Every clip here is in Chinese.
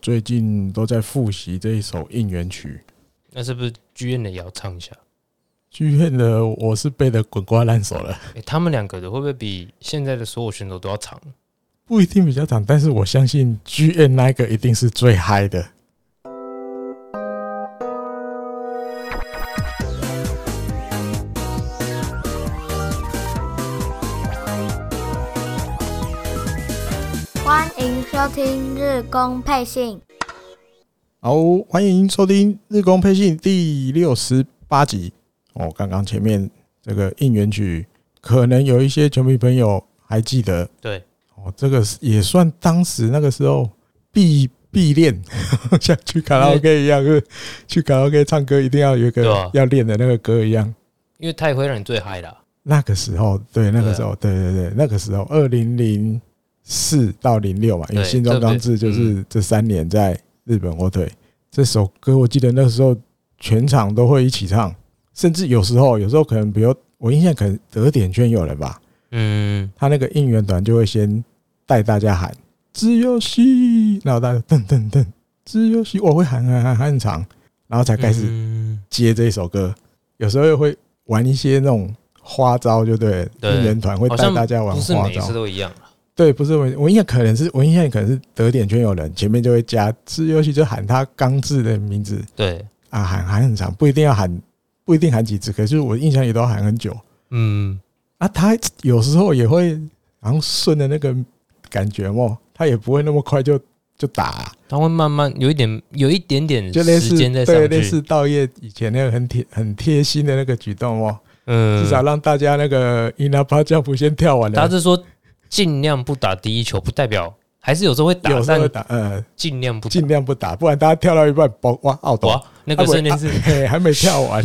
最近都在复习这一首应援曲。那是不是剧院的也要唱一下？剧院的我是背的滚瓜烂熟了，哎、他们两个的会不会比现在的所有选手都要长？不一定比较长，但是我相信剧院那一个一定是最嗨的。欢迎收听日工配信。好，欢迎收听《日工配信》第六十八集。哦，刚刚前面这个应援曲，可能有一些球迷朋友还记得对，哦，这个是也算当时那个时候必必练， 像去卡拉 OK 一样，就是去卡拉 OK 唱歌一定要有一对个啊要练的那个歌一样。因为他也会让你最嗨啦。那个时候，对，那个时候，对对对，那个时候，二零零四到零六嘛，因为对新庄刚志特就别是这三年在日本火腿。这首歌我记得那时候全场都会一起唱，甚至有时候，有时候可能比如我印象可能德典圈有人吧，嗯，他那个应援团就会先带大家喊“只有戏”，然后大家噔噔噔，“只有戏”，我会喊喊喊喊很长，然后才开始嗯接这一首歌，有时候又会玩一些那种花招，就对了，对应援团会好带像大家玩不是花每一次招。都一样啦。对，不是我，我印象可能是我印象可能是得点圈有人前面就会加自由戏，就喊他刚志的名字对，啊，喊喊很长，不一定要喊，不一定喊几次，可是我印象也都喊很久嗯，啊。他有时候也会好像顺着那个感觉嘛，他也不会那么快就就打、他会慢慢有一点，有一点点就类时似间在对上类去似。道业以前那个很贴很贴心的那个举动哦。嗯至，少让大家那个伊那巴江不先跳完他了，是说尽量不打第一球，不代表还是有时候会打有，时候会但打呃尽量不打尽。量不打，不然大家跳到一半，包哇奥斗，哇，那个啊不真的是啊嘿还没跳 完，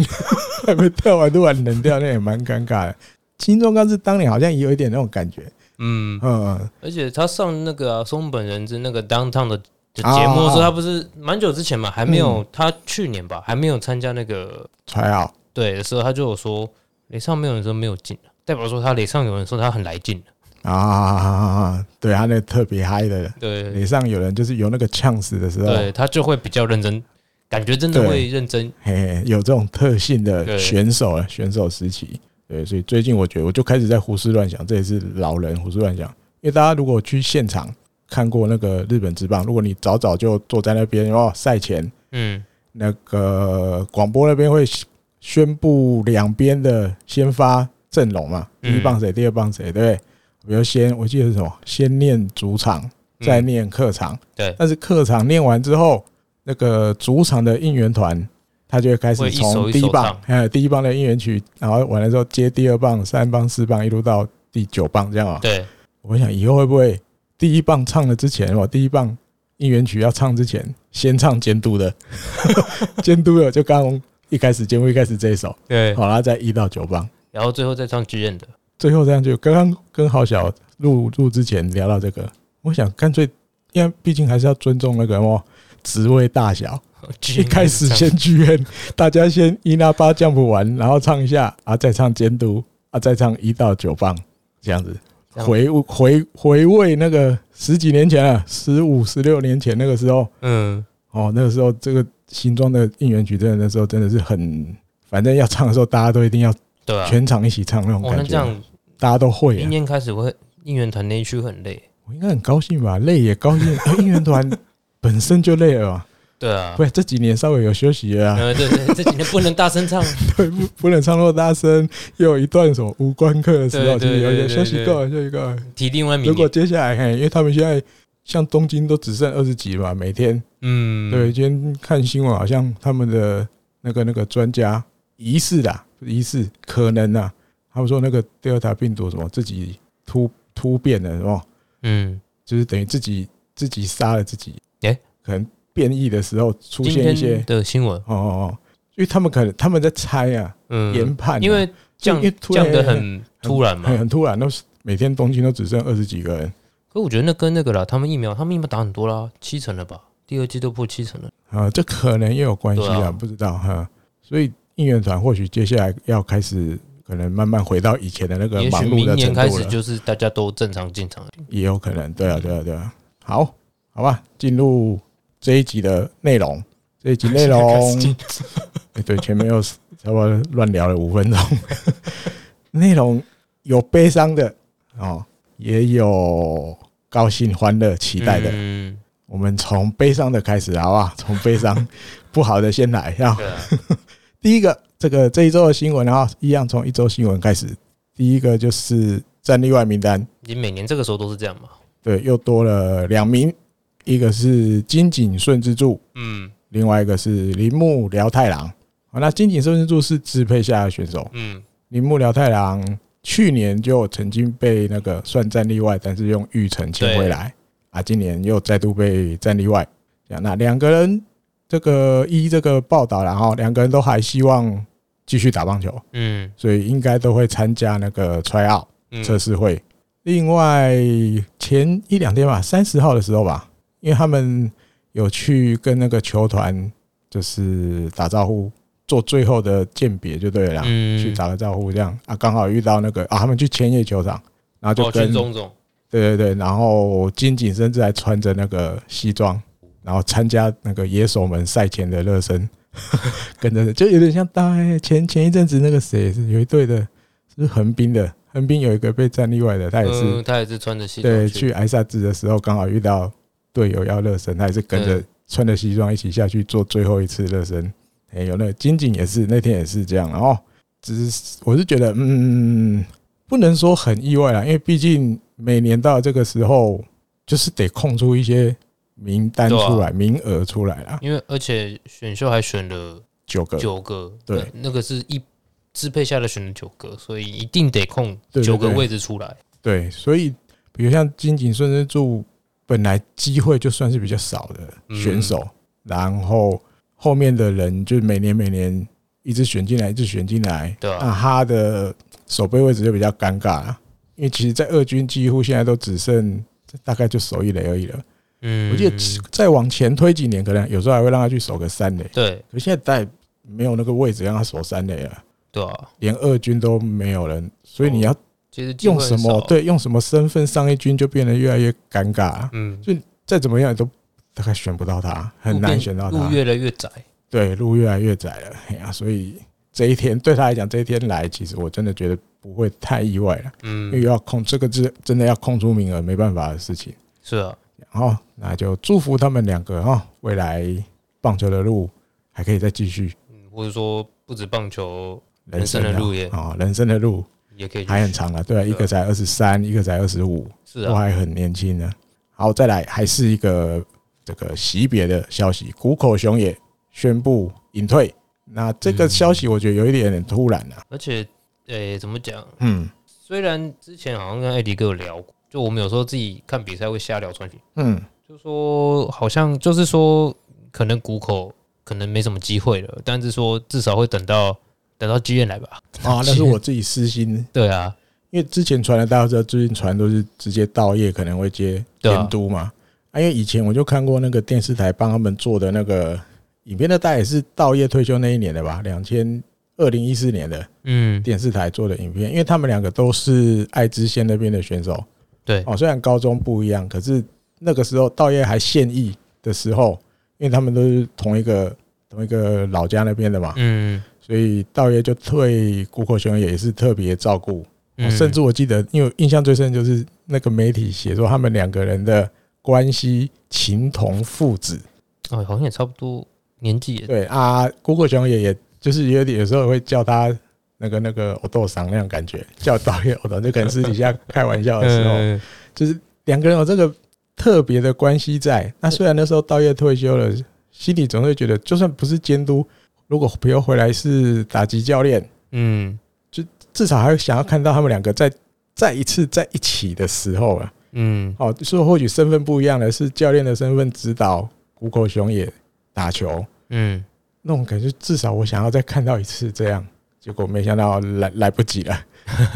还没跳完突然冷掉，那也蛮尴尬的。金钟刚是当年好像也有一点那种感觉，嗯，嗯，嗯而且他上那个、啊、松本人之那个 downtown 的的啊节目的时候，他不是蛮久之前嘛，还没有、他去年吧，还没有参加那个才好，对的时候，他就有说垒上没有人说没有进，代表说他垒上有人说他很来劲，啊啊啊啊啊，对他那特别嗨的，对脸上有人就是有那个呛死的时候，对，他就会比较认真，感觉真的对会认真，嘿，有这种特性的对选手啊，选手时期，对，所以最近我觉得我就开始在胡思乱想，这也是老人胡思乱想，因为大家如果去现场看过那个日本职棒，如果你早早就坐在那边哦，赛前嗯，那个广播那边会宣布两边的先发阵容嘛，第嗯一棒谁，第二棒谁，对不对？比如先我记得是什么，先念主场，嗯再念客场，对但是客场练完之后，那个主场的应援团，他就会开始会一手从一手第一棒唱，呃，第一棒的应援曲，然后完了之后接第二棒、三棒、四棒，一路到第九棒这样啊。对，我想以后会不会第一棒唱了之前，我第一棒应援曲要唱之前，先唱监督的， 监督的就刚一开始监督一开始这一首，对，好啦，再一到九棒，然后最后再唱剧院的，最后这样就刚刚跟郝小录录之前聊到这个，我想干脆，因为毕竟还是要尊重那个哦职位大小，哦一开始先剧院，大家先一拉八降不完，然后唱一下啊，再唱监督啊，再唱一到九棒这样子，这样回回回味那个十几年前了，十五十六年前那个时候嗯，哦，那个时候这个新庄的应援曲真的那时候真的是很，反正要唱的时候大家都一定要对啊，全场一起唱那种哦，那感这觉，样大家都会、明啊。年开始会应援团那一区很累，我应该很高兴吧，累也高兴。 呃应援团本身就累了嘛，对啊，不，这几年稍微有休息了、 啊，呃，对对，这几天不能大声唱， 对，不不能唱那么大声。又有一段什么无关课的时候，对就对是有对点对休息够了，休息够了。提另外明如果年，接下来，嘿，因为他们现在像东京都只剩二十几嘛，每天。嗯，对，今天看新闻，好像他们的那个那个专家疑似的疑似可能啊，他们说那个德尔塔病毒什么自己突突变了什哦么。嗯，就是等于自己自己杀了自己，诶可能变异的时候出今现一些天的新闻，哦哦哦，因为他们可能他们在猜啊，嗯，研判啊、因为降因为突然降的很突然 嘛很。很突然，都是每天东京都只剩二十几个人，可我觉得那跟那个啦，他们疫苗，他们疫苗打很多啦，七成了吧，第二季都破七成了。啊，这可能也有关系对啊，啊不知道哈。所以应援团或许接下来要开始，可能慢慢回到以前的那个也忙许碌明的年程开度始了，就是大家都正常进场。嗯也有可能。对啊，对啊，对啊。好，好吧，进入这一集的内容，这一集现内 在开始容进欸对，前面又差不多乱聊了五分钟， 内容有悲伤的哦，也有高兴、欢乐、期待的。嗯，我们从悲伤的开始，好不好？ 从悲伤不好的先来。要对啊， 第一个，这个这一周的新闻啊，一样从一周新闻开始。第一个就是战例外名单，你每年这个时候都是这样嘛？对，又多了两名，一个是金井顺之助，嗯另外一个是铃木辽太郎。好，那金井顺之助是支配下的选手。嗯，铃木辽太郎去年就曾经被那个算战例外，但是用玉成签回来啊，今年又再度被战例外。这样那两个人，这个依这个报道，然后两个人都还希望继续打棒球，嗯所以应该都会参加那个 try out 嗯，测试会。另外前一两天吧，三十号的时候吧，因为他们有去跟那个球团就是打招呼，做最后的鉴别就对了啦。嗯啊去打个招呼这样啊，刚好遇到那个啊，他们去千叶球场，然后就哦，跟、军中总，对对对，然后金井甚至还穿着那个西装，然后参加那个野手们赛前的热身， 跟着就有点像大概前前一阵子那个谁是有一队的，是不是横滨的，横滨有一个被战例外的，他也是、嗯，他也是穿着西装对去挨萨治的时候刚好遇到队友要热身，他也是跟着嗯穿着西装一起下去做最后一次热身。哎、有那个金井也是那天也是这样，然后只是我是觉得，嗯，不能说很意外啦，因为毕竟每年到这个时候，就是得空出一些名单对啊出来、名额出来啦，因为而且选秀还选了九个，九个，对呃那，那个是一支配下的选了九个，所以一定得空对对九个对位置出来。对，所以比如像金井顺之助，本来机会就算是比较少的嗯选手，然后后面的人就每年每年一直选进来，一直选进来，对啊那他的守备位置就比较尴尬啦，因为其实，在二军几乎现在都只剩大概就守一垒而已了。嗯，我记得再往前推几年，可能有时候还会让他去守个三垒，对可是现在大概没有那个位置让他守三垒了，对啊，连二军都没有人，所以哦你要其实机会用很什么少，啊对用什么身份上一军就变得越来越尴尬、嗯，再怎么样也都大概选不到他，很路难变选到路他。越来越窄。对，路越来越窄了，哎呀、所以这一天对他来讲，这一天来，其实我真的觉得不会太意外了，因为嗯，要空这个真真的要空出名额，没办法的事情。是啊，然后那就祝福他们两个哈、未来棒球的路还可以再继续，嗯或者说不止棒球人生人生的路也啊、哦，人生的路也可以去还很长了，对啊，一个才二十三，一个才二十五，是都啊，还很年轻呢。好，再来还是一个这个惜别的消息，谷口雄也宣布隐退。那这个嗯消息我觉得有一点点突然啊。而且诶、怎么讲？嗯虽然之前好像跟艾迪哥有聊过，就我们有时候自己看比赛会瞎聊传讯，嗯，就说好像就是说，可能谷口可能没什么机会了，但是说至少会等到等到剧院来吧。啊，那是我自己私心，对啊，因为之前传的大家知道，最近传都是直接到业可能会接对啊监督嘛。啊，因为以前我就看过那个电视台帮他们做的那个影片，那大概也是道业退休那一年的吧，两千二零一四年的嗯，电视台做的影片，因为他们两个都是爱知县那边的选手，对，哦，虽然高中不一样，可是那个时候道业还现役的时候，因为他们都是同一个同一个老家那边的嘛，嗯，所以道业就对谷口雄也是特别照顾、哦嗯甚至我记得，因为我印象最深就是那个媒体写说他们两个人的关系情同父子。哦，好像也差不多年纪也对啊，谷口雄也也就是有点有时候会叫他。那个那个欧豆桑那样感觉，叫道业欧豆，就可能私底下开玩笑的时候，嗯就是两个人有这个特别的关系在。那虽然那时候道业退休了，心里总会觉得，就算不是监督，如果比如回来是打击教练，嗯至少还想要看到他们两个在再一次在一起的时候啊。嗯哦，所以或许身份不一样了，是教练的身份指导谷口雄也打球，嗯，那种感觉，至少我想要再看到一次这样。结果没想到来来不及了，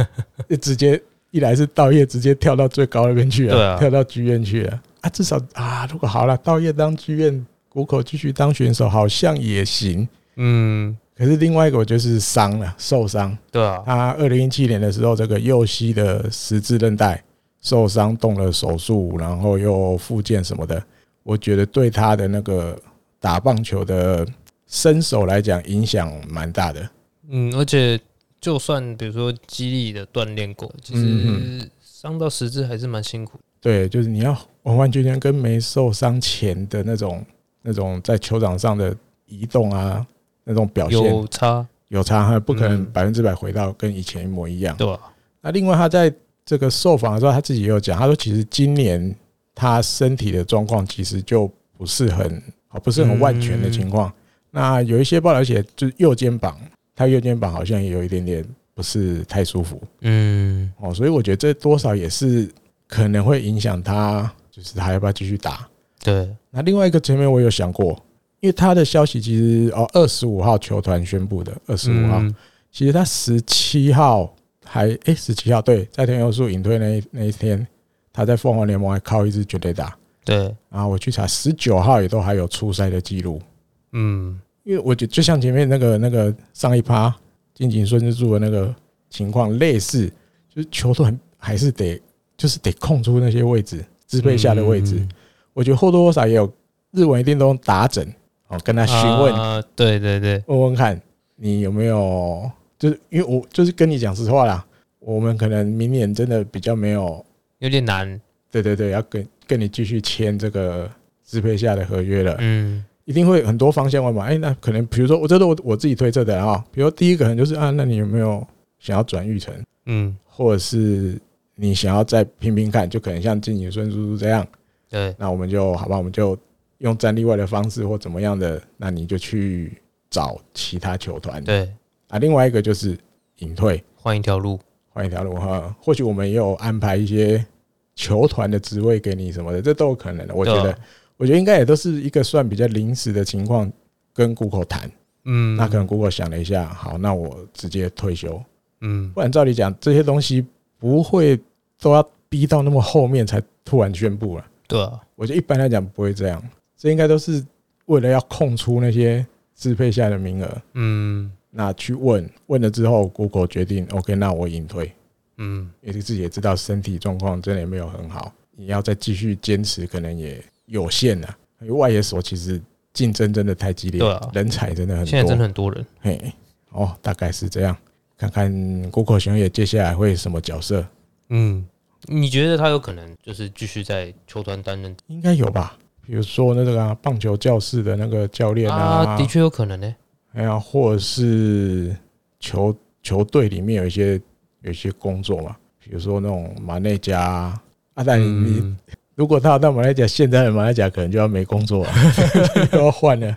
就直接一来是道业直接跳到最高那边去对了，啊跳到剧院去了啊！至少啊，如果好了，道业当剧院，谷口继续当选手，好像也行。嗯，可是另外一个我就是伤了，受伤。对啊，他二零一七年的时候，这个右膝的十字韧带受伤，动了手术，然后又复健什么的。我觉得对他的那个打棒球的身手来讲影响蛮大的。嗯，而且就算比如说肌力的锻炼过，其嗯实伤到十字还是蛮辛苦的。对，就是你要完完全全跟没受伤前的那种 那种在球场上的移动啊，那种表现有差有差，哈，不可能嗯百分之百回到跟以前一模一样。对吧？那另外他在这个受访的时候，他自己也有讲，他说其实今年他身体的状况其实就不是很好，不是很万全的情况。那有一些报道写，就是右肩膀，他右肩膀好像也有一点点不是太舒服嗯，哦，所以我觉得这多少也是可能会影响他，就是他要不要继续打。对，那另外一个层面，我有想过，因为他的消息其实哦，二十五号球团宣布的，二十五号，嗯其实他十七号还诶十七号对，在天佑树隐退那一那一天，他在凤凰联盟还靠一支绝对打。对，然后我去查，十九号也都还有出赛的记录。嗯，因为我觉得就像前面那个那个上一趴金井顺之助的那个情况类似，就是球团还是得就是得空出那些位置，支配下的位置。嗯我觉得或多或少也有日文一定都用打诊哦，跟他询问啊对对对，问问看你有没有，就是因为我就是跟你讲实话啦，我们可能明年真的比较没有，有点难，对对对，要跟跟你继续签这个支配下的合约了，嗯一定会很多方向问嘛。哎，那可能比如说，我这都我我自己推测的啊、比如说第一个可能就是啊，那你有没有想要转育成，嗯，或者是你想要再拼拼看，就可能像静井孙叔叔这样，对，那我们就好吧，我们就用战力外的方式或怎么样的，那你就去找其他球团。对，啊，另外一个就是隐退，换一条路，换一条路哈。或许我们也有安排一些球团的职位给你什么的，这都有可能的。我觉对得啊，我觉得应该也都是一个算比较临时的情况，跟 Google 谈。嗯，那可能 Google 想了一下，好，那我直接退休。嗯不然照理讲，这些东西不会都要逼到那么后面才突然宣布了。对啊，我觉得一般来讲不会这样，这应该都是为了要空出那些支配下的名额，嗯那去问问了之后，Google 决定 OK，那我隐退。嗯，因为自己也知道身体状况真的也没有很好，你要再继续坚持，可能也有限了、因为外野手其实竞争真的太激烈，对啊人才真的很多。现在真的很多人，嘿，哦，大概是这样。看看 Google 熊野接下来会什么角色，嗯，你觉得他有可能就是继续在球团担任应该有吧？比如说那个、啊、棒球教室的那个教练啊，的，确有可能呢、哎呀，或者是球球队里面有一些有一些工作嘛，比如说那种马内加啊，啊但你你嗯如果他要到马来西亚，现在的马来西亚可能就要没工作 了，就要换了。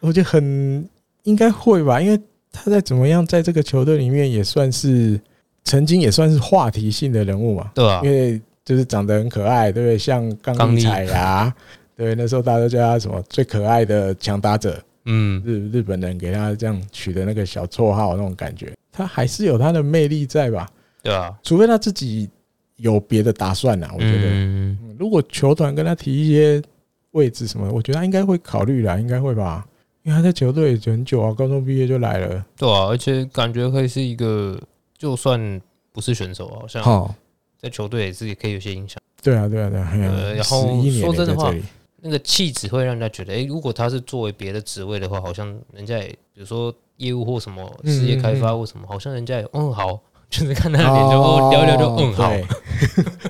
我觉得很应该会吧，因为他再怎么样，在这个球队里面也算是曾经也算是话题性的人物嘛，对啊因，为就是长得很可爱，对不对？像刚刚力力彩呀，对，那时候大家都叫他什么最可爱的强打者，嗯，日日本人给他这样取的那个小绰号那种感觉，他还是有他的魅力在吧？对啊，除非他自己有别的打算呐、啊我觉得。嗯，嗯如果球团跟他提一些位置什么的，我觉得他应该会考虑啦，应该会吧，因为他在球队也很久啊，高中毕业就来了。对啊，而且感觉可以是一个，就算不是选手，啊好像哦，在球队也是也可以有些影响。对啊，对啊，对啊，嘿呃啊然后11年说了真的在话这里那个气质会让人家觉得，诶，如果他是作为别的职位的话，好像人家也，比如说业务或什么嗯事业开发或什么，好像人家也，嗯，好， 就是看他的脸就哦聊一聊就嗯好，对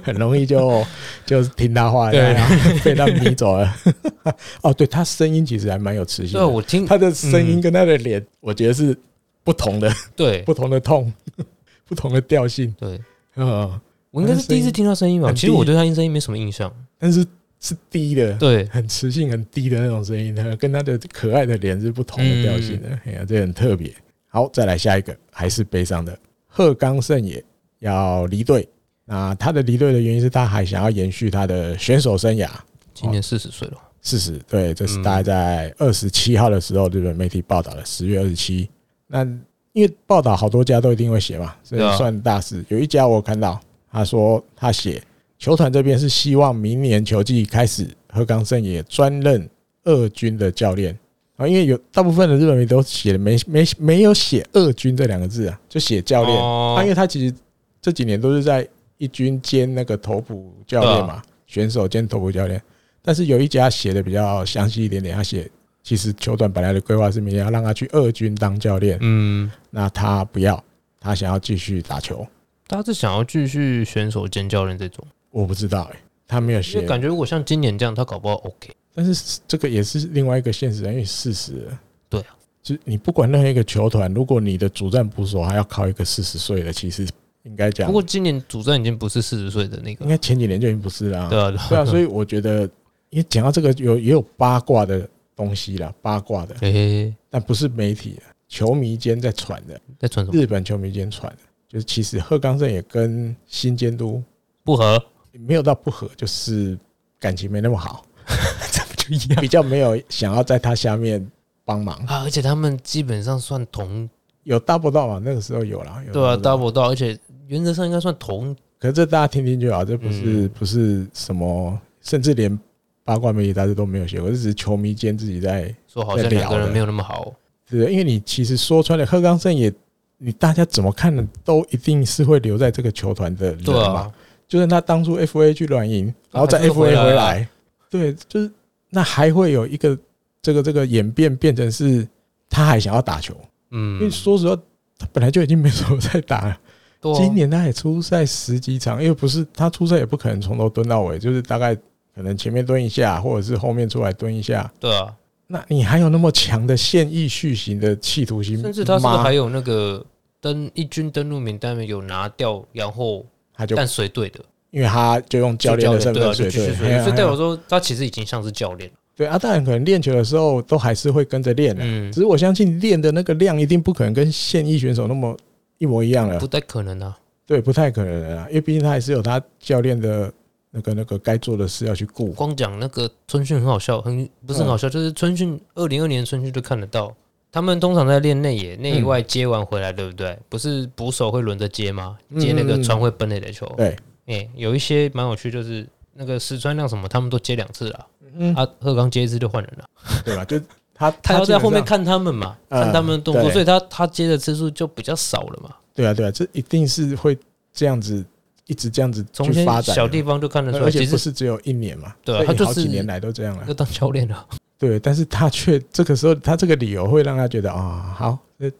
很容易就就听他话，对然后被他迷走了。 哦，对他声音其实还蛮有磁性对啊，的，我 听他的声音跟他的脸，我觉得是不同的， 对不同的痛， 不同的调性。对，嗯，我应该是第一次听到声音吧，很低其实我对他声音没什么印象，但是是低的，对，很磁性、很低的那种声音，它跟他的可爱的脸是不同的调性的。哎呀、这很特别。好，再来下一个，还是悲伤的。鹤冈胜也要离队，那他的离队的原因是他还想要延续他的选手生涯。今年四十岁了，事实对，这嗯是大概在二十七号的时候，日本媒体报道的，十月二十七。那因为报道好多家都一定会写嘛，所对啊以算大事。有一家我有看到，他说他写球团这边是希望明年球季开始，贺刚胜也专任二军的教练啊，因为有大部分的日本媒体都写的没没没有写二军这两个字啊，就写教练。哦啊他因为他其实嗯这几年都是在一军兼那个头部教练嘛，选手兼头部教练。但是有一家写的比较详细一点点，他写其实球短本来的规划是明年要让他去二军当教练，嗯，那他不要，他想要继续打球。他是想要继续选手兼教练这种，我不知道哎、他没有因写为，感觉如果像今年这样，他搞不好 OK。但是这个也是另外一个现实，啊因为事实了对啊，就是你不管任何一个球团，如果你的主战捕手还要靠一个四十岁的，其实应该讲不，过今年主战已经不是四十岁的那应个，该前几年就已经不是啦、对啊， 对 啊，所以以我觉得，因为讲到这个有也有八卦的东西啦，八卦的，诶，但不是媒体的，球迷间在传的，在传什么？日本球迷间传的，就是其实鹤冈胜也跟新监督不合，没有到不合，就是感情没那么好，这不就一样比较没有想要在他下面帮忙，啊？而且他们基本上算同有 double 到嘛？那个时候有啦，有对啊 double 到，double 到，而且原则上应该算同可是这大家听听就好，这不是、嗯不是什么，甚至连八卦媒体大师都没有写过，这只是球迷间自己在说好像两在个聊人的没有那么好，对，因为你其实说穿了，贺刚胜也，你大家怎么看呢？都一定是会留在这个球团的人对嘛。啊，就算他当初 FA 去乱赢，然后再还是 FA 会回回来啊来，对，就是那还会有一个这个这个演变变成是他还想要打球，因为嗯，说实话，他本来就已经没什么在打了。对啊今年他也出赛十几场，因为不是他出赛也不可能从头蹲到尾，就是大概可能前面蹲一下，或者是后面出来蹲一下。对啊，那你还有那么强的现役续行的企图心吗？甚至他是不是还有那个登一军登录名单里面有拿掉，然后他就但随队的因为他就用教练的身对啊，份，就对继续随对队，所以代表啊，说他其实已经像是教练了，对啊，当然可能练球的时候都还是会跟着练的，嗯只，是我相信练的那个量一定不可能跟现役选手那么一模一样了不，太可能啊，对，不太可能啊，因为毕竟他还是有他教练的那个那个该做的事要去顾，光讲那个春训很好笑，很不是很好嗯笑，就是春训二零二年春训就看得到，他们通常在练内嗯野、内外接完回来，对不对？不是捕手会轮着接吗？接那嗯嗯个嗯传会奔垒的球，对，哎、有一些蛮有趣，就是那个石川亮啊什么，他们都接两次啦，嗯，啊，贺刚接一次就换人了，对吧？就 他他要在后面基本上，看他们嘛，嗯看他们的动作，对所以他他接的次数就比较少了嘛。对啊，对啊，这一定是会这样子，一直这样子从一去些发展的，小地方就看得出而来，且其不实是只有一年嘛，对所啊以他就好几是年来都这样了。要当教练了，对，但是他却这个时候，他这个理由会让他觉得啊、好，那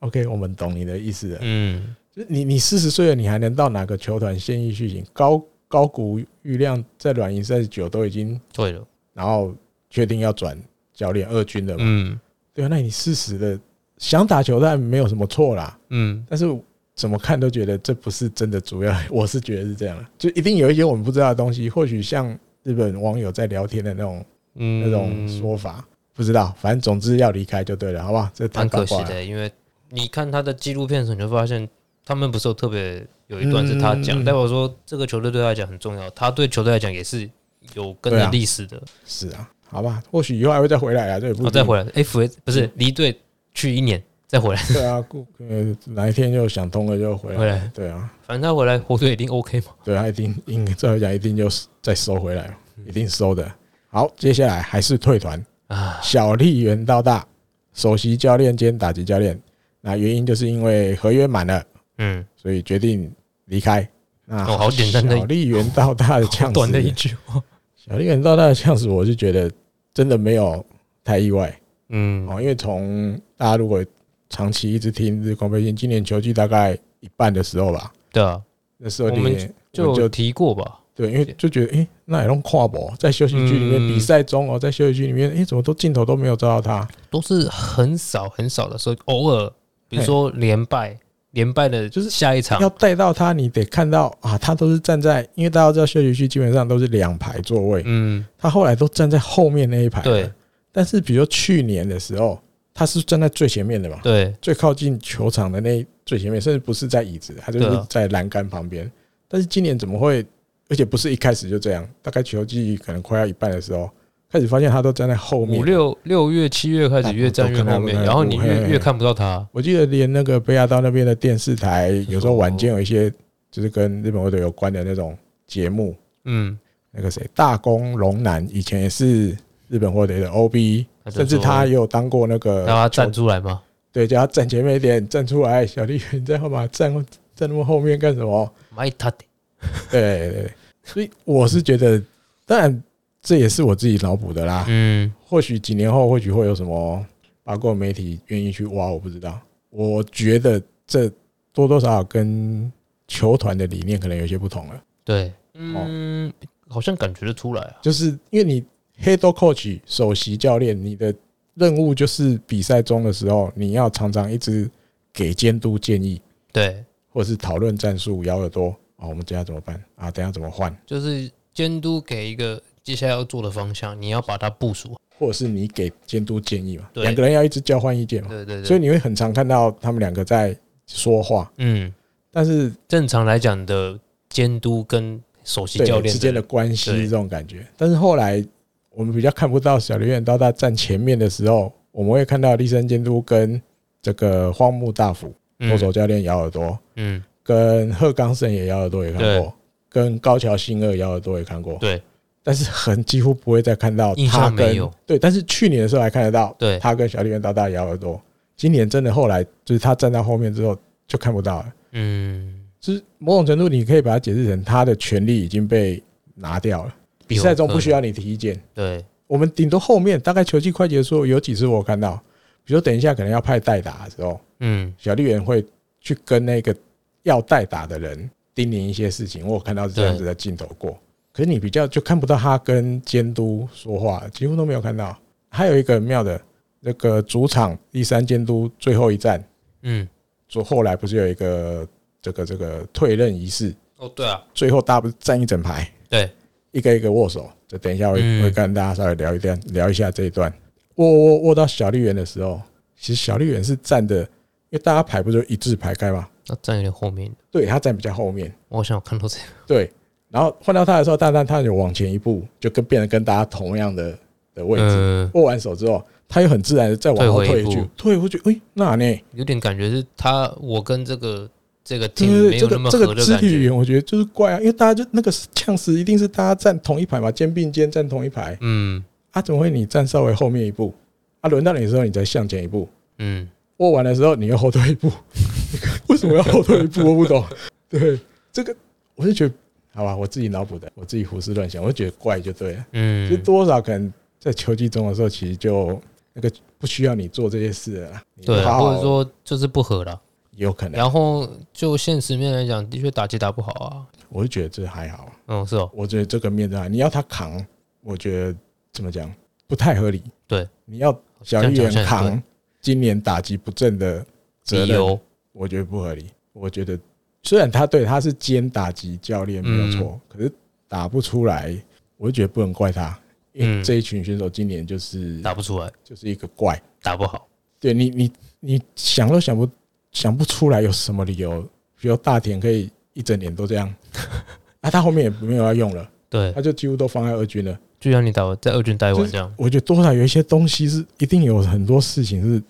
OK，我们懂你的意思了。嗯，就是你你四十岁了，你还能到哪个球团现役续行？高高谷玉亮在软银三十九都已经，对了，然后确定要转教练二军了嘛？嗯对啊，那你四十的想打球，但没有什么错啦。嗯，但是怎么看都觉得这不是真的主要， 我是觉得是这样啦，就一定有一些我们不知道的东西，或许像日本网友在聊天的那种嗯那种说法，不知道，反正总之要离开就对了，好不好？这太蛮八可卦惜了。的，因为你看他的纪录片的时候，你就发现他们不是有特别有一段是他嗯讲，代表说这个球队对他来讲很重要，他对球队来讲也是有跟对啊着历史的。是啊，好吧，或许以后还会再回来啊，这也不一哦，定再回来，F A 不是离队去一年再回来， 对啊，顾呃哪一天就想通了就回回来来。对啊，反正他回来火腿一定 OK 嘛。对啊，一定应该照理讲一定就再收回来，嗯一定收的。好，接下来还是退团，啊，小笠原到大，首席教练兼打击教练。那原因就是因为合约满了， 嗯，所以决定离开。那哦好简单的一小笠原到大的好呛短的一死，句话。小笠原到大的呛死，我是觉得真的没有太意外。嗯，哦，因为从大家如果长期一直听日光飞行，今年球季大概一半的时候吧，对啊，那时候我你们也就我有就提过吧。对，因为就觉得诶，那也弄跨博在休息区里面、嗯比赛中哦，在休息区里面，诶，怎么都镜头都没有照到他？都是很少很少的时候，偶尔，比如说连败，连败的就是下一场要，带到他，你得看到啊，他都是站在，因为大家知道休息区基本上都是两排座位，嗯，他后来都站在后面那一排。对，但是比如去年的时候，他是站在最前面的嘛，对，最靠近球场的那最前面，甚至不是在椅子，他就对是啊在栏杆旁边。但是今年怎么会？而且不是一开始就这样，大概球季可能快要一半的时候，开始发现他都站在后面五。六六月、七月开始越站越后面，啊然后你我看到越了越看不到他。我记得连那个北亚道那边的电视台，有时候晚哦间有一些就是跟日本火腿有关的那种节目，嗯，那个谁大宫龙男以前也是日本火腿的 OB，他就甚至说他也有当过那个让他球站出来嘛，对，叫他站前面一点，站出来。小丽你在后面站站那么后面干什么？ 买他的，对对对，所以我是觉得，当然这也是我自己脑补的啦。嗯，或许几年后，或许会有什么八卦媒体愿意去挖，我不知道。我觉得这多多少少跟球团的理念可能有些不同了，对，哦嗯，好像感觉得出来啊。就是因为你 head coach 首席教练，你的任务就是比赛中的时候，你要常常一直给监督建议，对，或者是讨论战术、咬耳朵啊，我们等一下怎么办啊？等一下怎么换？就是监督给一个接下来要做的方向，你要把它部署。或者是你给监督建议嘛？对两个人要一直交换意见嘛？对对对，所以你会很常看到他们两个在说话，嗯，但是正常来讲的监督跟首席对教练之间的的关系对这种感觉。但是后来我们比较看不到小林远到他站前面的时候，我们会看到立森监督跟这个荒木大辅嗯投手教练咬耳朵，嗯，跟鹤冈胜也咬耳朵也看过，跟高桥幸二咬耳朵也看过，对但是很几乎不会再看到印他象没跟有对，但是去年的时候还看得到对他跟小笠原大大咬耳朵，今年真的后来就是他站到后面之后就看不到了，嗯，就是某种程度你可以把它解释成他的权利已经被拿掉了，比赛中不需要你提意见，对，我们顶多后面大概球季快结束有几次我有看到，比如说等一下可能要派代打的时候，嗯，小笠原会去跟那个要代打的人叮咛一些事情，我有看到这样子的镜头过。可是你比较就看不到他跟监督说话，几乎都没有看到。还有一个很妙的，那个主场第三监督最后一站，嗯，说后来不是有一个这个这个退任仪式，哦，对啊，最后大家不是站一整排，对，一个一个握手。这等一下我嗯会跟大家稍微聊一段，聊一下这一段。握握握到小绿园的时候，其实小绿园是站的，因为大家排不就一字排开嘛，那站有点后面，对他站比较后面，我好像有看到这个，对。然后换到他的时候，但但他有往前一步，就跟变得跟大家同样的的位置。嗯，握完手之后，他又很自然的再往后退一退回一句步，退回去，哎，那呢？有点感觉是他我跟这个这个就 team 是这没有那个么这合个的肢感体语觉，言，我觉得就是怪啊，因为大家就那个呛死，一定是大家站同一排嘛，肩并肩站同一排嗯啊，怎么会你站稍微后面一步啊？轮到你的时候，你再向前一步，嗯，握完的时候你又后退一步， 为什么要后退一步？我不懂。对，这个我就觉得，好吧，我自己脑补的，我自己胡思乱想，我就觉得怪就对了。就嗯，多少可能在球季中的时候，其实就那个不需要你做这些事了啦，你对啊，好好或者说就是不合了。也有可能，然后就现实面来讲，的确打击打不好啊。我就觉得这还好，啊嗯，是哦，我觉得这个面对啊还你要他扛，我觉得怎么讲不太合理。对，你要小议员这样讲好像很扛今年打击不正的责理任，由我觉得不合理。我觉得嗯虽然他对他是兼打击教练没有错，可是打不出来，我就觉得不能怪他，因为嗯这一群选手今年就是打不出来，就是一个怪，打不好。对你你你想都想不想不出来有什么理由，比如大田可以一整年都这样，那、他后面也没有要用了，对，他就几乎都放在二军了。就像你打在二军待啊就完是这样，我觉得多少有一些东西是一定有很多事情是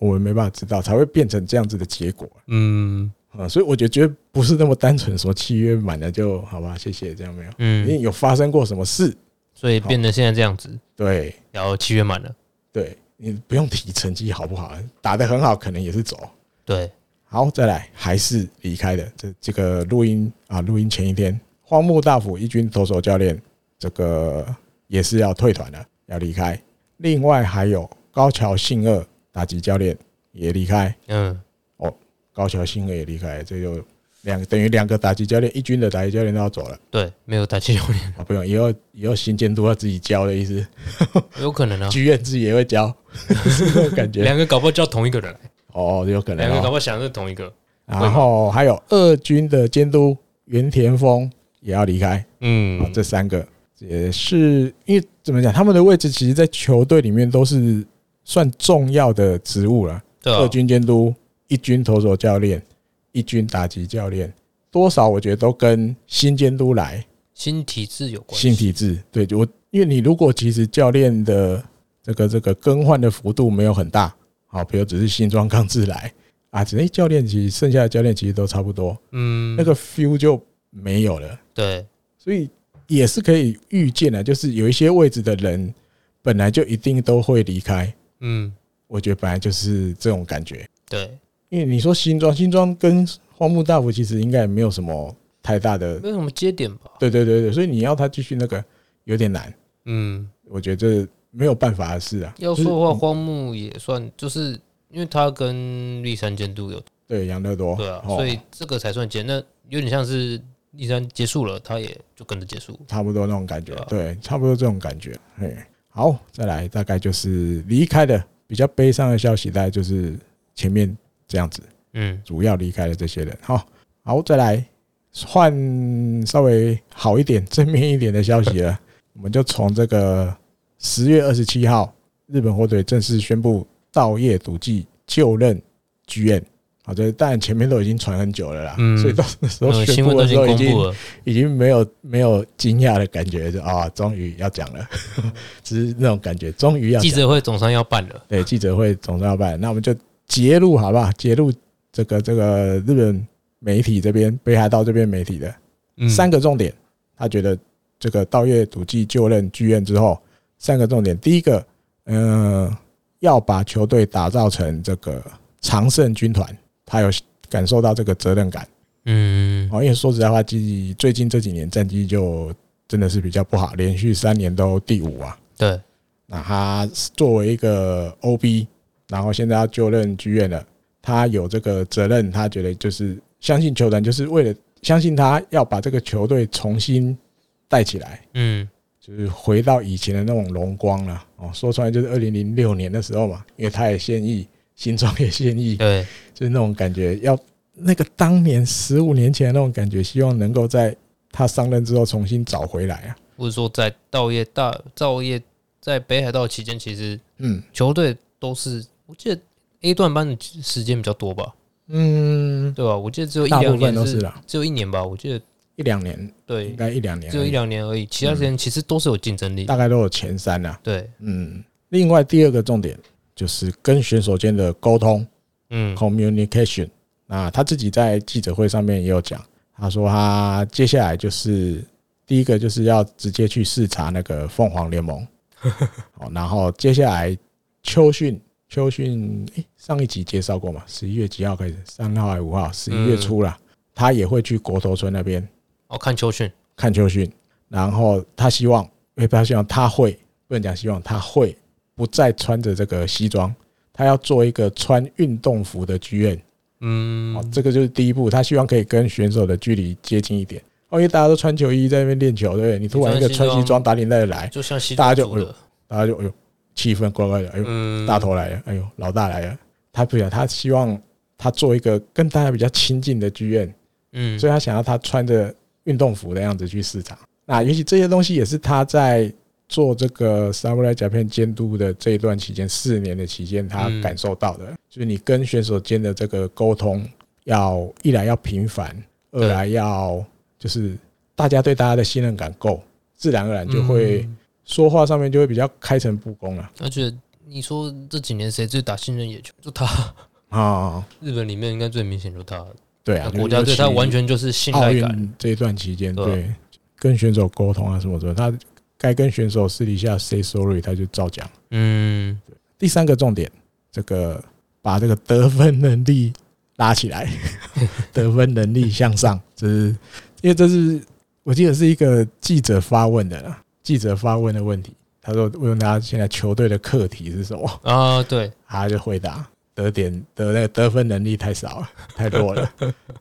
我们没办法知道，才会变成这样子的结果。嗯啊，所以我觉得觉得不是那么单纯，说契约满了就好吧，谢谢，这样没有，一定嗯，有发生过什么事，所以变成现在这样子，对然后契约满了，对，你不用提成绩好不好，打得很好可能也是走。对，好，再来还是离开的，这这个录音啊，录音前一天，荒木大辅一军投手教练这个也是要退团了，要离开。另外还有高桥幸二打击教练也离开，嗯高桥幸二也离开，这就两等于两个打击教练，一军的打击教练都要走了。对，没有打击教练， 啊，不用，以后以后新监督要自己教的意思，有可能啊，剧院自己也会教， 是这种感觉。两个搞不好叫同一个人来，哦，有可能两个搞哦、不好想的是同一个，然后还有二军的监督原田丰也要离开，啊嗯，这三个也是因为怎么讲，他们的位置其实，在球队里面都是算重要的职务了。对啊二，军监督、一军投手教练、一军打击教练，多少我觉得都跟新监督来新体制有关系，新体制，对，就我因为你如果其实教练的这个这个更换的幅度没有很大，好，比如只是新装刚制来 啊，只是教练其实剩下的教练其实都差不多，嗯，那个 feel 就没有了，对，所以也是可以预见的，就是有一些位置的人本来就一定都会离开，嗯我觉得本来就是这种感觉，对，因为你说新装，新装跟荒木大辅其实应该也没有什么太大的，没有什么接点吧，对对对对，所以你要他继续那个有点难。嗯，我觉得这没有办法的事啊。要就是说的话，荒木也算，就是因为他跟立山监督有对杨乐多，对啊，哦所以这个才算结。那有点像是立山结束了，他也就跟着结束。差不多那种感觉对啊，对，差不多这种感觉。嘿，好，再来，大概就是离开的比较悲伤的消息，大概就是前面这样子，嗯，主要离开的这些人。好，好，再来换稍微好一点、正面一点的消息了， 我们就从这个十月二十七号，日本火腿正式宣布道业笃纪就任剧院。好，这当然前面都已经传很久了啦，嗯所以到那时候那个宣新闻布的都已时候经公已经布了。已经没有没有惊讶的感觉，就啊，终于要讲了， 只是那种感觉，终于要记讲。者会总算要办了，对记者会总是要办，那我们就揭露好不好？揭露这个这个日本媒体这边北海道这边媒体的、嗯三个重点，他觉得这个道月笃纪就任剧院之后，三个重点，第一个，嗯，要把球队打造成这个常胜军团，他有感受到这个责任感。嗯哦，因为说实在话，最最近这几年战绩就真的是比较不好，连续三年都第五啊。对，那他作为一个 OB，然后现在要就任剧院了，他有这个责任，他觉得就是相信球团，就是为了相信他要把这个球队重新带起来，嗯就是回到以前的那种荣光了、哦，说穿了就是二零零六年的时候嘛，因为他也现役，新庄也现役，对，就是那种感觉，要那个当年十五年前的那种感觉，希望能够在他上任之后重新找回来啊。或者说在道业大造业在北海道期间，其实嗯球队都是我记得 A 段班的时间比较多吧，嗯，对吧？我记得只有一大部两分年都是是，啦，只有一年吧，我记得一两年，应对，该一两年而已，只有一两年而已，其他时间其实都是有竞争力。大概都有前三啊。对，嗯，另外第二个重点就是跟选手间的沟通嗯 （communication）。那他自己在记者会上面也有讲，他说他接下来就是第一个就是要直接去视察那个凤凰联盟，哦，然后接下来秋训，秋训、诶上一集介绍过嘛，十一月几号开始，三号还是五号？十一月初啦，他也会去国头村那边哦，看秋训，看秋训，然后他希望，也不要希望他会，不能讲希望他会不再穿着这个西装，他要做一个穿运动服的剧院。嗯哦，，这个就是第一步，他希望可以跟选手的距离接近一点。哦，因为大家都穿球衣在那边练球，对不对？你突然一个穿西装打领带的来，就像西大家装就族的，大家就哎呦，气氛怪怪的，哎呦，嗯，大头来了，哎呦，老大来了。他不想，他希望他做一个跟大家比较亲近的剧院，嗯，所以他想要他穿着运动服的样子去市场。那也许这些东西也是他在做这个 Samurai Japan 监督的这一段期间，四年的期间，他嗯感受到的，就是你跟选手间的这个沟通，要一来要频繁，二对来要就是大家对大家的信任感够，自然而然就会嗯说话上面就会比较开诚布公啊了而且你说这几年谁最打信任野球？就他，啊。日本里面应该最明显就他，对啊，国家就是队尤其他完全就是信奥赖感。运这一段期间，对啊对跟选手沟通啊什么什么，他该跟选手私底下 say sorry，他就照讲。嗯，第三个重点，这个把这个得分能力拉起 来，得分能力向上，这是因为这是我记得是一个记者发问的啦，记者发问的问题，他说问他现在球队的课题是什么，啊，对，他就回答得点得那个得分能力太少 了，太弱了。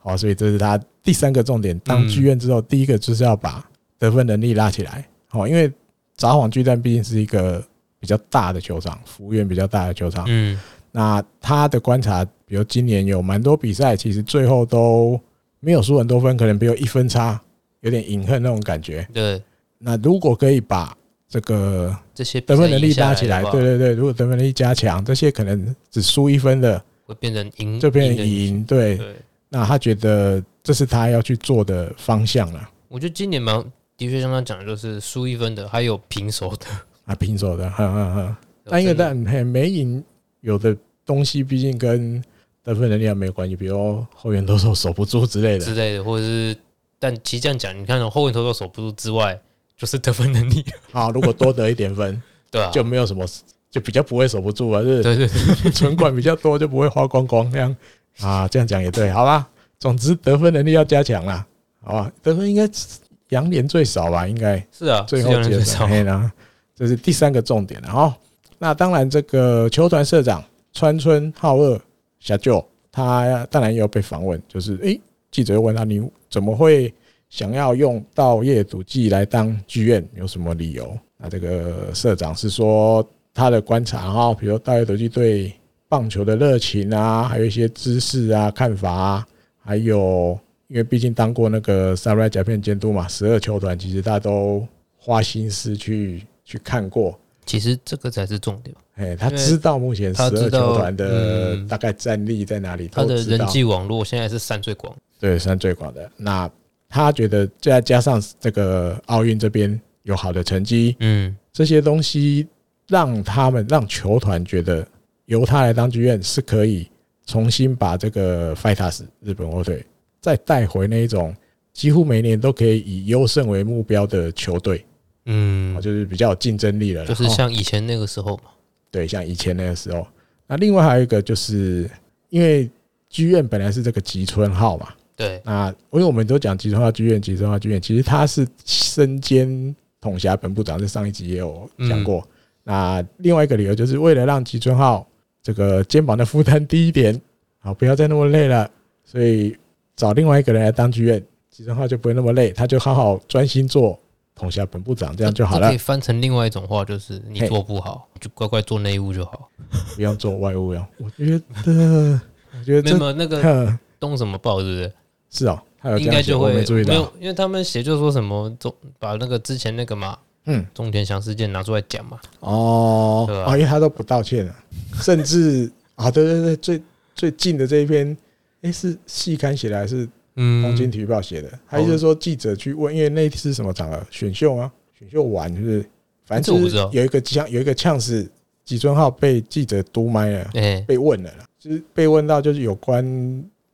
好，所以这是他第三个重点。当剧院之后，第一个就是要把得分能力拉起来。好，因为札幌巨蛋毕竟是一个比较大的球场，服务员比较大的球场。嗯，那他的观察，比如今年有蛮多比赛，其实最后都没有输很多分，可能比如一分差，有点隐恨那种感觉。对，那如果可以把这个这些比赛得分能力赢下拉起来的，话对，对对，如果得分能力加强，这些可能只输一分的，会变成嗯赢，这边人赢，对，对，那他觉得这是他要去做的方向了我觉得今年蛮的确像他讲的，就是输一分的，还有平手 的。啊，平手的，哼哼哼。但啊因为但嘿没赢，有的东西毕竟跟得分能力还没有关系，比如后援投手守不住之类的，之类的，或者是，但其实这样讲，你看哦后卫投手守不住之外，就是得分 能力，好，如果多得一点分，对 啊，就没有什么，就比较不会守不住了，啊是对对 对，存款比较多，就不会花光光那样啊。这样讲也对，好吧。总之得分能力要加强啦，好吧。得分应该是杨连最少吧，应该是啊， 最是后这样结子算嘿啦。这是第三个重点了哈。那当然，这个球团社长川村浩二小舅，他当然也有被访问，就是诶、记者又问他你怎么会想要用稻叶赌剂来当剧院，有什么理由？那这个社长是说他的观察哈，比如稻叶赌剂对棒球的热情啊，还有一些知识啊、看法啊，还有因为毕竟当过那个 s a r a 甲片监督嘛，十二球团其实大家都花心思去去看过，其实这个才是重点，哎，他因为知道目前十他二知球道团的嗯大概战力在哪里，他都的知人道际网络现在是散最广，对算最广的。那他觉得再加上这个奥运这边有好的成绩，嗯，这些东西让他们让球团觉得由他来当剧院是可以重新把这个 Fighters 日本火腿再带回那一种几乎每年都可以以优胜为目标的球队，嗯哦，，就是比较有竞争力了啦。就是哦像以前那个时候嘛，对，像以前那个时候。那另外还有一个就是，因为剧院本来是这个吉村号嘛，对，那因为我们都讲吉村号剧院，吉村号剧院，其实他是身兼统辖本部长，这上一集也有讲过。那另外一个理由就是为了让吉村号这个肩膀的负担低一点，好，不要再那么累了，所以找另外一个人来当剧院，吉村号就不会那么累，他就好好专心做统辖本部长，这样就好这了可以，翻成另外一种话，就是你嘿做不好，就乖乖做内务就好。不用做外务哟。我觉得，我觉得没这有没有那个呵东什么报，对不对？是哦，他有这应样该写，就我会没注意没到有，，因为他们写就说什么中把那个之前那个嘛，嗯，中田翔事件拿出来讲嘛，哦，对啊哦，因为他都不道歉了，甚至啊，对对对，最最近的这一篇，诶，是细刊写的还是《东京嗯，体育报》写的？他意思是说记者去问，因为那一次是什么场合？选秀吗？选秀完就是，反这我正就不知是道有一个呛，有一个呛是吉村浩被记者督麦了，哎，被问了啦，就是被问到就是有关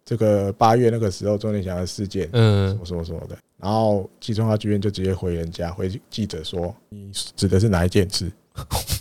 这个八月那个时候钟点祥的事件，什嗯么什么什么的。然后吉村浩剧院就直接回人家，回记者说：“你指的是哪一件事？”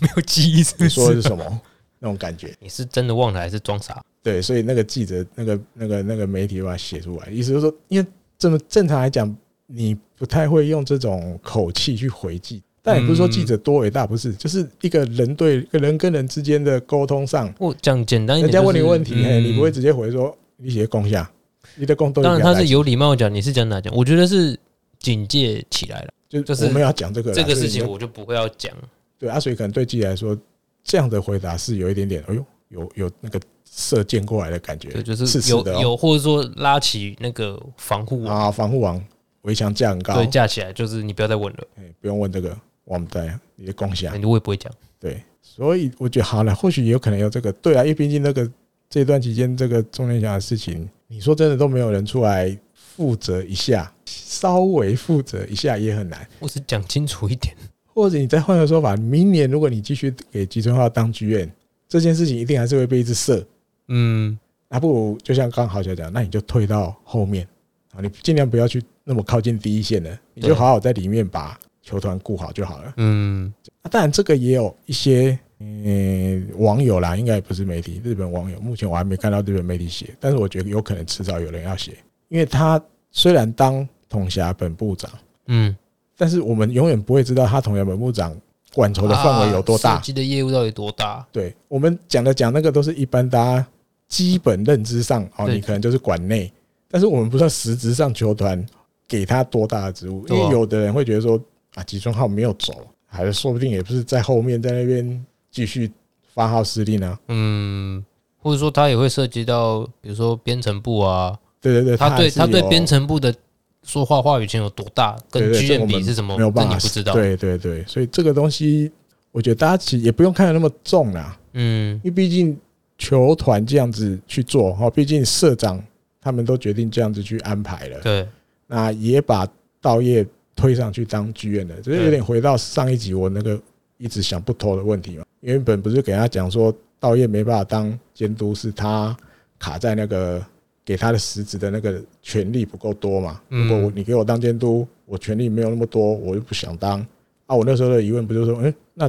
没有记忆， 是啊你说的是什么那种感觉。你是真的忘了还是装傻？对，所以那个记者、那个、那个、那个媒体把它写出来，意思就是说，因为这么正常来讲，你不太会用这种口气去回记，但也不是嗯说记者多伟大，不是，就是一个人对人跟人之间的沟通上，我讲简单一人点，家问你就是问题，嘿，嗯你不会直接回说你写供下，啊你的供都当然他是有有礼貌地讲，你是讲哪讲？我觉得是警戒起来了，表达，就就是啊是我们要讲这个啦这个所以事你情要我就不会要讲。对啊，所以可能对记者来说，这样的回答是有一点点，哎呦，有有那个射箭过来的感觉，对，就刺是刺有的哦有，或者说拉起那个防护网，啊，防护网围墙架很高，对，架起来，就是你不要再问了，哎不用问这个，我们在你的共享哎，我也不会讲。对，所以我觉得好了，或许也有可能有这个，对啊，因为毕竟那个这段期间这个钟连祥的事情，你说真的都没有人出来负责一下，稍微负责一下也很难，我只讲清楚一点，或者你再换个说法，明年如果你继续给吉村浩当剧院，这件事情一定还是会被一直射，嗯，那不如就像刚刚好小讲，那你就退到后面啊，你尽量不要去那么靠近第一线了，你就对好好在里面把球团顾好就好了。嗯，啊当然，这个也有一些嗯、网友啦，应该也不是媒体，日本网友，目前我还没看到日本媒体写，但是我觉得有可能迟早有人要写，因为他虽然当统辖本部长，嗯，但是我们永远不会知道他统辖本部长管我辖的范围有多大。涉啊及的业务到底多大？对我们讲的讲那个都是一般大家基本认知上哦，对你可能就是管内，但是我们不知道实质上球团给他多大的职务，因对啊为有的人会觉得说啊，吉村浩没有走，还是说不定也不是在后面在那边继续发号施令啊。嗯，或者说它也会涉及到，比如说编程部啊，对对对，他对他他对编程部的说话话语权有多大，跟对对剧这院我比们是什么，没有那办你法不知道。对对对，所以这个东西我觉得大家其实也不用看得那么重啦，嗯因为毕竟球团这样子去做哈，哦毕竟社长他们都决定这样子去安排了，。对，那也把道业推上去当剧院的，就是有点回到上一集我那个一直想不透的问题嘛。原本不是给他讲说道业没办法当监督，是他卡在那个给他的实质的那个权力不够多嘛。嗯如果我你给我当监督，我权力没有那么多，我就不想当啊。我那时候的疑问不就是说，哎，那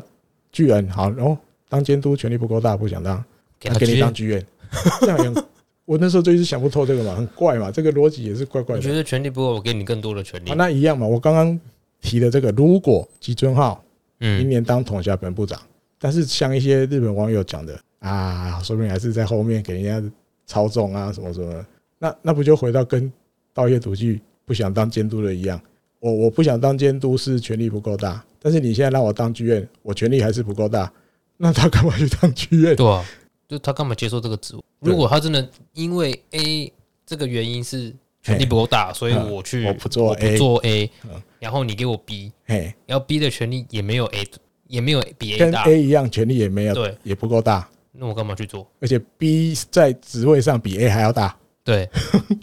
居然好，然后当监督权力不够大，不想当，给那他给剧你当院，剧院， 这样也很。我那时候就一直想不透这个嘛，很怪嘛，这个逻辑也是怪怪我的觉。得权力不够，我给你更多的权力啊，。那一样嘛。我刚刚提的这个，如果吉尊号嗯，明年当统辖本部长。但是像一些日本网友讲的啊，说不定还是在后面给人家操纵啊，什么什么的，那那不就回到跟道业土地不想当监督的一样？我我不想当监督是权力不够大，但是你现在让我当剧院，我权力还是不够大，那他干嘛去当剧院？对啊，就他干嘛接受这个职务？对如果他真的因为 A 这个原因是权力不够大，所以嗯我去我不做 A 不做 A，嗯然后你给我 B，嘿，然后 B 的权力也没有 A 也没有比 A 跟大， A 一样，权力也没有，对，也不够大，那我干嘛去做？而且 B 在职位上比 A 还要大，对，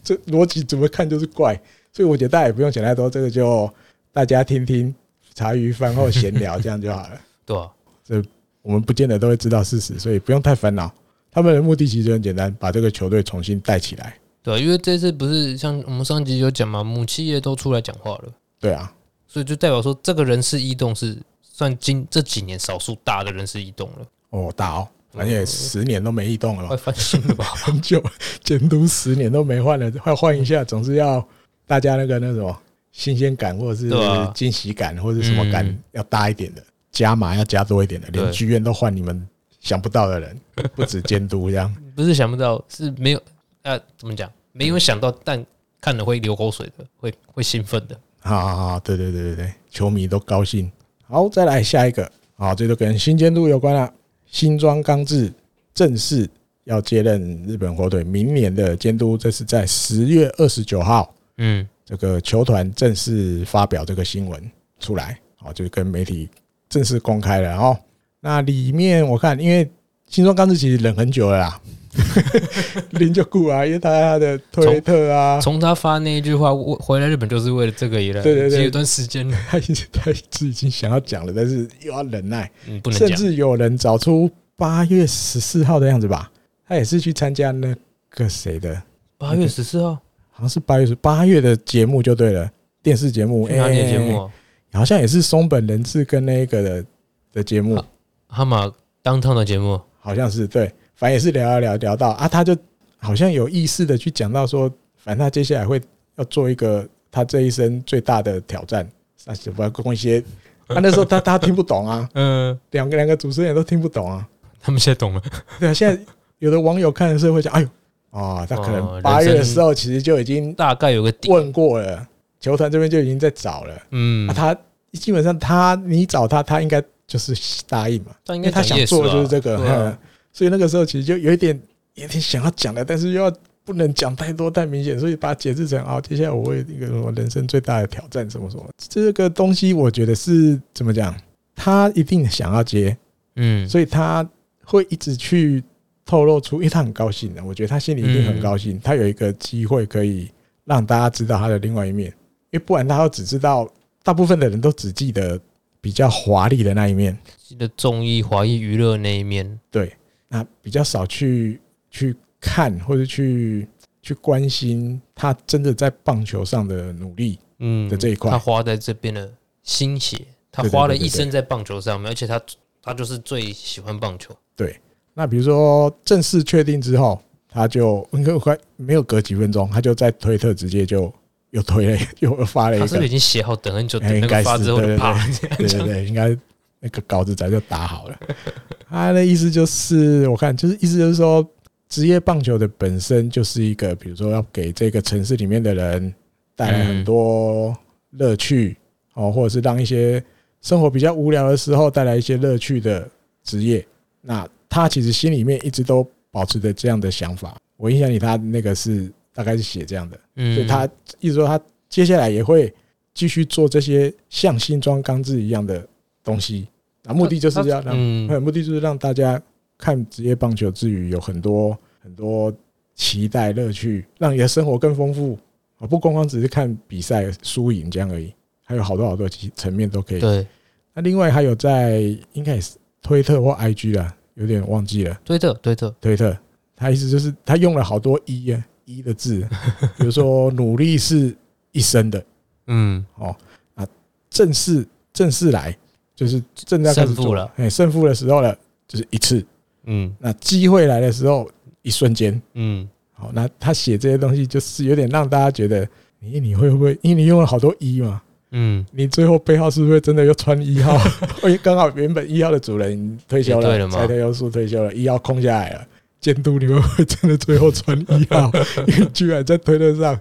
这逻辑怎么看就是怪。所以我觉得大家也不用想太多，这个就大家听听茶余饭后闲聊，这样就好 了。对啊，我们不见得都会知道事实，所以不用太烦恼。他们的目的其实很简单，把这个球队重新带起来。对啊，因为这次不是像我们上集有讲嘛，母企业都出来讲话了，对啊，所以就代表说这个人事异动是算今这几年少数大的人事异动了，哦，大哦，反正也十年都没异动了快嘛，翻新 了吧？很久监督十年都没换了，换换一下总是要大家那个那什么新鲜感，或者是对啊惊喜感，或者是什么感嗯要大一点的，加码要加多一点的，连对剧院都换你们想不到的 人，不止监督这样。不是想不到，是没有呃，怎么讲？没有想到，但看了会流口水的，会会兴奋的。好好好，对对对对对，球迷都高兴。好，再来下一个，好，这就跟新监督有关了。新庄刚志正式要接任日本火腿明年的监督，这是在十月二十九号，嗯，这个球团正式发表这个新闻出来，好，就是跟媒体正式公开了哦。那里面我看，因为新庄刚志其实忍很久了啦， 林就顾啊，因为他的推特啊，从他发那一句话，我回来日本就是为了这个以来，对对对只有一段时间了，他一直他一直已经想要讲了，但是又要忍耐。嗯，不能甚讲。至有人找出八月十四号的样子吧，他也是去参加那个谁的，八月十四号，好像是八月十八月的节目就对了，电视节目，去哪里的节哎目啊？好像也是松本人志跟那个的的节目，哈马当趟的节目，哦好像是对，反正也是聊一聊聊到啊，他就好像有意识的去讲到说，反正他接下来会要做一个他这一生最大的挑战，那什么跟一些，啊那时候他他听不懂啊， 嗯，两个两个主持人都听不懂啊，他们现在懂了，对啊，现在有的网友看的时候会讲，哎呦，啊，他可哦能人八月的生时候其实就已经大概有个底。问过了，球团这边就已经在找了。嗯啊，，他基本上他你找他，他应该就是答应嘛，他因应该为他想讲 yes 做的就是吧这个，对啊嗯所以那个时候其实就有一点有点想要讲的，但是又要不能讲太多太明显，所以把它解释成啊，接下来我会有一个什么人生最大的挑战什么什么，这个东西我觉得是怎么讲，他一定想要接，嗯，所以他会一直去透露出，因为他很高兴的，我觉得他心里一定很高兴，他有一个机会可以让大家知道他的另外一面，因为不然他要只知道，大部分的人都只记得比较华丽的那一面，记得综艺华裔娱乐那一面，那比较少去去看或者去去关心他真的在棒球上的努力嗯的这一块他。花在这边的心血，他对对花了对对一生对在棒球上面，而且他他就是最喜欢棒球。那比如说正式确定之后，他就应该快没有隔几分钟，他就在推特直接就又推了又发了一他个，是不是已经写好等很久，哎等那应该个是发之后就对对啪 这样对对讲？对，应该那个稿子早就打好了。 他的意思就是，我看就是意思就是说，职业棒球的本身就是一个，比如说要给这个城市里面的人带来很多乐趣哦，或者是让一些生活比较无聊的时候带来一些乐趣的职业。那他其实心里面一直都保持着这样的想法。我印象里他那个是大概是写这样的。所以嗯，他意思说他接下来也会继续做这些像新装钢制一样的东西，啊，目的就是要让，嗯，嗯目的就是让大家看职业棒球之余有很多很多期待乐趣，让你的生活更丰富啊，不光光只是看比赛输赢这样而已，还有好多好多其层面都可以。对，那另外还有在应该也是推特或 IG 啦，有点忘记了。推特推特，推特，他意思就是他用了好多“一”啊“一”的字， 比如说努力是一生的嗯，哦啊，正式正式来就是正在开始胜负做了，哎，胜负的时候了，就是一次，嗯那机会来的时候，一瞬间。嗯，好，那他写这些东西就是有点让大家觉得，你你会不会？因为你用了好多“一”嘛，嗯，你最后背号是不是真的又穿一 号？因为刚好原本一号的主人退休也了，对了嘛柴田优树退休了，一号空下来了。监督你会不会真的最后穿一 号？因为居然在推特上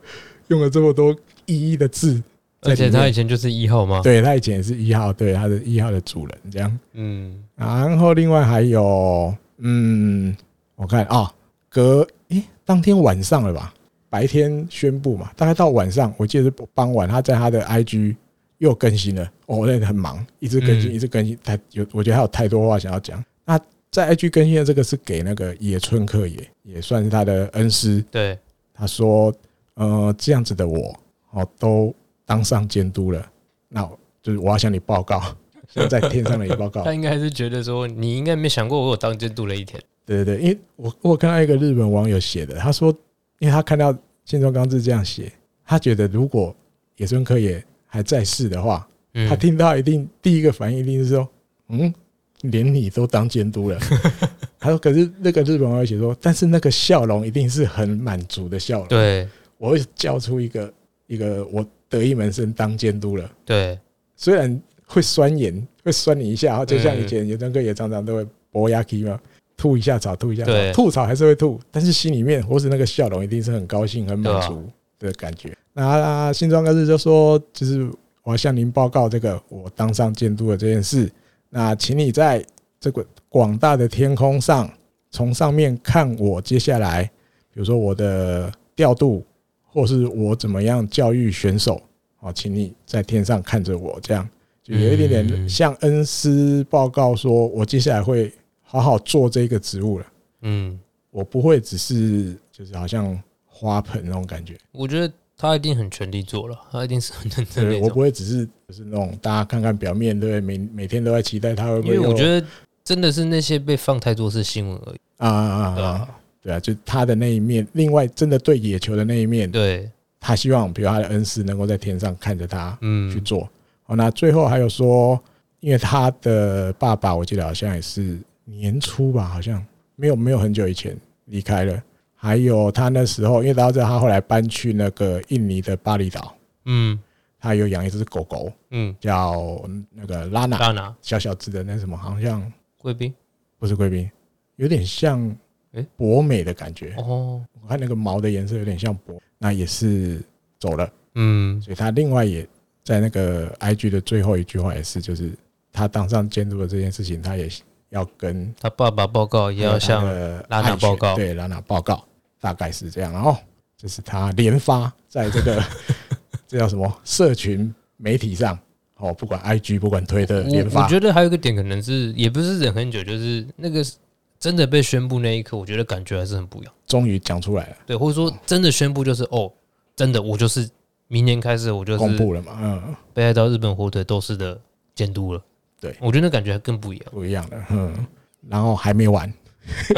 用了这么多一一的字，在而且里面他以前就是一号嘛，，对他以前也是一号，对他的一号的主人这样。嗯，然后另外还有，嗯，我看啊，隔诶当天晚上了吧，白天宣布嘛，大概到晚上，我记得是傍晚，他在他的 IG 又更新了。哦，我那天很忙，一直更新，嗯一直更新，他有我觉得他有太多话想要讲。那在 IG 更新的这个是给那个野村克也，也算是他的恩师。对，他说：“呃，这样子的我，哦，都当上监督了，那我就是我要向你报告，向在天上的你报告。他应该还是觉得说你应该没想过我有当监督的一天，对对对，因为我我看到一个日本网友写的，他说，因为他看到宪宗刚志这样写，他觉得如果野村克也还在世的话，嗯他，听到一定第一个反应一定是说，嗯，连你都当监督了。 他说，可是那个日本网友写说，但是那个笑容一定是很满足的笑容。对我会叫出一个一个我得意门生当监督了，对，虽然会酸盐，会酸你一下，就像嗯以前有那个也常常都会博牙 k 嘛，吐一下草，吐一下草对，吐草还是会吐，但是心里面或是那个笑容一定是很高兴、很满足的感觉。那新庄哥日就说，就是我要向您报告这个我当上监督的这件事，那请你在这个广大的天空上，从上面看我接下来，比如说我的调度，或是我怎么样教育选手，哦，请你在天上看着我，这样就有一点点嗯向恩师报告说，我接下来会好好做这个职务了，嗯，我不会只是就是好像花盆那种感觉，我觉得他一定很全力做了，他一定是很认真对那我不种，会只是就是那种大家看看表面，对不对？每每天都在期待他会不因会为又，我觉得真的是那些被放太多次新闻而已，啊啊啊对啊吧啊，对啊，就是他的那一面，另外真的对野球的那一面，对，他希望比如他的恩师能够在天上看着他，去嗯，做。哦，那最后还有说，因为他的爸爸，我记得好像也是年初吧，好像没有没有很久以前离开了。还有他那时候，因为大家知道他后来搬去那个印尼的巴厘岛，嗯他有养一只狗狗嗯，叫那个拉娜，大拿小小只的那什么，好像贵宾，不是贵宾，有点像诶博美的感觉。哦，我看那个毛的颜色有点像博，那也是走了。嗯，所以他另外也在那个 IG 的最后一句话也是，就是他当上监督的这件事情，他也要跟他爸爸报告也要他向，的拉娜爱犬报告对拉娜报告，大概是这样。然后这是他连发在这 个这叫什么社群媒体上哦，不管 IG 不管推特连我我发，觉得还有一个点可能是也不是忍很久，就是那个真的被宣布那一刻，我觉得感觉还是很不一样。终于讲出来了，对，或者说真的宣布就是哦，真的我就是明年开始我就公是布了嘛，嗯，被爱到日本火腿斗士的监督了。对我觉得那感觉还更不一样。不一样了，嗯。然后还没完，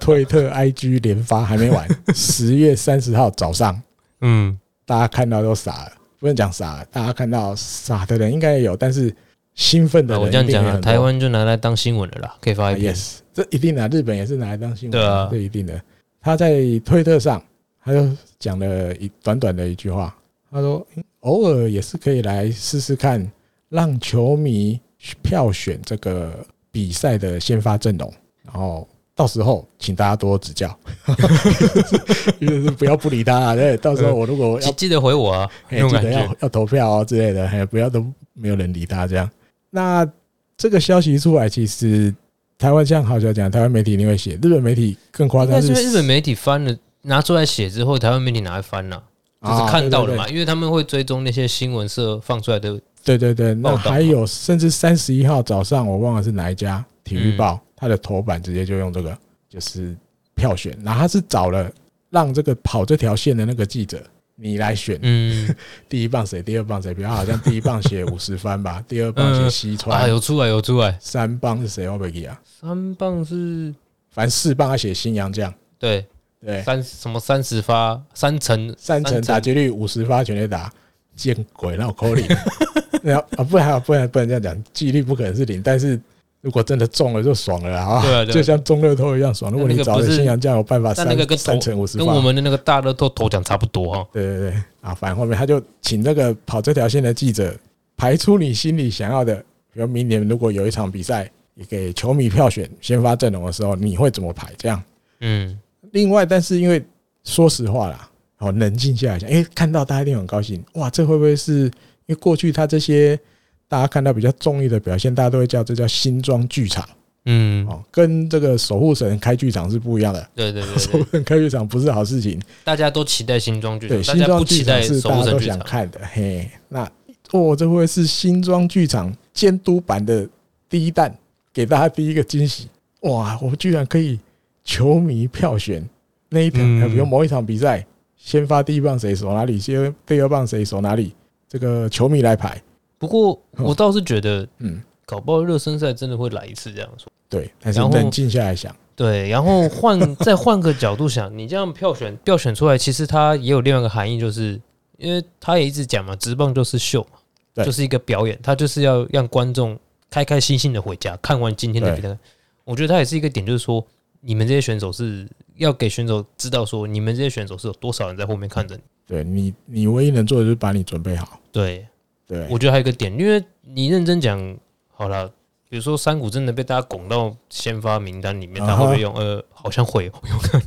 推特、IG 连发还没完，十月三十号早上。嗯，大家看到都傻了，不能讲傻了，大家看到傻的人应该也有，但是兴奋的那人我这样一定讲也啊，很多台湾就拿来当新闻了啦，可以发啊一篇。 ，yes，这一定的，啊日本也是拿来当新闻，对啊这一定的。他在推特上，他就讲了一短短的一句话，他说：“嗯偶尔也是可以来试试看，让球迷票选这个比赛的先发阵容，然后到时候请大家多指教， 就是不要不理他啦。啊对，到时候我如果要记记得回我啊，哎那，种记感得觉要。要投票哦之类的，哎，不要都没有人理他这样。那这个消息一出来，其实台湾像好小讲，台湾媒体一定会写，日本媒体更夸应该张是是因为日本媒体翻了，拿出来写之后，台湾媒体拿来翻了，就是啊看到了对对嘛，因为他们会追踪那些新闻社放出来的。对对对，那报道嘛还有甚至三十一号早上，我忘了是哪一家体育嗯报，它的头版直接就用这个，就是票选，然后他是找了让这个跑这条线的那个记者。你来选嗯，第一棒谁，第二棒谁？比如他好像第一棒写五十番 吧，第二棒写嗯西啊，川，有出来，有出来。三棒是谁？我不记啊，三棒是反正四棒他写新洋将，对对，三什么三十发三成三成打击率五十发全垒打，见鬼，那我扣零。 然后啊，不然不然不能这样讲，几率不可能是零，但是如果真的中了就爽了啊，对啊对啊就像中乐透一样爽。如果那你个找不的是新洋将有办法但三那个跟三头成五十跟发我，们的那个大乐透头奖差不多哈、啊对对对啊，反正后面他就请这个跑这条线的记者排出你心里想要的，比如明年如果有一场比赛，也给球迷票选先发阵容的时候，你会怎么排？这样。嗯，另外，但是因为说实话啦，哦，冷静下来想，诶，看到大家一定很高兴，哇，这会不会是因为过去他这些大家看到比较综艺的表现，大家都会叫这叫新装剧场嗯，哦，跟这个守护神开剧场是不一样的。 对对对守护对，神开剧场不是好事情，大家都期待新装剧对，场，新大家庄不剧期场待是守大护家神都剧想场。看的，嘿，那哦，这会不会是新庄剧场监督版的第一弹，给大家第一个惊喜？哇，我居然可以球迷票选那一场，嗯呃比如某一场比赛，先发第一棒谁守哪里，先第二棒谁守哪里，这个球迷来排，不过我倒是觉得，嗯，搞不好热身赛真的会来一次这样说。对，但是然后冷静下来想，对，然后换再换个角度想，你这样票选票选出来，其实它也有另外一个含义，就是因为他也一直讲嘛，直棒就是秀嘛，对就是一个表演，他就是要让观众开开心心的回家，看完今天的比赛。我觉得它也是一个点，就是说你们这些选手是要给选手知道说，你们这些选手是有多少人在后面看着你。对你，你唯一能做的就是把你准备好，对，对，我觉得还有一个点，因为你认真讲好了，比如说山谷真的被大家拱到先发名单里面，啊哈他会不会用？呃，好像会哦，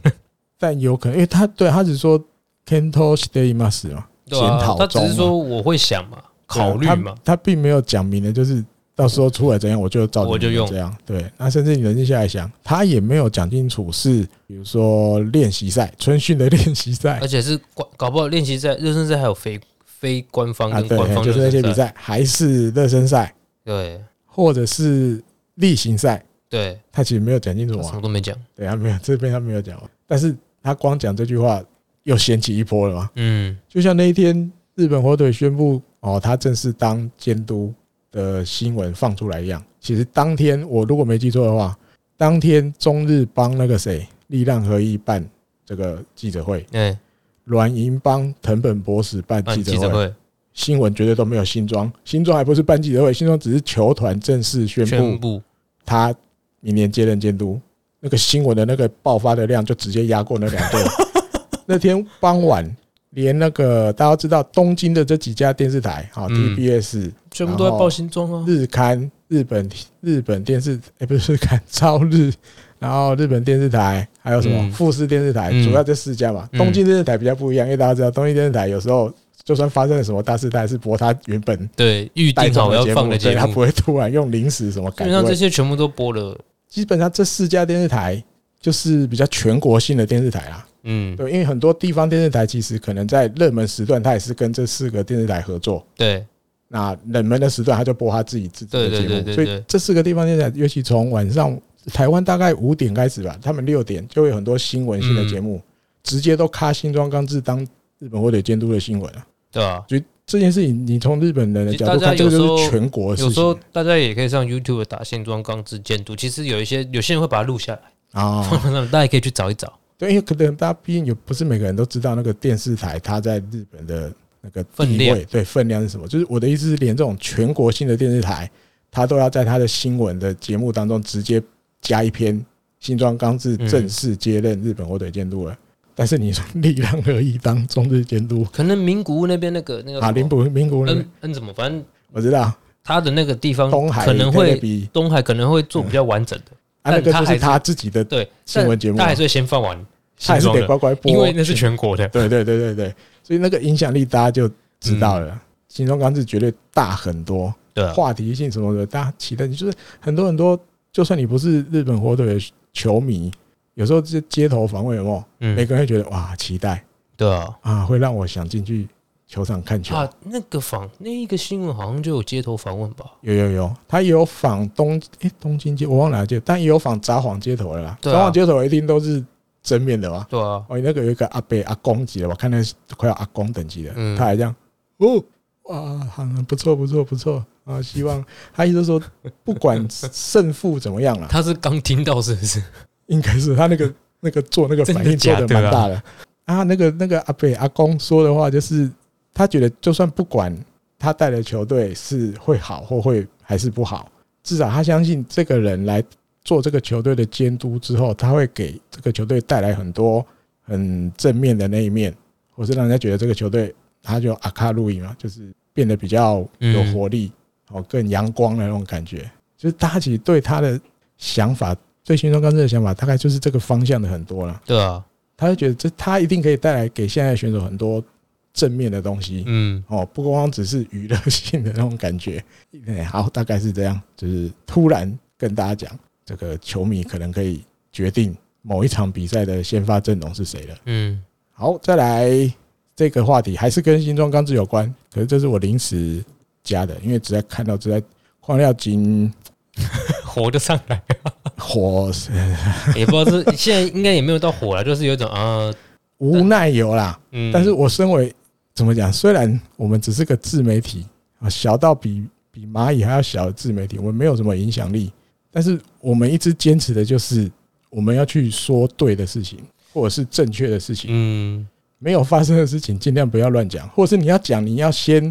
但有可能，因为他对他只说 Kento stay must 嘛，对吧、检讨他只中啊是嘛说我会想嘛，考虑嘛，他，他并没有讲明的，就是到时候出来怎样，我就照着我就你的用这样。对，那甚至你冷静下来想，他也没有讲清楚是，比如说练习赛、春训的练习 赛而且是官搞不好练习赛、热身赛还有非非官方啊，跟对官，方就是那热些身比赛，赛，还是热身赛，对或者是例行赛，对，他其实没有讲清楚他什啊 么。都没讲，对，他没有这边他没有讲，但是他光讲这句话又掀起一波了嘛。嗯就像那一天日本火腿宣布哦，他正式当监督的新闻放出来一样，其实当天我如果没记错的话，当天中日帮那个谁力量合一办这个记者会，哎、软银帮藤本博士办办记记者者会，会新闻绝对都没有新装，新装还不是办记者会，新装只是球团正式宣宣布布，他明年接任监督，那个新闻的那个爆发的量就直接压过那两 队。那天傍晚，连那个大家知道东京的这几家电视台啊嗯，TBS、全部都在报新装啊，日刊、日本日本电视，哎、不是日刊，朝日，然后日本电视台，还有什么嗯富士电视台，嗯主要这四家嘛。嗯东京电视台比较不一样，因为大家知道东京电视台有时候就算发生了什么大事，它还是播它原本对，预带定动好要的节放目，的对，节它不目，会突然用临时什么基改。本上这些全部都播了，基本上这四家电视台就是比较全国性的电视台啦。嗯，对，因为很多地方电视台其实可能在热门时段，它也是跟这四个电视台合作。对，那冷门的时段，它就播它自己自己的对对节目。对对所以对这四个地方电视台，尤其从晚上台湾大概五点开始吧，他们六点就会有很多新闻性的节目，直接都咔新庄刚志当日本火腿监督的新闻了。对啊，所以这件事情，你从日本人的角其度实大家看，这个有就时是候全国的有事时候情大家也可以上 YouTube 打线装钢制监督，其实有一些有些人会把它录下来，啊。大家也可以去找一找对，因为可能大家毕竟也不是每个人都知道那个电视台它在日本的那个地位分量对分量是什么。就是我的意思是，连这种全国性的电视台，它都要在它的新闻的节目当中直接加一篇新庄刚志嗯正式接任日本火腿监督了。但是你说力量而已，当中日监督可能名古屋那边那个那个什么啊，林普民国人嗯嗯怎么，反正我知道他的那个地方东海可能会比东海可能会做比较完整的，啊，那个但他就是还是他自己的，对，新闻节目啊但他还是会先放完他新还是装得的，乖乖播，因为那是全国 的，对对对对对，所以那个影响力大家就知道嗯了。新中钢是绝对大很多，对啊，话题性什么的，大家期待就是很多很多，就算你不是日本火腿的球迷，有时候这街头访问有没有？每嗯，个人会觉得哇，期待对啊。啊，会让我想进去球场看球。啊，那个访那一个新闻好像就有街头访问吧？有有有，他也有仿东诶、东京街，我忘了哪街，但也有仿札幌街头的啦。札对啊幌街头一定都是正面的吧？对啊，哦，那个有一个阿伯阿公级的，我看那是快要阿公等级的，嗯他还这样，哦，哇，很不错不错不错啊！希望他一直说，不管胜负怎么样啦，他是刚听到是不是？应该是他那 个那个做那个反应真的做假的的啊蛮大的啊。那个那个阿伯阿公说的话就是，他觉得就算不管他带的球队是会好或会还是不好，至少他相信这个人来做这个球队的监督之后，他会给这个球队带来很多啊很正面的那一面，或是让人家觉得这个球队他就阿卡路伊嘛，就是变得比较有活力，哦，更阳光的那种感觉。就是大家其实对他的想法，对新庄刚志的想法，大概就是这个方向的很多了。对啊，他就觉得这他一定可以带来给现在的选手很多正面的东西。嗯，哦，不光光只是娱乐性的那种感觉。哎，好，大概是这样。就是突然跟大家讲，这个球迷可能可以决定某一场比赛的先发阵容是谁了。嗯，好，再来这个话题还是跟新庄刚志有关，可是这是我临时加的，因为只在看到只在矿料金火就上来，火 也不知道是现在应该也没有到火了，就是有一种啊，无奈有啦。嗯，但是我身为怎么讲，虽然我们只是个自媒体啊，小到比比蚂蚁还要小的自媒体，我们没有什么影响力，但是我们一直坚持的就是我们要去说对的事情，或者是正确的事情。嗯没有发生的事情，尽量不要乱讲，或者是你要讲，你要先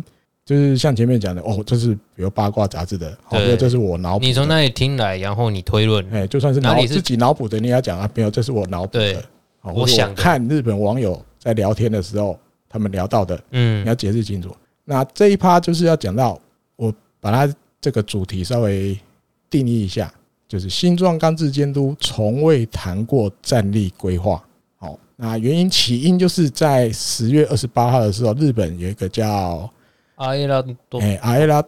就是像前面讲的，哦，这是比如八卦杂志的，好，对没有，这是我脑补的。你从那里听来，然后你推论，哎，就算是哪脑里是自己脑补的，你也要讲啊，没有，这是我脑补对的。好或者想我的看日本网友在聊天的时候，他们聊到的，你嗯要解释清楚。那这一趴就是要讲到，我把它这个主题稍微定义一下，就是新庄刚志监督从未谈过战力规划。好，那原因起因就是在十月二十八号的时候，日本有一个叫阿耶拉多，哎阿埃拉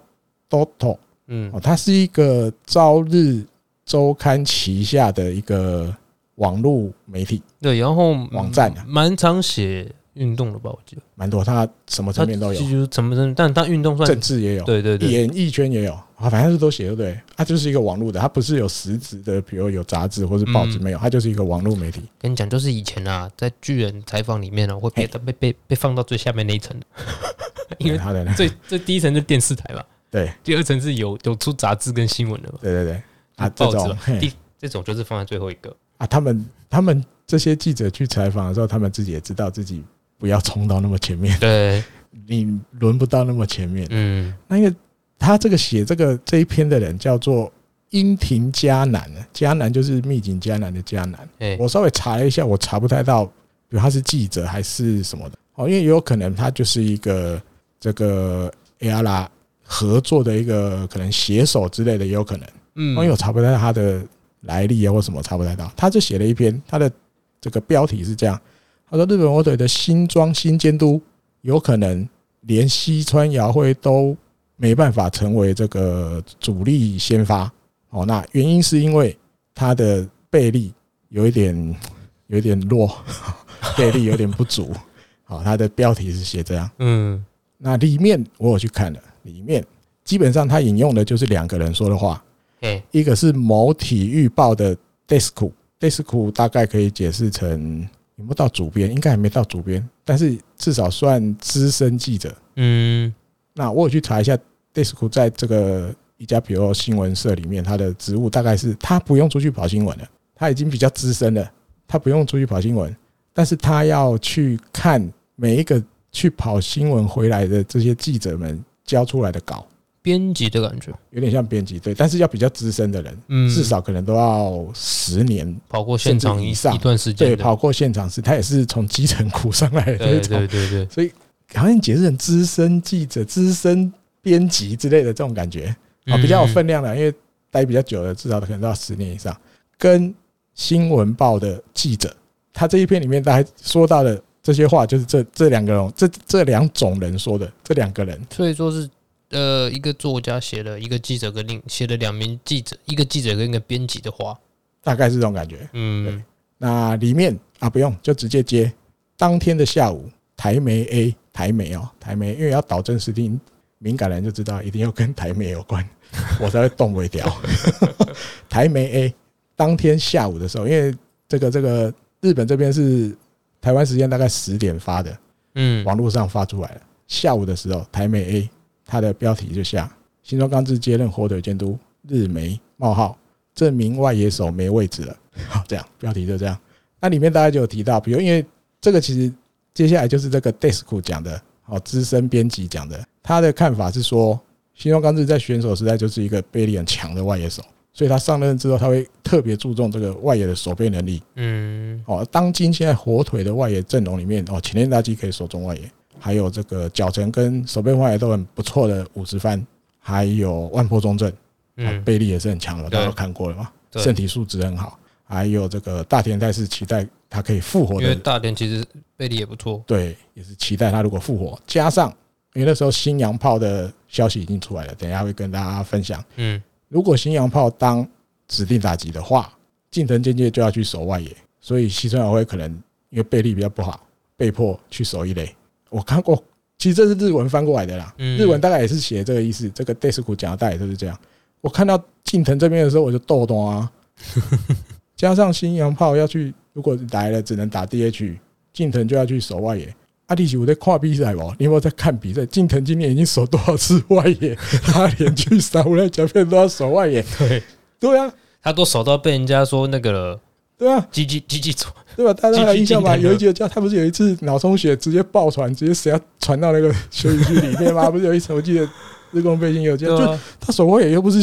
多托，嗯哦，它是一个朝日周刊旗下的一个网络媒体，对，然后网站啊蛮常写运动的吧，我记得蛮多，它什么层面都有就，是怎么怎，但但运动算政治也有，对对对，演艺圈也有啊，反正是都写对不对？它就是一个网络的，它不是有实质的，比如有杂志或是报纸嗯没有，它就是一个网络媒体。跟你讲，就是以前啊，在巨人采访里面啊呢，会被被被被放到最下面那一 层的， 因为它的最最第一层是电视台嘛，对第二层是有有出杂志跟新闻的嘛，对对对啊，这报纸种嘛嘿第这种就是放在最后一个，啊，他们他们这些记者去采访的时候，他们自己也知道自己不要冲到那么前面， 对，你轮不到那么前面。嗯，那因为他这个写这个这一篇的人叫做樱庭迦南啊，迦南就是秘景迦南的迦南。哎，我稍微查了一下，我查不太到，比如他是记者还是什么的哦，因为也有可能他就是一个这个 AR 啦合作的一个可能写手之类的，也有可能。嗯哦因为我查不太到他的来历啊或什么，查不太到。他就写了一篇，他的这个标题是这样，他说日本火腿的新装新监督有可能连西川遥辉都没办法成为这个主力先发哦。那原因是因为他的背力有一点有一点弱， 背力有点不足。好，他的标题是写这样。嗯那里面我有去看了，里面基本上他引用的就是两个人说的话，哎一个是某体育报的 desk，desk 大概可以解释成有没有到主编，应该还没到主编，但是至少算资深记者。嗯那我有去查一下 desk 在这个一家比如新闻社里面，他的职务大概是他不用出去跑新闻了，他已经比较资深了，他不用出去跑新闻，但是他要去看每一个去跑新闻回来的这些记者们交出来的稿，编辑的感觉，有点像编辑对，但是要比较资深的人。嗯，至少可能都要十年，跑过现甚场至一以上一段时对，间的，跑过现场是，他也是从基层苦上来的那对种对，对对，所以好像解释成资深记者、资深编辑之类的这种感觉嗯啊，比较有分量的，因为待比较久的，至少可能都要十年以上，跟新闻报的记者，他这一篇里面大概说到的这些话，就是这这两个人，这这两种人说的，这两个人所以说是呃，一个作家写了一个记者跟另写了两名记者，一个记者跟一个编辑的话，大概是这种感觉。嗯那里面啊，不用就直接接。当天的下午，台媒 A 台媒哦，台媒因为要导正视听，敏感人就知道一定要跟台媒有关， 我才会动不掉。 台媒 A 当天下午的时候，因为这个这个日本这边是台湾时间大概十点发的，嗯，网络上发出来了。下午的时候，台媒 A 它的标题就下“新庄刚志接任火腿监督日媒冒号证明外野手没位置了”， 好，这样标题就这样。那里面大家就有提到，比如因为这个其实接下来就是这个 Desk 讲的，哦，资深编辑讲的，他的看法是说，新庄刚志在选手时代就是一个背力很强的外野手，所以他上任之后他会特别注重这个外野的守备能力。嗯哦，当今现在火腿的外野阵容里面，哦，前田大基可以守中外野，还有这个角城跟手背花也都很不错的五十番，还有万坡中正，嗯，贝利也是很强的，对大家都看过了嘛，对身体素质很好，还有这个大田泰是期待他可以复活因为的，大连其实贝利也不错，对，也是期待他如果复活，加上因为那时候新洋炮的消息已经出来了，等一下会跟大家分享。嗯，如果新洋炮当指定打击的话，近藤健介就要去守外野，所以西村遥辉可能因为背力比较不好，被迫去守一垒。我看过，其实这是日文翻过来的啦，嗯日文大概也是写这个意思。这个 desk 讲的大概就是这样。我看到近藤这边的时候，我就逗逗 啊，加上新洋炮要去，如果来了只能打 DH，近藤就要去守外野。啊阿弟，我在看比赛哦，你有没有在看比赛？近藤今年已经守多少次外 野？他连去三五垒甲片都要守外野。对对啊，他都守到被人家说那个了，对啊，鸡鸡鸡鸡左，对吧？大家还有印象吧？进进进有一节叫他不是有一次脑充血直接爆传，直接谁要传到那个休息区里 面吗？不是有一次我记得日工背心有这样，对就啊，他守外野又不是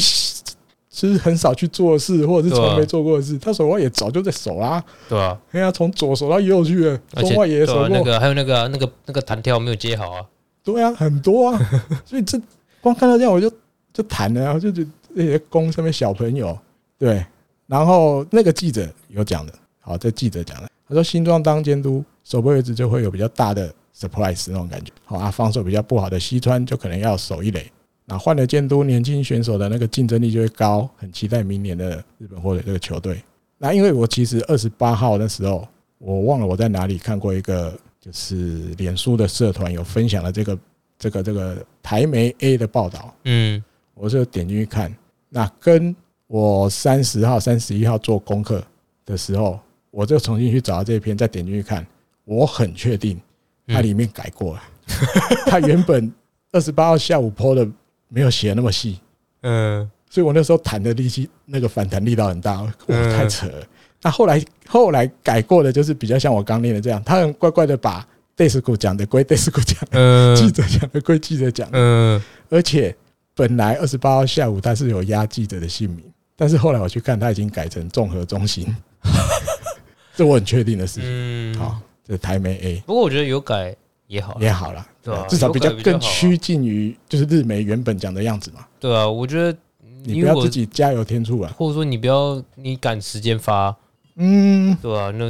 是很少去做的事，或者是啊从没做过的事，他守外野早就在守啦。对啊，人家从左守到右去了，而中且外野也对守啊，那过，个还有那个啊那个那个弹跳没有接好啊，对啊，很多啊。所以这光看到这样我就就谈了啊，然后就觉得那些攻上面小朋友对，然后那个记者有讲的，好，这记者讲的，他说新庄当监督，守备位置就会有比较大的 surprise 那种感觉。好啊，防守比较不好的西川就可能要守一垒。那换了监督，年轻选手的那个竞争力就会高，很期待明年的日本或者这个球队。那因为我其实二十八号那时候，我忘了我在哪里看过一个，就是脸书的社团有分享了这个这个这个台媒 A 的报道，嗯，我就点进去看，那跟我三十号、三十一号做功课的时候，我就重新去找到这一篇，再点进去看，我很确定它嗯里面改过了，它原本二十八号下午 PO 的没有写的那么细，嗯，所以我那时候弹的力气，那个反弹力道很大，我嗯太扯了。那后来后来改过的，就是比较像我刚练的这样，他很乖乖的把 d e s k 讲的归 d e s k 讲，记嗯，者讲的归记者讲，嗯，而且本来二十八号下午他是有压记者的姓名，但是后来我去看，他已经改成综合中 心，这我很确定的事。嗯，好，，这台媒 A 不过我觉得有改也好啦，也好啦对啊，至少比较有改比较更好啊趋近于就是日媒原本讲的样子嘛。对啊，我觉得你你不如要果自己加油添醋了。啊或者说你不要你赶时间发，嗯，对啊，那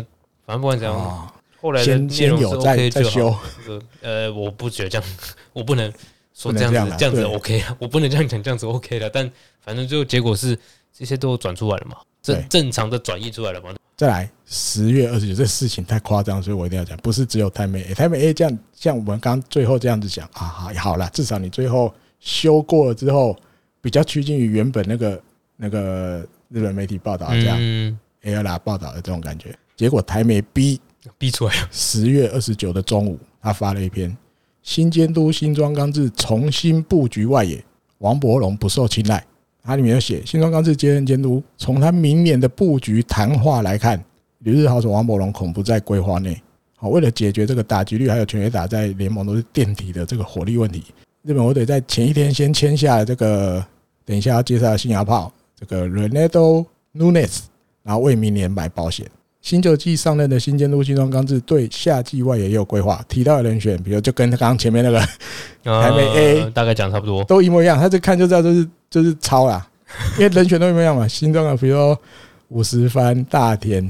反正不管怎样，哦后来的先内先容是有再 OK 再就修好。。呃呃，我不觉得这样， 我不能说不这能这样样子啦这样子对 OK 啊，我不能这样讲这样子 OK 的，但反正最后结果是这些都转出来了嘛，对正正常的转移出来了嘛，再来，十月二十九，这事情太夸张，所以我一定要讲，不是只有台美 A，台美 A 这样，像我们刚最后这样子讲啊，好好啦，至少你最后修过了之后，比较趋近于原本那个那个日本媒体报道啊这样、嗯， a l 啦报道的这种感觉。结果台美 B 逼出 来了，十月二十九的中午，他发了一篇新监督新庄刚志重新布局外野，王伯龙不受青睐。它里面有写新庄刚志接任监督，从他明年的布局谈话来看，吕日豪手王伯龙恐不在规划内。好，为了解决这个打击率还有全垒打在联盟都是垫底的这个火力问题，日本火腿在前一天先签下了这个，等一下要介绍的新牙炮这个 Renato Nunes，然后为明年买保险。新球季上任的新监督新庄刚志对夏季外野也有规划，提到的人选，比如就跟刚刚前面那个 台北 A 啊大概讲差不多，都一模一样，他这看就知道就是就是抄啦， 因为人选都一模一样嘛。新庄啊，比如说五十番大田，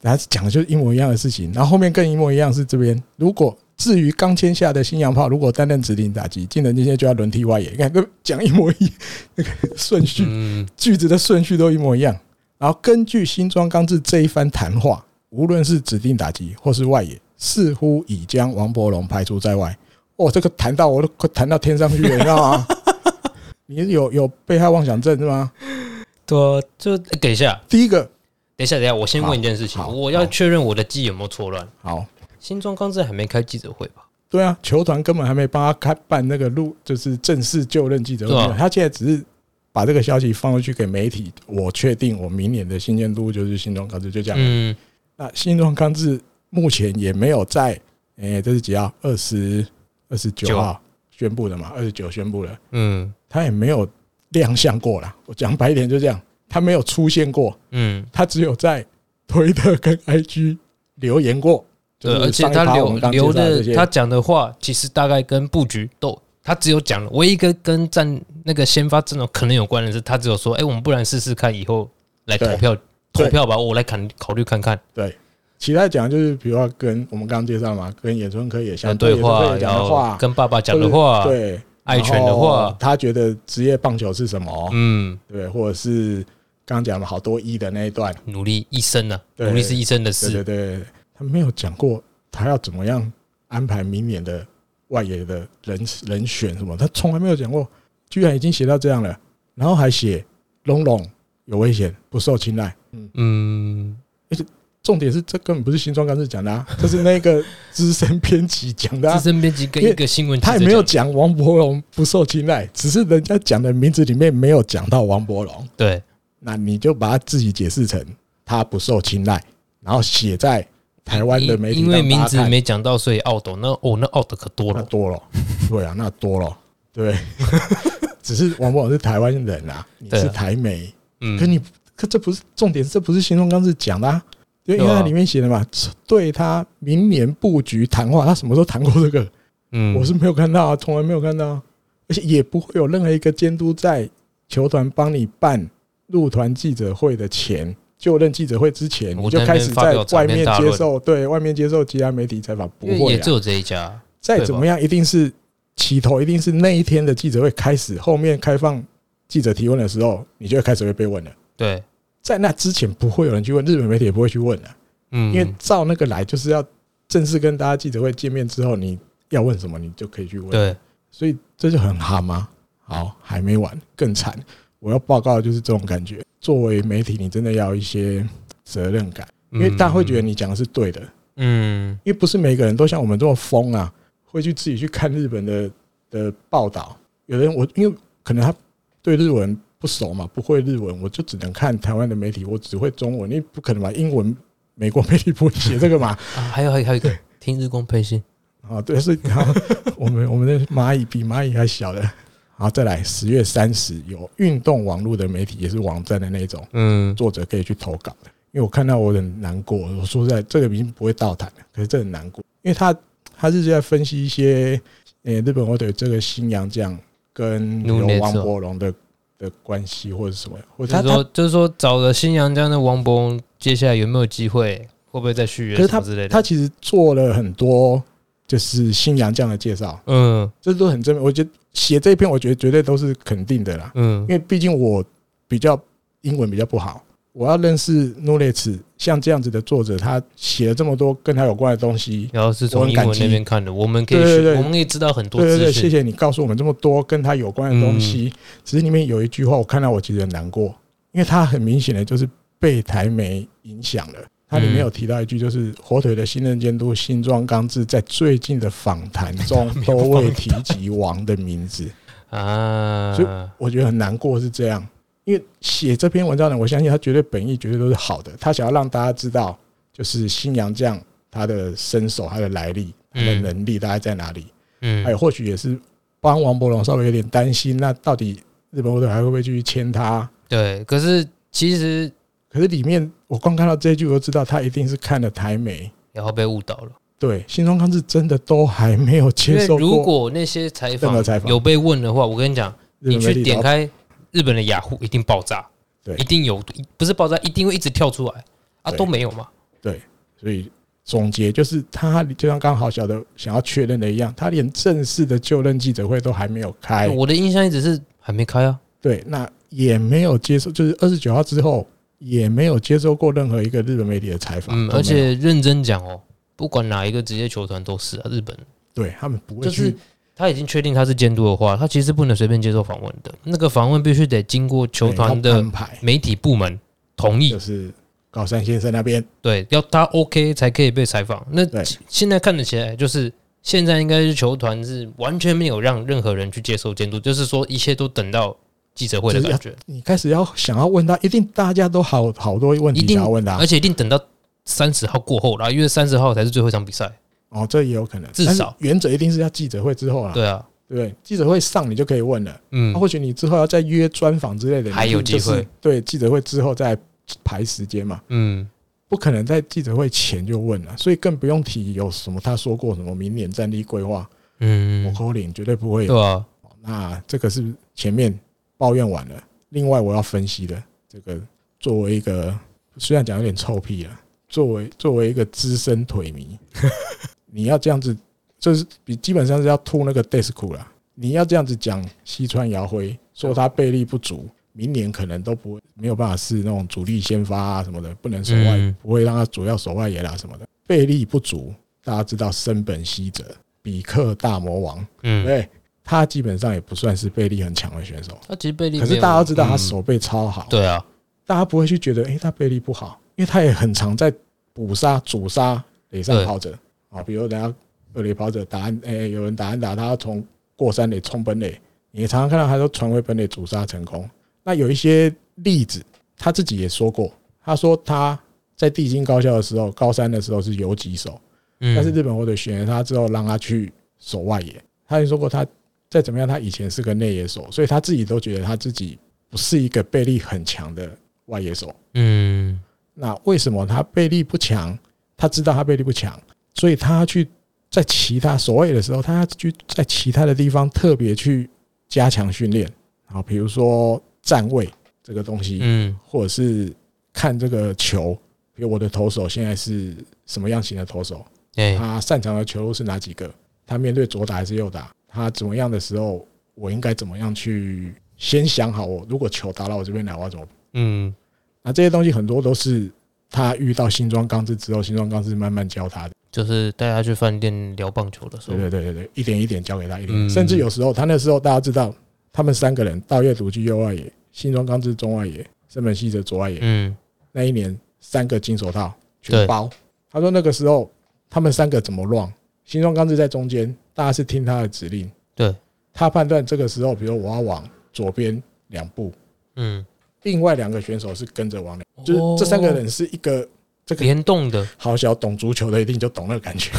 他讲的就是一模一样的事情，然后后面更一模一样是这边。如果至于刚签下的新洋炮，如果担任指定打击，技能今天就要轮替外野，你 看都讲一模一那个顺序，嗯，句子的顺序都一模一样。然后根据新庄刚志这一番谈话，无论是指定打击或是外野，似乎已将王伯龙排除在外。哦，这个谈到我都快谈到天上去了，你知道吗？你有有被害妄想症是吗？对啊，就诶等一下，第一个等一下，等一下，我先好问一件事情好，我要好确认我的记忆有没有错乱，好，新庄刚志还没开记者会吧？对啊，球团根本还没帮他开办那个录，就是正式就任记者会对啊，他现在只是把这个消息放出去给媒体。我确定我明年的新监督就是新庄刚志，就这样。嗯，那新庄康治目前也没有在，诶、这是几号？二十二十九号宣布的嘛，二十九宣布了，嗯他也没有亮相过啦。我讲白一点就这样，他没有出现过，嗯他只有在推特跟 IG 留言过，就是对，呃而且上一他趴我留们刚介留绍的的这些他讲的话，其实大概跟布局都，他只有讲了唯一一个跟战那个先发阵容可能有关的是，他只有说，哎、我们不然试试看，以后来投对票投对票吧，我来看考虑看看。其他讲就是，比如说跟我们刚刚介绍嘛，跟野村科也相讲野呃对村话，科也讲然的后话，跟爸爸讲的或话，者对爱犬的然后话，他觉得职业棒球是什么，嗯，对，或者是刚刚讲了好多一的那一段，努力一生啊，对努力是一生的对对事。对，对他没有讲过他要怎么样安排明年的外野的人人选什么，他从来没有讲过，居然已经写到这样了，然后还写龙龙有危险，不受青睐。嗯，嗯，重点是这根本不是新庄刚志讲的、啊，这是那个资深编辑讲的、资啊。深编辑跟因为一个新闻记他者也没有讲讲王伯龙不受青睐，只是人家讲的名字里面没有讲到王伯龙，对，那你就把它自己解释成他不受青睐，然后写在台湾的媒体因因为让大名家字看没讲到，所以懊斗那哦那懊斗可多那了，多了， 对啊，那多了，对， 只是王博是台湾人啊，你对啊是台媒，嗯可，你可这不是重点，这不是新中刚是讲的、啊，因为因为对啊它里面写的嘛，对他明年布局谈话，他什么时候谈过这个？嗯我是没有看到啊，从来没有看到啊、而且也不会有任何一个监督在球团帮你办入团记者会的前。就任记者会之前，我你就在那开边始发在表长外篇面大接论受对外面接受其他媒体采访，不因为会也啊只。有这一家，再怎么样，一定是起头，一定是那一天的记者会开始，后面开放记者提问的时候，你就会开始会被问了。对，在那之前，不会有人去问，日本媒体也不会去问的，嗯，因为照那个来，就是要正式跟大家记者会见面之后，你要问什么，你就可以去问。对，所以这就很哈吗？好，还没完，更惨。我要报告的就是这种感觉。作为媒体，你真的要有一些责任感，因为大家会觉得你讲的是对的，嗯，因为不是每个人都像我们这么疯啊，会去自己去看日本的的报道。有的人我因为可能他对日文不熟嘛，不会日文，我就只能看台湾的媒体，我只会中文，你不可能把英文美国媒体不会写这个嘛？嗯啊，还有还有还有一个听日工配信，啊，对，所以然后 我们我们的蚂蚁比蚂蚁还小的。好，再来十月三十有运动网络的媒体，也是网站的那种，嗯，作者可以去投稿的。因为我看到我很难过，我说实在这个已经不会倒谈了，可是这很难过，因为他他是在分析一些呃、日本火腿这个新洋将跟努有涅王斯哦伯龙的的关系或者什么，或者他就是他说就是说找了新阳江的王博，接下来有没有机会，会不会再续约可是什么之类的？他其实做了很多就是新洋将的介绍，嗯这都很正面。我觉得写这一篇，我觉得绝对都是肯定的啦，嗯因，为毕竟我比较英文比较不好，我要认识诺列茨，像这样子的作者，他写了这么多跟他有关的东西，然后是我从很英感文那激边看的，我们可以对对学对我们可以知道嗯很多对对资对，谢讯，谢你告诉我们这么多跟他有关的东西。只是里面有一句话，我看到我其实很难过，因为他很明显的就是被台媒影响了。它里面嗯有提到一句，就是火腿的新任监督新庄刚志在最近的访谈中 没有都未访提及王的名字，啊，所以我觉得很难过是这样。因为写这篇文章呢，我相信他绝对本意绝对都是好的，他想要让大家知道，就是新洋将他的身手、他的来历、他的嗯能力大概在哪里。嗯还有或许也是帮王伯龙稍微有点担心，那到底日本火腿还会不会继续签他？对，可是其实可是里面我光看到这一句，我就知道他一定是看了台媒。然后被误导了。对，新中康是真的都还没有因接为受如过果那些采任访何采访有被问的话，我跟你讲，日你本媒去体点的开日本的雅虎，一定爆炸，对一定有，不是爆炸，一定会一直跳出来啊，对都没有嘛，所以总结就是他就像刚好小的想要确认的一样，他连正式的就任记者会都还没有开，我的印象一直是还没开啊，对，那也没有接受，就是二十九号之后也没有接受过任何一个日本媒体的采访，嗯，啊都没有而且认真讲哦，不管哪一个职业球团都是啊，日本对他们不会就是去他已经确定他是监督的话，他其实不能随便接受访问的，那个访问必须得经过球团哎对要的安排，媒体部门同意就，是高山先生那边。对，要他 OK 才可以被采访。那对其现在看得起来，就是现在应该是球团是完全没有让任何人去接受监督，就是说一切都等到记者会的感觉，你开始要想要问他，一定大家都好好多问一题定想要问他而，且一定等到三十号过后啦，因为三十号才是最后一场比赛。哦，这也有可能。至但是少原则一定是要记者会之后啦，对啊，对不对？记者会上你就可以问了，嗯啊，或许你之后要再约专访之类的，还有你就机会就是对，记者会之后再排时间嘛。嗯，不可能在记者会前就问了，所以更不用提有什么他说过什么明年战力规划，我嗯，扣零绝对不会有。对啊，那这个是前面抱怨完了，另外我要分析的这个，作为一个虽然讲有点臭屁啊，作为作为一个资深腿迷， 你要这样子，就是比基本上是要吐那个 desk 了。你要这样子讲西川遥辉，说他背力不足，明年可能都不会没有办法是那种主力先发啊什么的，不能守外，嗯不会让他主要守外野啦什么的。背力不足，大家知道升本希哲，比克大魔王，嗯，对，他基本上也不算是背力很强的选手，他其实贝利没可有，是大家都知道他嗯，手背超好，对啊，大家不会去觉得诶他背力不好，因为他也很常在捕杀、主杀垒上对跑者啊，比如人家二垒跑者打安，诶、有人打安打，他要从过三垒冲本垒，你也常常看到他都传回本垒主杀成功。那有一些例子，他自己也说过，他说他在帝京高校的时候，高三的时候是游击手，嗯，但是日本火腿选了他之后，让他去守外野。他也说过，他再怎么样，他以前是个内野手，所以他自己都觉得他自己不是一个背力很强的外野手。嗯，那为什么他背力不强？他知道他背力不强，所以他去在其他所谓的时候，他要去在其他的地方特别去加强训练啊，比如说站位这个东西，嗯，或者是看这个球，比如我的投手现在是什么样型的投手，哎，他擅长的球路是哪几个？他面对左打还是右打？他怎么样的时候，我应该怎么样去先想好我如果球打到我这边来，我要怎么？嗯，那这些东西很多都是他遇到新装钢制之后，新装钢制慢慢教他的。就是带他去饭店聊棒球的时对候，对对对对，一点一点教给他，一点一点。嗯甚至有时候他那时候大家知道，他们三个人到阅读去右外野，新装钢制中外野，森本希哲左外野，嗯，那一年三个金手套全对包。他说那个时候他们三个怎么乱，新庄刚志在中间，大家是听他的指令。对，他判断这个时候，比如我要往左边两步，嗯，另外两个选手是跟着往两，哦就是这三个人是一个这个联动的，好小懂足球的一定就懂那个感 觉。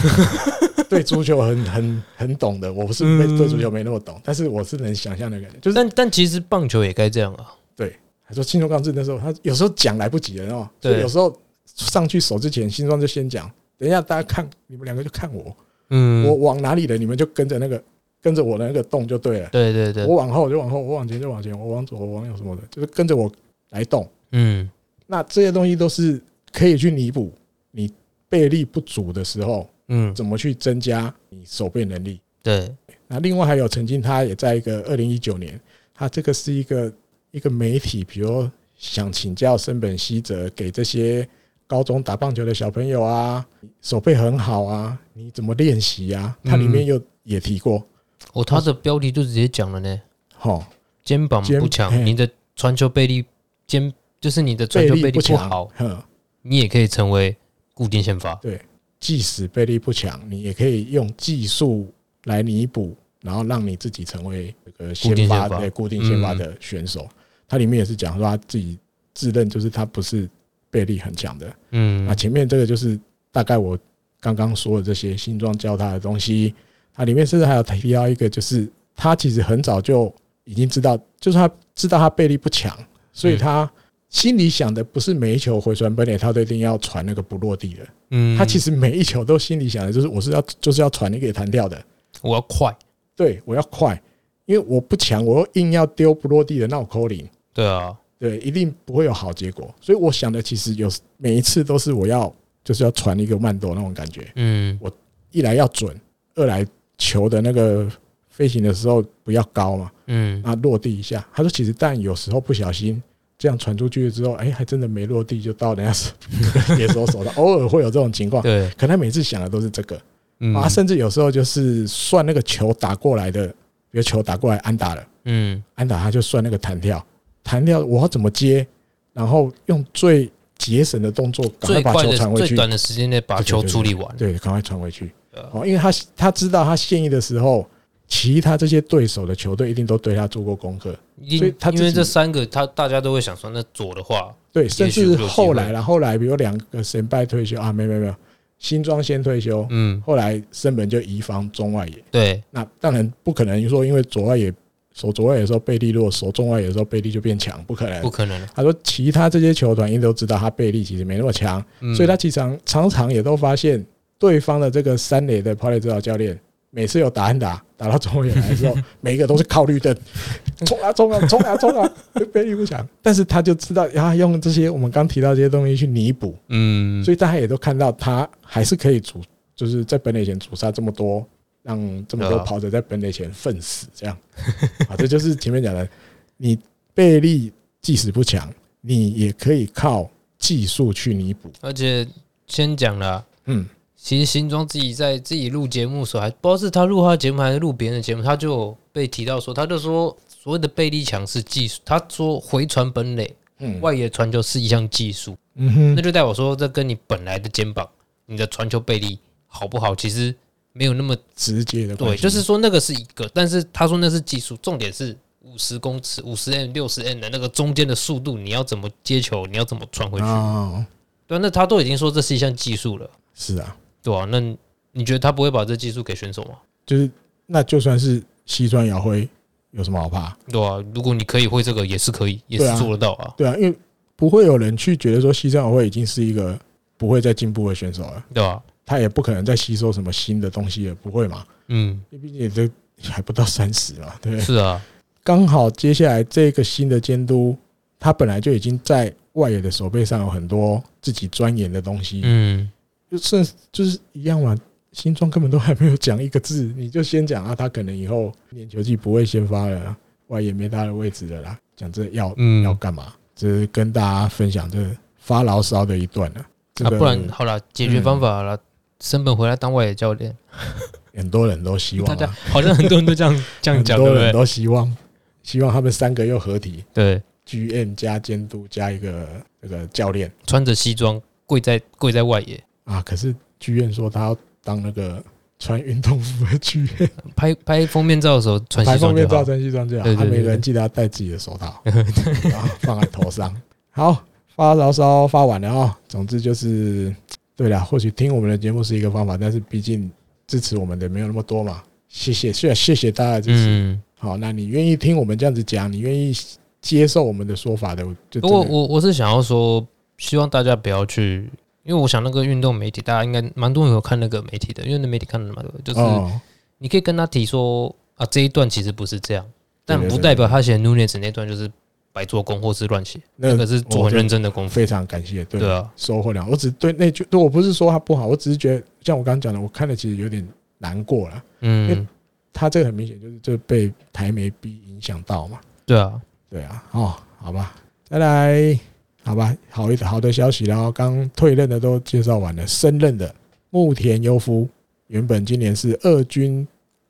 对足球很很很懂的，我不是没嗯对足球没那么懂，但是我是能想象的感觉。就是但但其实棒球也该这样啊，还说新庄刚志那时候他有时候讲来不及了哦，所以对有时候上去守之前，新庄就先讲，等一下大家看你们两个就看我，嗯，我往哪里了，你们就跟着那个跟着我的那个动就对了，对对对，我往后就往后，我往前就往前，我往左我往右什么的，就是跟着我来动。嗯，那这些东西都是可以去弥补你背力不足的时候，嗯，怎么去增加你手背能力。对，那另外还有曾经他也在一个二零一九年，他这个是一个一个媒体，比如想请教升本希哲给这些高中打棒球的小朋友啊，手背很好啊，你怎么练习啊？嗯他里面又也提过，哦，他的标题就直接讲了呢，吼，肩膀肩哎不强，嘿你的传球背力肩就是你的传背球力背不力不强，好，哼，你也可以成为固定先发，即使背力不强，你也可以用技术来弥补，然后让你自己成为这个固先定发先发对固定先发嗯的选手。他里面也是讲说他自己自认就是他不是背力很强的。嗯那，前面这个就是大概我刚刚说的这些新装教他的东西，它里面甚至还有提到一个，就是他其实很早就已经知道，就是他知道他背力不强，所以他心里想的不是每一球回传本垒他都一定要传那个不落地的，嗯，他其实每一球都心里想的就是我是要就是要传那个弹跳的，我要快，对我要快，因为我不强，我又硬要丢不落地的，那我扣零。对啊，对，一定不会有好结果。所以我想的其实有每一次都是我要就是要传一个慢斗那种感觉，嗯，一来要准，二来球的那个飞行的时候不要高嘛，嗯，那落地一下。他说其实但有时候不小心这样传出去之后，哎，还真的没落地就到人家手 野手手上，偶尔会有这种情况。对，可他每次想的都是这个嗯啊，甚至有时候就是算那个球打过来的，比如球打过来安打了。嗯，安打他就算那个弹跳，弹跳我要怎么接，然后用最节省的动作赶快最把快球的传回最去，短的时间内把球处理完，对，赶快传回去对啊。哦，因为他他知道他现役的时候，其他这些对手的球队一定都对他做过功课，因所以他自因己为这三个他大家都会想说，那左的话，对，甚也许至会有机会后来啦，后来比如两个神拜退休啊，没有没有没有，新庄先退休，嗯，后来升本就移防中外野，对，那当然不可能说因为左外野守左外野的时候贝利弱，守中外野的时候贝利就变强，不可能不。可能了。他说，其他这些球团也都知道他贝利其实没那么强，嗯所以他其实常常常也都发现对方的这个三垒的跑垒指导教练，每次有打安打打到中野来的时候，每一个都是靠绿灯，冲啊冲啊冲啊冲啊， 贝利不强，但是他就知道他用这些我们刚提到这些东西去弥补，嗯，所以以大家也都看到他还是可以主，就是在本垒前主杀这么多，让这么多对啊跑者在本垒前奋死，这样啊，这就是前面讲的，你贝利即使不强，你也可以靠技术去弥补。而且先讲了啊，嗯，其实新庄自己在自己录节目的时候，还不知道是他录他的节目还是录别人的节目，他就有被提到说，他就说所谓的贝利强是技术，他说回传本垒嗯外野传球是一项技术，嗯那哼，就代表说这跟你本来的肩膀、你的传球背力好不好，其实没有那么直接的关对，系就是说那个是一个，但是他说那是技术，重点是五十公尺、五十 m、六十 m 的那个中间的速度，你要怎么接球，你要怎么传回去，哦，对啊、那他都已经说这是一项技术了，是啊，对啊，那你觉得他不会把这技术给选手吗？就是那就算是西川遥辉有什么好怕？对啊，如果你可以会这个，也是可以，也对是啊做得到啊，对啊，因为不会有人去觉得说西川遥辉已经是一个不会再进步的选手了，对吧、啊？他也不可能再吸收什么新的东西，也不会嘛。嗯，毕竟也都还不到三十嘛，对不对？是啊，刚好接下来这个新的监督，他本来就已经在外野的手背上有很多自己钻研的东西，嗯，就甚就是一样嘛。新庄根本都还没有讲一个字，你就先讲啊，他可能以后年球季不会先发了啦，外野没他的位置了啦。讲这要、嗯要干嘛？这是跟大家分享这发牢骚的一段了。这啊，个嗯不然好了，解决方法了，升本回来当外野教练。很多人都希望、大家啊，好像很多人都 这样这样很讲，多对不人对？都希望，希望他们三个又合体，对， GM 加监督加一个那个教练穿着西装跪在跪在外野啊。可是 GM 说他要当那个穿运动服的 GM，拍拍封面照的时候穿排西风装面就罩好。穿西装最好。对对他每对个人记得要戴自己的手 套，然后放在头上。好，发牢骚发完了哦。总之就是，对了，或许听我们的节目是一个方法，但是毕竟支持我们的没有那么多嘛。谢谢，虽然谢谢大家的支持。嗯，好，那你愿意听我们这样子讲，你愿意接受我们的说法的，我就不过真的我我是想要说，希望大家不要去，因为我想那个运动媒体，大家应该蛮多人有看那个媒体的，因为那媒体看的蛮多，就是哦，你可以跟他提说啊，这一段其实不是这样，但对对不对代表他写 Nunez 那段就是白做工或是乱写，那那个是做我很就认真的功夫。非常感谢，对对啊，收获良好。我只对那句，对我不是说他不好，我只是觉得像我刚刚讲的，我看了其实有点难过了。嗯，他这个很明显就是就被台媒逼影响到嘛，对啊，对啊，哦，好吧，再来，好吧，好一好的消息然后刚退任的都介绍完了，升任的木田优夫原本今年是二军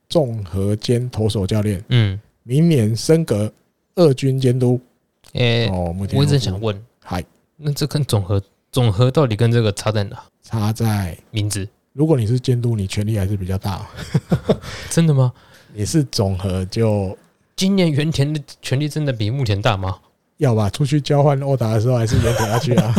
综合兼投手教练，嗯，明年升格二军监督。诶，哦，木田我优一直夫想问，嗨，那这跟总和总和到底跟这个差在哪？差在名字如果你是监督，你权力还是比较 大。真的吗？你是总和就今年原田的权力真的比目前大吗？要吧，出去交换殴打的时候还是严格下去 啊，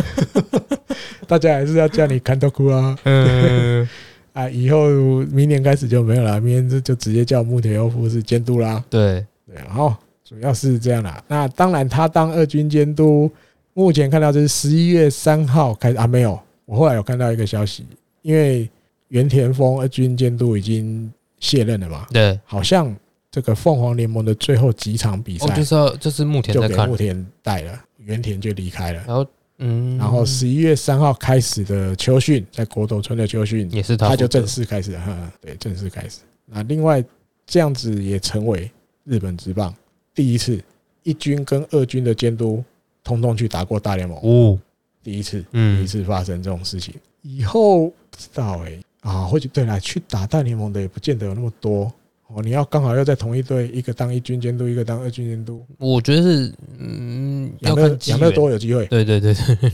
大家还是要叫你看到哭啊嗯，啊！以后明年开始就没有了，明年就就直接叫木田优夫是监督啦。 对，对，然后主要是这样啦。那当然，他当二军监督，目前看到这是十一月三号开始啊，没有，我后来有看到一个消息，因为原田丰二军监督已经卸任了嘛，对，好像这个凤凰联盟的最后几场比哦，赛就。是要就是目前就在给看木，田带了，原田就离开了。然后嗯，然后十一月三号开始的秋训，在国斗村的秋训，也是他他就负责正式开始了，呵对，正式开始。那另外这样子也成为日本职棒第一次一军跟二军的监督通通去打过大联盟，哦，第一次，第一嗯，次发生这种事情。以后不知道哎、啊，或许对啦，去打大联盟的也不见得有那么多哦。你要刚好要在同一队，一个当一军监督，一个当二军监督，我觉得是嗯养要乐看机养缘乐，多有机会。对对对对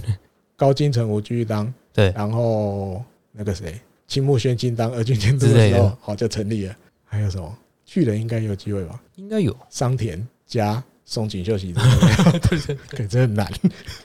高金城武继续当，对，然后那个谁，青木宣进当二军监督之的类时的候，好就成立了。还有什么巨人应该有机会吧？应该有，桑田加松井秀喜之类 的，可真的很难。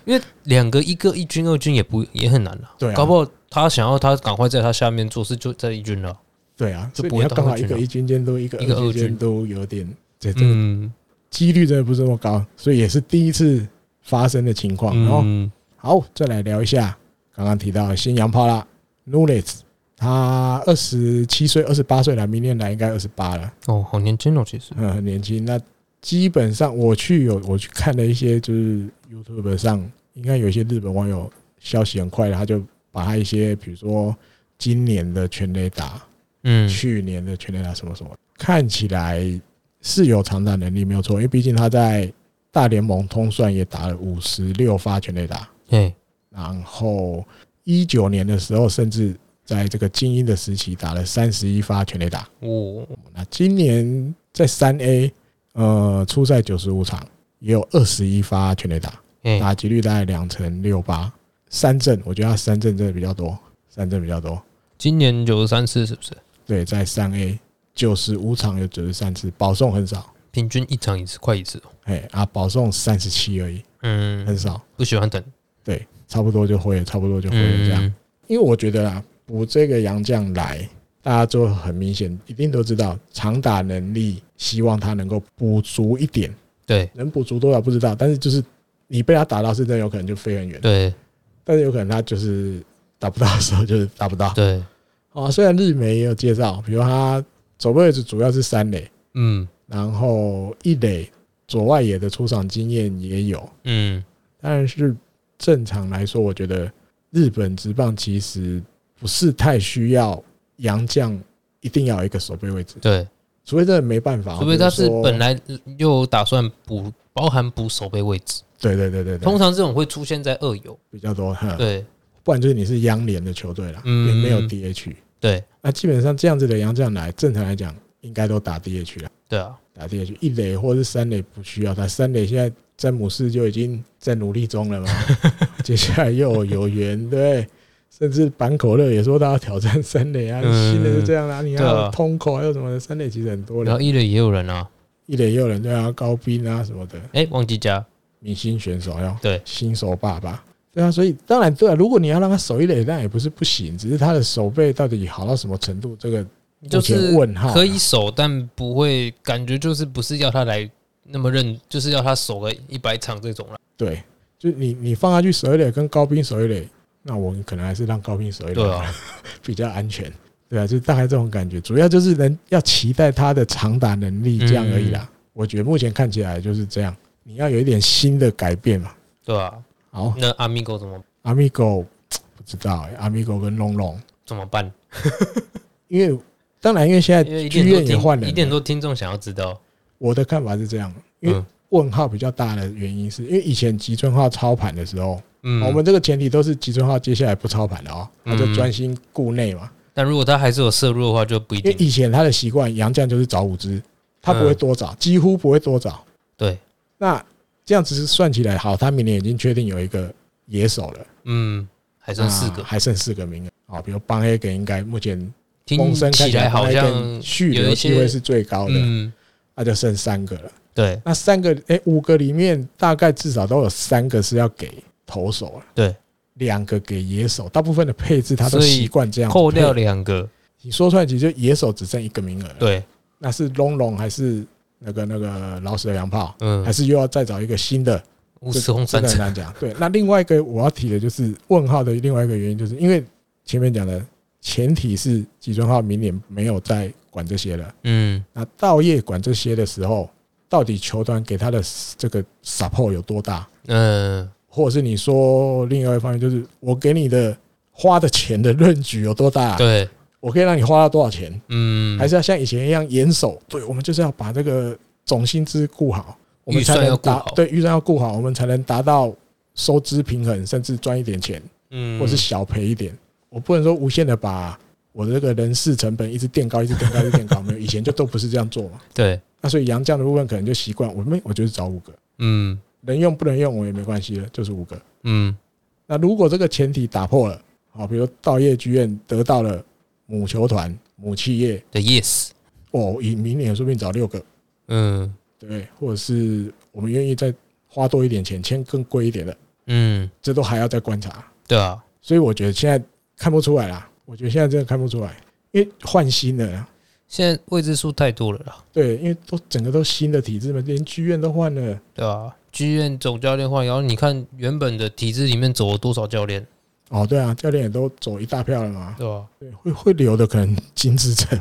因为两个一个一军二军也不也很难了，对啊搞不好他想要他赶快在他下面做事就在一军了，对啊，就所以不你会要当刚好一二军个了一军监督，一个一个二军二军监督，有点这这个嗯，几率真的不是那么高，所以也是第一次发生的情况。然后嗯，好，再来聊一下刚刚提到的新洋炮啦 n u l e t 他二十七岁、二十八岁了，明年来应该二十八了，哦，好年轻哦，其实，嗯，很年轻。那基本上我去有我去看了一些，就是 YouTube 上应该有一些日本网友消息很快的，他就把他一些比如说今年的全垒打、嗯，去年的全垒打什么什么，看起来是有长打能力没有错，因为毕竟他在大联盟通算也打了五十六发全垒打，哎，然后一九年的时候，甚至在这个精英的时期打了三十一发全垒打。我，那今年在三 A，呃，初赛九十五场，也有二十一发全垒打，哎，打击率大概两成六八。三振，我觉得他三振真的比较多，三振比较多。今年九十三次是不是？对，在三 A 九十五场有九十三次，保送很少，平均一场一次，快一次哦。哎啊，保送三十七而已，很嗯，少。不喜欢等，对，差不多就会了，差不多就会了这样。嗯，因为我觉得啦，补这个洋将来，大家就很明显，一定都知道长打能力，希望他能够补足一点，对能补足多少不知道，但是就是你被他打到，是真的有可能就飞很远，对但是有可能他就是打不到的时候就是打不到。对，哦，虽然日媒也有介绍，比如他走位置主要是三垒，嗯然后一垒左外野的出场经验也有，嗯，但是正常来说，我觉得日本职棒其实不是太需要洋将一定要有一个守备位置，对，除非真的没办法，除非他是比如说本来又打算补，包含补守备位置，对对对啊对对，通常这种会出现在二游。比较多，哼对不然就是你是央联的球队啦，嗯也没有 DH，对那基本上这样子的洋将来，正常来讲应该都打 DH 了，对啊，打 DH 一垒或是三垒不需要他，三垒现在詹姆斯就已经在努力中 了嘛，接下来又有有缘对。甚至板口乐也说他要挑战三垒啊，嗯新的就这样啦。你还对啊有通口，还有什么的，三垒其实很多然的后，一垒也有人啊，一垒也有人对啊，高斌啊什么的，哎，忘记加，明星选手要对新手爸爸，对啊，所以当然对啊，如果你要让他守一垒，那也不是不行，只是他的手背到底好到什么程度，这个就目是前问号啊。可以守，但不会感觉就是不是要他来那么认，就是要他守个一百场这种了。对，就你你放他去守一垒跟高斌守一垒，那我可能还是让高斌守一垒对啊，比较安全。对啊，就大概这种感觉，主要就是能要期待他的长打能力这样而已嗯啦。我觉得目前看起来就是这样，你要有一点新的改变嘛。对啊，好，那阿米狗怎么阿米狗不知道、欸，阿米狗跟龙龙，怎么办？因为当然因为现在因为一剧定很院也多换听，人一定很了，多听众想要知道，我的看法是这样，因为嗯问号比较大的原因是因为以前吉村化操盘的时候，哦嗯，我们这个前提都是吉村浩接下来不操盘了哦，他嗯就专心顾内嘛。但如果他还是有摄入的话，就不一因为定。以前他的习惯，杨将就是找五支，他不会多找，嗯几乎不会多找。对，那这样子算起来，好，他明年已经确定有一个野手了，嗯，还剩四那个，还剩四个名额啊。比如邦黑给应该目前听风声看起来好邦像黑跟续有留一机会些，是最高的，嗯，那就剩三个了。对那三个，哎，五个里面大概至少都有三个是要给投手了，对，两个给野手，大部分的配置他都所以习惯这样子扣配掉两个，你说出来，其实就野手只剩一个名额了。，对，那是龙龙还是那个那个老死的洋炮，嗯还，是又要再找一个新的？五十红三这真的层，很难讲。对，那另外一个我要提的就是问号的另外一个原因，就是因为前面讲的前提是吉村浩明年没有再管这些了。嗯，那道业管这些的时候，到底球团给他的这个 support 有多大？嗯，或者是你说另外一方面，就是我给你的花的钱的论据有多大？对，我可以让你花到多少钱？嗯，还是要像以前一样严守。对，我们就是要把这个总薪资顾好，我们才预算要能顾达好对预算要顾好，我们才能达到收支平衡，甚至赚一点钱，嗯，或是小赔一点。我不能说无限的把我的这个人事成本一直垫高，一直垫高，一直垫高。没有，以前就都不是这样做嘛。对，那所以杨绛的部分可能就习惯，我没我就是找五个，嗯能用不能用我也没关系了，就是五个。嗯，那如果这个前提打破了，好，比如道业剧院得到了母球团、母企业，对，yes，哦，以明年说不定找六个，嗯对，或者是我们愿意再花多一点钱，签更贵一点的，嗯，这都还要再观察。对啊，所以我觉得现在看不出来啦，我觉得现在真的看不出来，因为换新的啦，现在未知数太多了啦，对，因为都整个都新的体制嘛，连剧院都换了，对吧、啊？剧院总教练换，然后你看原本的体制里面走了多少教练，哦，对啊，教练也都走一大票了嘛，对吧、对，会会留的可能金志成，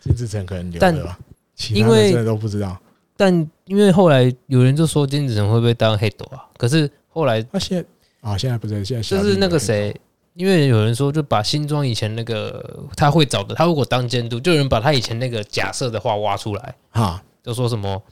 金志成可能留的吧，其他因的为真的都不知道。但因为后来有人就说金子成会不会当黑斗啊？可是后来那现在啊，现在不是现在小就是弟那有个谁，因为有人说就把新庄以前那个他会找的，他如果当监督，就有人把他以前那个假设的话挖出来，哈就说什么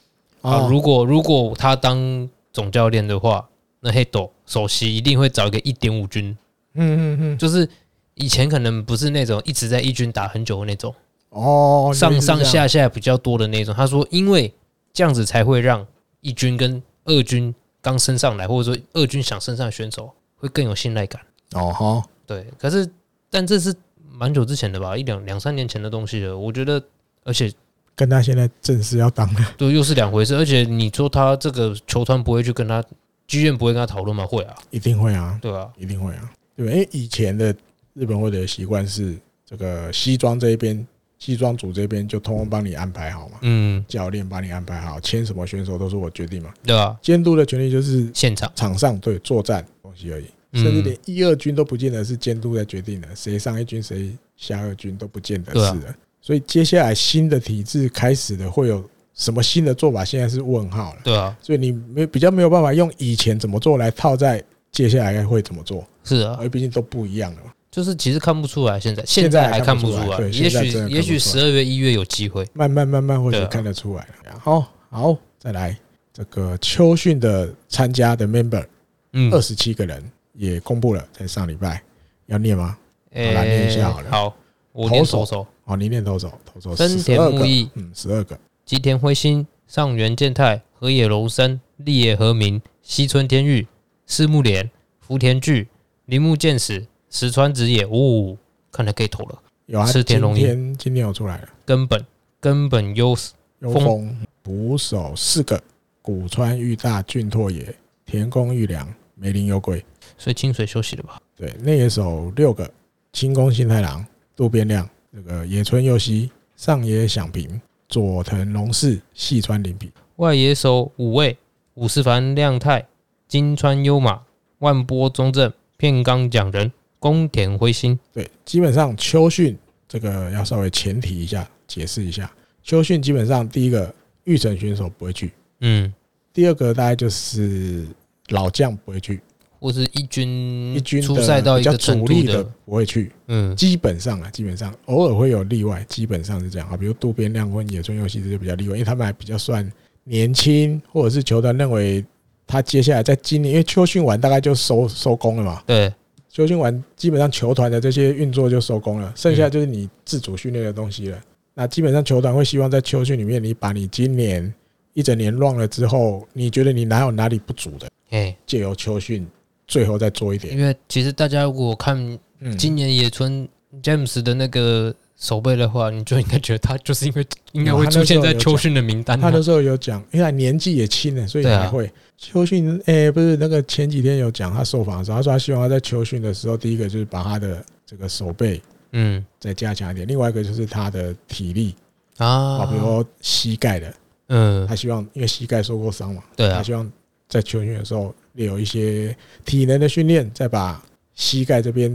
啊，啊，如果如果他当总教练的话，那黑斗首席一定会找一个一点五军，嗯嗯嗯，就是以前可能不是那种一直在一军打很久的那种，哦，上上原来是这样下下比较多的那种。他说，因为这样子才会让一军跟二军刚升上来，或者说二军想升上的选手会更有信赖感。哦哈，对，可是但这是蛮久之前的吧，一两两三年前的东西了。我觉得，而且跟他现在正式要当的，对又是两回事。而且你说他这个球团不会去跟他剧院不会跟他讨论吗？会啊，一定会啊，对啊，一定会啊，对吧？因为以前的日本会的习惯是，这个西装这一边，西装组这边就通通帮你安排好嘛，嗯，教练帮你安排好，签什么选手都是我决定嘛，对啊，监督的权利就是现场，场上对作战东西而已，嗯甚至连一二军都不见得是监督在决定的，谁上一军谁下二军都不见得对啊是的。所以接下来新的体制开始的会有什么新的做法，现在是问号了。对啊，所以你没比较没有办法用以前怎么做来套在接下来会怎么做，是啊因，为毕竟都不一样了嘛。就是其实看不出来，现在现现在在还还看看不不出来出来，对也现在许真的看也许不出十二月一月有机会，慢慢慢慢或许对啊看得出来了。好，好，再来这个秋训的参加的 member 嗯二十七个人也公布了，在上礼拜要念吗？好啦念一下好了哎好我念投手手，哦，你念投手，投手森十田二木个，义、嗯，十二个，吉田辉星、上原健太、河野龙生、立野和明、西村天玉、四木莲、福田巨、铃木健史、石川直也，呜、哦，看来可以投了。有啊，池田今龙一天今天有出来了，根本根本优势，有风风捕手四个，古川裕大、俊拓也、田宫裕良、梅林有鬼，所以清水休息了吧？对，内野手六个，清宫幸太郎、渡边亮、这个野村佑希、上野响平、佐藤龙士、细川林平，外野手五位：五十凡亮太、金川优马、万波中正、片冈奖人、宫田辉星。对，基本上秋训这个要稍微前提一下，解释一下，秋训基本上第一个预选选手不会去，嗯，第二个大概就是老将不会去，或是一军一军的嗯出赛到一比较个程主度力的，不会去，嗯，基本上啊，基本上偶尔会有例外，基本上是这样啊。比如渡边亮跟野村佑希这就比较例外，因为他们还比较算年轻，或者是球团认为他接下来在今年，因为秋训完大概就收收工了嘛，对，秋训完基本上球团的这些运作就收工了，剩下就是你自主训练的东西了。那基本上球团会希望在秋训里面，你把你今年一整年乱了之后，你觉得你哪有哪里不足的，哎，借由秋训最后再做一点。因为其实大家如果看嗯，今年野村 James 的那个手背的话，你就应该觉得他就是因为应该会出现在秋训的名单他啊，那时候有讲，因为他年纪也轻了，所以对啊还会秋训。诶、不是那个前几天有讲他受访的时候，他说他希望他在秋训的时候，第一个就是把他的这个手背嗯再加强一点，另外一个就是他的体力，啊，比如啊，说膝盖的，嗯他，希望因为膝盖受过伤嘛，对他啊，希望在秋训的时候有一些体能的训练，再把膝盖这边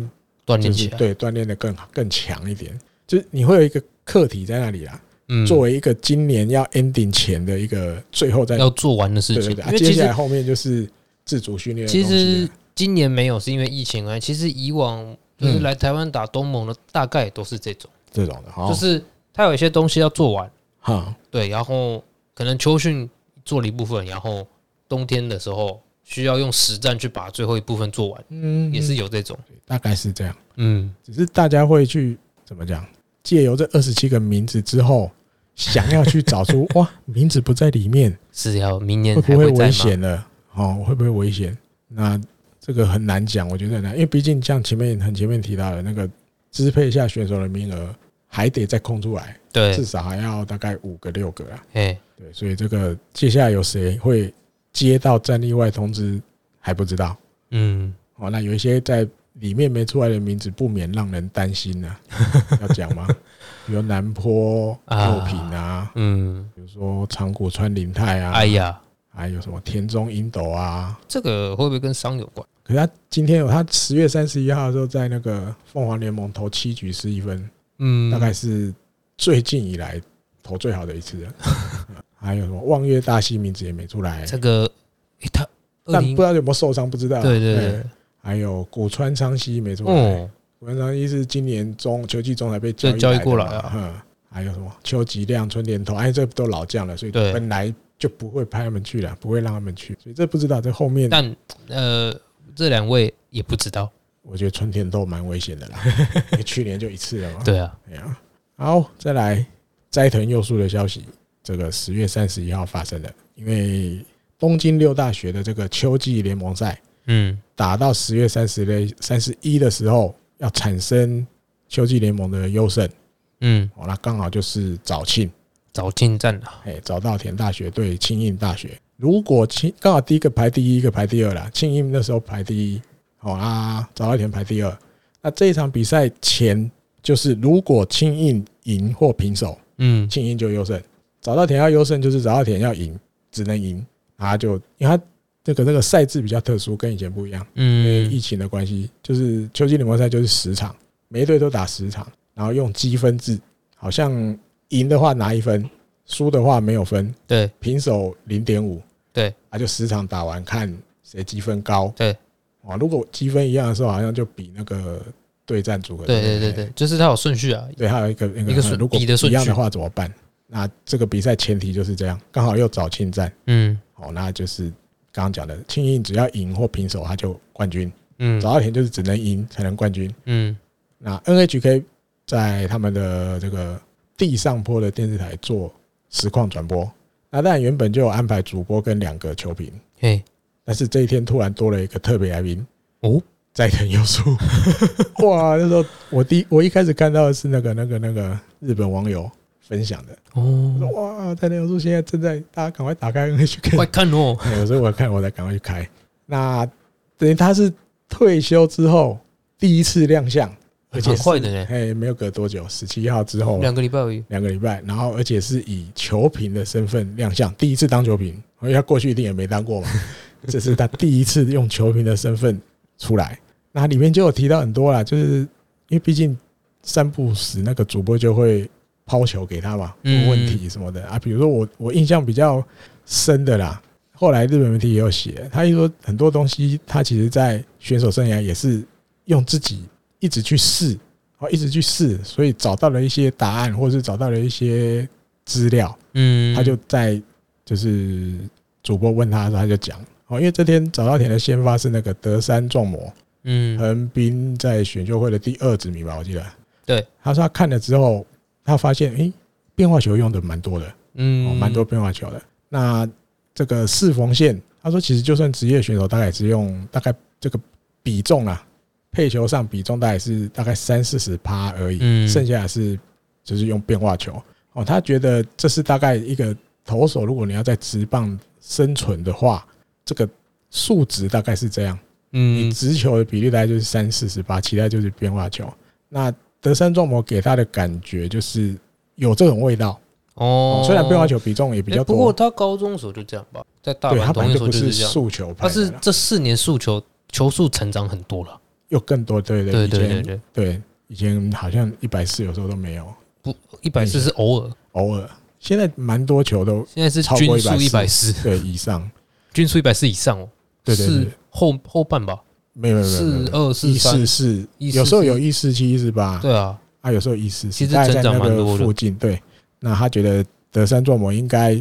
锻就是炼起来，对锻炼的更好更强一点，就是你会有一个课题在那里啦，嗯，作为一个今年要 ending 前的一个最后再要做完的事对对情，因对，啊为接其下来实后面就是自主训练的其东西啊实了。今年没有是因为疫情啊，其实以往就是嗯来台湾打东盟的大概都是这种，这种的，好就是他有一些东西要做完。哈，对，然后可能秋训做了一部分，然后冬天的时候需要用实战去把最后一部分做完，嗯也是有这种。大概是这样。嗯，只是大家会去怎么讲，借由这二十七个名字之后，想要去找 出哇，名字不在里 面，是要明年会还不会再危吗？险了？哦，会不会危险？那这个很难讲，我觉得很难，因为毕竟像前面很前面提到的那个支配下选手的名额还得再空出来，至对，少还要大概五个六个啊啦。哎，对，所以这个接下来有谁会接到战例外通知还不知道嗯，哦。那有一些在里面没出来的名字，不免让人担心 呐、要讲吗？比如南坡啊作品啊，嗯，比如说长谷川林太啊，哎呀，还有什么田中英斗啊。这个会不会跟伤有关？可是他今天有他十月三十一号的时候，在那个凤凰联盟投七局失一分，嗯，大概是最近以来投最好的一次 了。还有什么望月大西名字也没出来，这个，诶他二但零不知道有没有受伤，不知道。啊哎对对对，还有古川昌熙没哎出来，哦，古川昌熙是今年中秋季中才被交易对交易的过来嘛啊嗯，还有什么邱吉亮、春田头，哎，这都老将了，所以对本来就不会派他们去了，不会让他们去，所以这不知道这后面，但呃，这两位也不知道，我觉得春田都蛮危险 的啦，因为去年就一次了嘛。对啊，哎呀，好，再来斋藤佑树的消息，这个十月三十一号发生的，因为东京六大学的这个秋季联盟赛嗯，打到十月三十的三十一的时候，要产生秋季联盟的优胜，嗯，哦，那刚好就是早庆，早进站了，哎，早稻田大学对庆应大学，如果庆刚好第一个排第一，一个排第二啦，庆应那时候排第一，哦啊，早稻田排第二，那这一场比赛前就是如果庆应赢或平手。嗯，庆应就优胜。早稻田要优胜，就是早稻田要赢，只能赢，他就因为他这个这个赛制比较特殊，跟以前不一样，因为疫嗯，情的关系，就是秋季联盟赛就是十场，每一队都打十场，然后用积分制，好像赢的话拿一分，输的话没有分，对，平手零点五，对，啊就十场打完看谁积分高，对，哇，如果积分一样的时候，好像就比那个对战组合，对对对对，就是它有顺序啊，对，还有一个那个一个顺如果比的不顺一序样的话怎么办？那这个比赛前提就是这样，刚好又找庆战，嗯哦，那就是刚刚讲的，庆应只要赢或平手，他就冠军；嗯早稻田就是只能赢才能冠军。嗯那 NHK 在他们的这个地上坡的电视台做实况转播，那当然原本就有安排主播跟两个球评，嘿，但是这一天突然多了一个特别来宾哦，斋藤优树。哇，那时候我第一我一开始看到的是那个那个那个日本网友分享的，我说哦，哇，斋藤优树现在正在，大家赶快打开 NHK 快。看哦，哎有时候我看我才赶快去开。那等于他是退休之后第一次亮相，而且很是哦快的呢，哎，没有隔多久，十七号之后两个礼拜而已，两个礼拜，然后而且是以球评的身份亮相，第一次当球评，因为他过去一定也没当过嘛，这是他第一次用球评的身份出来。那里面就有提到很多啦，就是因为毕竟三不时那个主播就会抛球给他嘛，嗯问问题什么的啊。比如说我我印象比较深的啦，后来日本媒体也有写，他一说很多东西，他其实在选手生涯也是用自己一直去试，哦，一直去试，所以找到了一些答案，或者是找到了一些资料，嗯，他就在就是主播问他的时候，他就讲哦，因为这天早稻田的先发是那个德山壮模，嗯横滨在选秀会的第二指名吧，我记得。对，他说他看了之后，他发现诶、变化球用的蛮多的，哦，嗯，蛮多变化球的。那这个四缝线，他说其实就算职业选手，大概也是用大概这个比重啊，配球上比重大概是大概三四十趴而已，嗯剩下的是就是用变化球。哦，他觉得这是大概一个投手，如果你要在职棒生存的话，这个数值大概是这样。你嗯直球的比例大概就是三四十八，其他就是变化球。那德山壮模给他的感觉就是有这种味道，哦，虽然变化球比重也比诶较多，不过他高中的时候就这样吧，在大对阪他本同一来就时候不就是是啊这样，速球派但是的啦，这四年速球球速成长很多了，又更多，对对以对对前对，对以前好像一百四有时候都没有，一百四是偶尔，偶尔现在蛮多球都现在是超均过速一百四，对以上，均速一百四以上哦，对对对是后后半吧，没有没有没有没有四没有，二四一三四，四， 144有时候有一四七一四八，对啊，啊，有时候一四其四，实大概成在长那蛮多个的附近，对，那他觉得德山壮模应该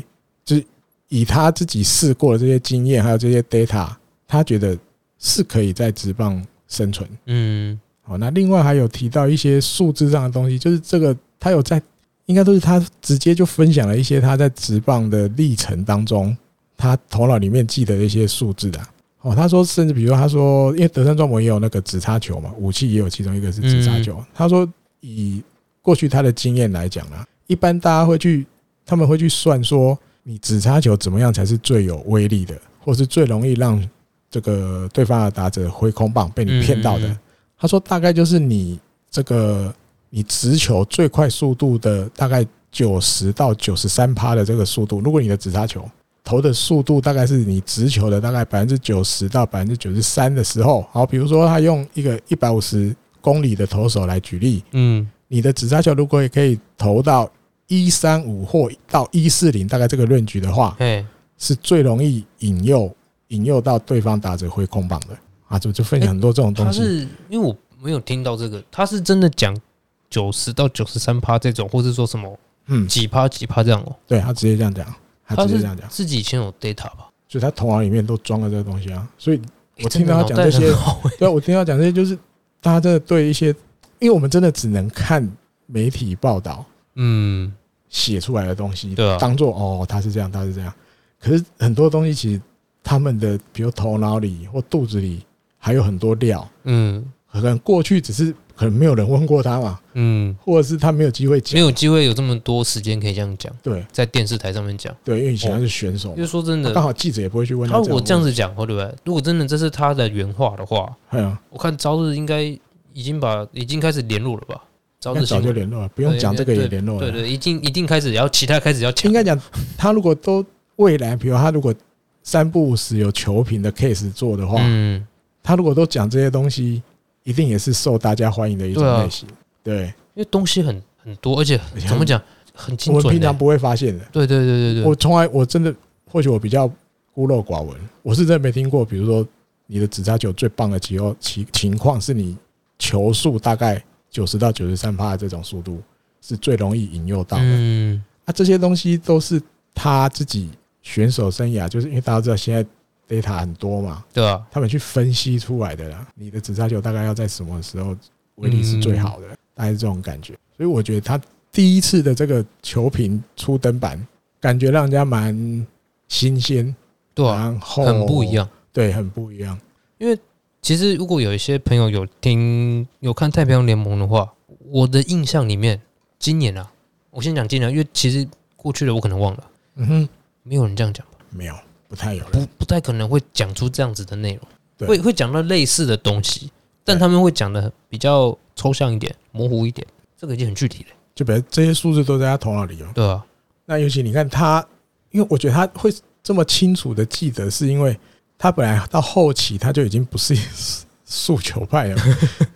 就是以他自己试过的这些经验，还有这些 data，他觉得是可以在职棒生存。嗯好，哦那另外还有提到一些数字上的东西，就是这个他有在，应该都是他直接就分享了一些他在职棒的历程当中，他头脑里面记得的一些数字啊。哦，他说，甚至比如说他说，因为德山壮模也有那个直插球嘛，武器也有其中一个是直插嗯球。他说，以过去他的经验来讲啊，一般大家会去，他们会去算说，你直插球怎么样才是最有威力的，或是最容易让这个对方的打者挥空棒被你骗到的。嗯嗯嗯他说大概就是你这个你直球最快速度的大概九十到九十三趴的这个速度，如果你的直插球投的速度大概是你直球的大概百分之九十到百分之九十三的时候，好，比如说他用一个一百五十公里的投手来举例，嗯，你的直插球如果也可以投到一三五或到一四零，大概这个论局的话，哎，是最容易引诱引诱到对方打者挥空棒的啊，就就分享很多这种东他西。是因为我没有听到这个，他是真的讲九十到九十三趴这种，或是说什么嗯，几趴几趴这样哦、对他直接这样讲，他他直接是这样讲，自己以前有 data 吧？所以他头脑里面都装了这个东西啊。所以诶我哎真听的到他脑讲袋这些很好诶对啊我听到讲这些，就是大家真的对一些，因为我们真的只能看媒体报道嗯，写出来的东西，对啊当做哦他是这样，他是这样。可是很多东西其实他们的，比如头脑里或肚子里还有很多料，嗯可能过去只是可能没有人问过他嘛，嗯，或者是他没有机会没讲。有机会有这么多时间可以这样讲，对在电视台上面讲。对，因为以前他是选手因为嘛，说真的，刚好记者也不会去问哦他他。如果这样，子讲，对不对？如果真的这是他的原话的话，哎呀，我看朝日应该已经把已经开始联络了吧？朝那日早新就闻联络了，不用讲这个也联络对了。对，已经一定开始要其他开始要抢应，该讲，他如果都未来，比如他如果三不五时有球评的 case 做的话，嗯，他如果都讲这些东西，一定也是受大家欢迎的一种对啊类型。对，因为东西很很多，而且而且怎么讲很我精们准平常的。不会发现的。对对对对对，我从来我真的，或许我比较孤陋寡闻，我是真的没听过。比如说，你的直插球最棒的情况情情况是你球速大概九十到九十三趴的这种速度是最容易引诱到的。嗯，啊，这些东西都是他自己选手生涯，就是因为大家知道现在 data 很多嘛，对啊，他们去分析出来的啦。你的直插球大概要在什么时候威力是最好的，嗯大概是这种感觉。所以我觉得他第一次的这个球评出登版，感觉让人家蛮新鲜，对啊，然后很不一，样。对，很不一样。其实如果有一些朋友有听有看太平洋联盟的话，我的印象里面，今年啊，我先讲今年，因为其实过去的我可能忘了，嗯哼，没有人这样讲吧，没有，不太有不了。不太可能会讲出这样子的内容，对会会讲到类似的东西，但对他们会讲的比较抽象一点、模糊一点，这个已经很具体了，就比如这些数字都在他头脑里哦。对啊吧、那尤其你看他，因为我觉得他会这么清楚的记得，是因为他本来到后期他就已经不是速球派了嘛，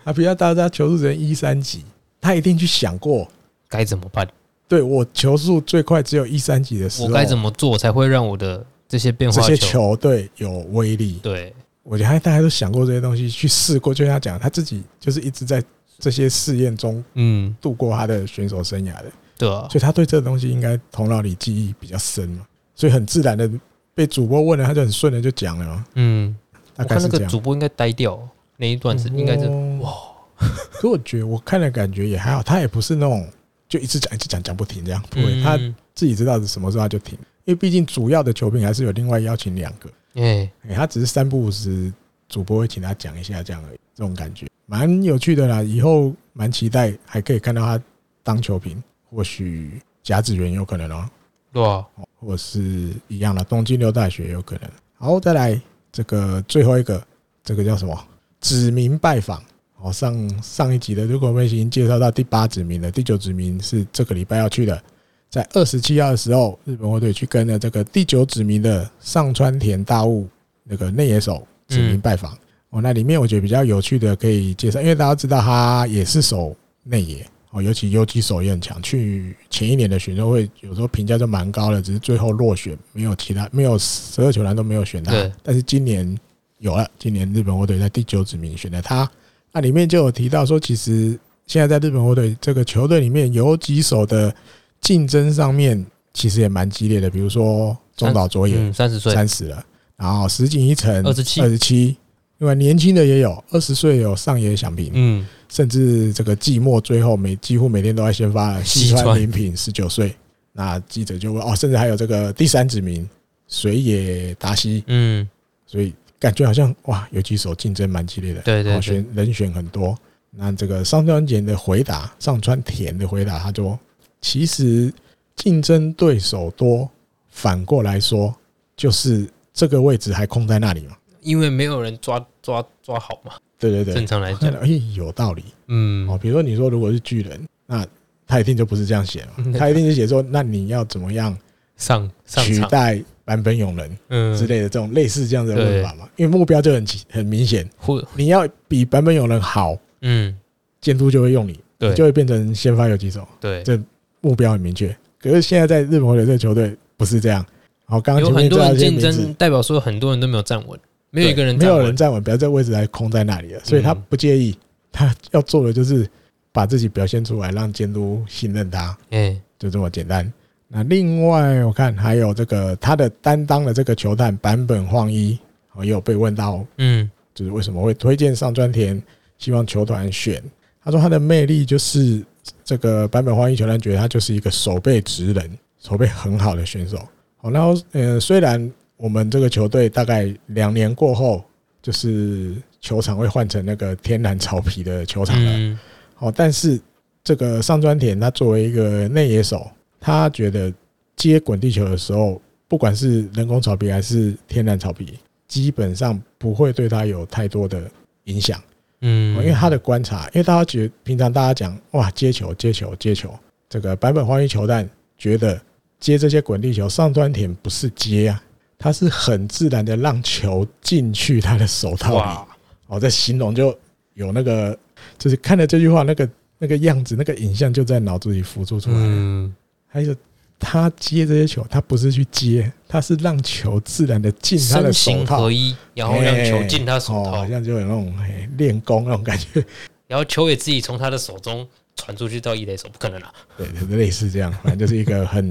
他比较大家球速只能一三几，他一定去想过，该怎么办？对我球速最快只有一三几的时候，我该怎么做才会让我的这些变啊这化些球对有威力？对，我觉得他大家都想过这些东西，去试过，就像他讲，他自己就是一直在这些试验中嗯，度过他的选手生涯的。对啊，所以他对这个东西应该头脑里记忆比较深嘛，所以很自然的被主播问了，他就很顺的就讲了嘛，嗯，大我概看那是这个样。嗯主播应该呆掉哦那一段子，应该是哇， 可我觉得我看的感觉也还好，他也不是那种就一直讲一直讲讲不停这样，不会，嗯他自己知道是什么时候他就停，因为毕竟主要的球评还是有另外邀请两个，哎、哎，他只是三不五时主播会请他讲一下这样而已，这种感觉蛮有趣的啦，以后蛮期待还可以看到他当球评，或许甲子园有可能哦、对啊，哦或者是一样的东京六大学有可能。好，再来这个最后一个，这个叫什么？指名拜访。哦，上上一集的，如果我们已经介绍到第八指名了，第九指名是这个礼拜要去的，在二十七号的时候，日本火腿去跟了这个第九指名的上川田大悟那个内野手指名拜访。哦，那里面我觉得比较有趣的可以介绍，因为大家知道他也是守内野哦，尤其游击手也很强。去前一年的选秀会，有时候评价就蛮高的，只是最后落选，没有其他没有十二球团都没有选他对。但是今年有了，今年日本火腿在第九指名选了他。那里面就有提到说，其实现在在日本火腿这个球队里面，游击手的竞争上面其实也蛮激烈的，比如说中岛卓也嗯，三十岁，三十了，然后石井一成27二十七，另外年轻的也有二十岁有上野响平，嗯，甚至这个季末最后每几乎每天都在先发了西西川川林品十九岁，那记者就问哦，甚至还有这个第三指名水野达希，嗯，所以感觉好像哇，有几手竞争蛮激烈的，对对好对选人选很多。那这个上川田的回答，上川田的回答，他说：“其实竞争对手多，反过来说就是这个位置还空在那里嘛。因为没有人抓抓抓好嘛，对对对正，常来看讲到，哎，有道理嗯哦。，比如说，你说如果是巨人，那他一定就不是这样写嘛，他一定是写说，那你要怎么样上嗯上取场，代版本永人嗯之类的这种类似这样子的问法嘛？因为目标就很清很明显，或你要比版本永人好，嗯，监督就会用你，对你就会变成先发游击手，对，这目标很明确。可是现在在日本火腿这个球队不是这样，好，刚刚有前很面多叫人一些竞名字争，代表说很多人都没有站稳，没有一个人没站有人稳，站稳，不要这位置还空在那里了，所以他嗯不介意，他要做的就是把自己表现出来，让监督信任他，哎，就这么简单。那另外我看还有这个他的担当的这个球探版本晃一，哦也有被问到，嗯就是为什么会推荐上专田，希望球团选。他说他的魅力就是这个版本花一球团觉得他就是一个手背直人，手背很好的选手。好，然后呃，虽然我们这个球队大概两年过后，就是球场会换成那个天然草皮的球场了，嗯，好，哦但是这个上专田他作为一个内野手，他觉得接滚地球的时候，不管是人工草皮还是天然草皮，基本上不会对他有太多的影响。哦嗯，因为他的观察，因为大家觉得平常大家讲哇接球接球接球，这个版本花一球蛋觉得接这些滚地球上端田不是接啊，他是很自然的让球进去他的手套里。哇，哦，在形容就有那个，就是看了这句话那个那个样子，那个影像就在脑子里浮出出来。嗯，还有他接这些球，他不是去接，他是让球自然的进他的身手形套合，一，然后让球哎进他手哦，套好，像就有那种嘿练功那种感觉， 然后球也自己从他的手中传出去到一垒手，不可能啦！对，对类似这样，反正就是一个很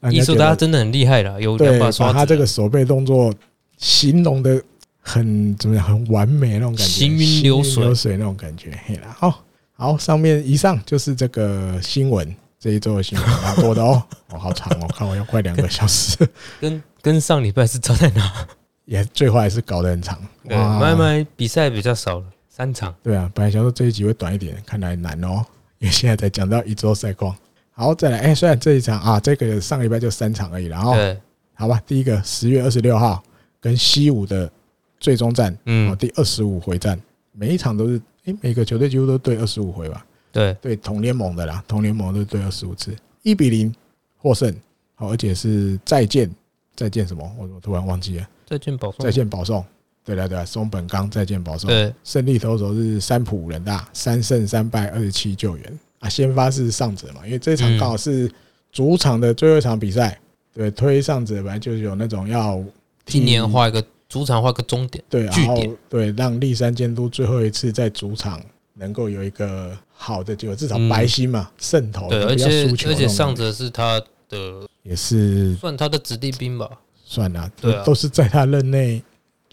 让人 艺家术觉家得真的很厉害啦，有两啊对，把把刷子他啊，这个手背动作形容的很怎么样，很完美那种感觉，行云流水行云流水那种感觉。嘿啦，哦，好，上面以上就是这个新闻，这一周的新闻蛮多的哦，哦，好长哦，看我要快两个小时， 跟跟上礼拜是差在哪？也最后还是搞得很长。对，哇慢慢比赛比较少了，三场。对啊，本来想说这一集会短一点，看来难哦， 因为现在才讲到一周赛况。好，再来，哎、虽然这一场啊，这个上礼拜就三场而已啦，哦然后对，好吧，第一个十月二十六号跟西武的最终战，哦，嗯，第二十五回战，每一场都是，诶、每个球队几乎都对二十五回吧，对，对同联盟的啦，同联盟都对二十五次，一比零获胜，好、而且是再见再见什么，我我突然忘记了，再见保送再。见保送，对了对了，松本刚再见保送，对，胜利投手是三浦人大，三胜三败，二十七救援啊。先发是上泽嘛，因为这场嗯刚好是主场的最后一场比赛，对，推上泽本来就是有那种要今年换画一个主场画个终点。对，据然后点对让立山监督最后一次在主场能够有一个好的结果，至少嗯白心嘛，胜投对，不而要且输球哦而那且种上感觉泽是他的也是算他的子弟兵吧。算了，对啊都是在他任内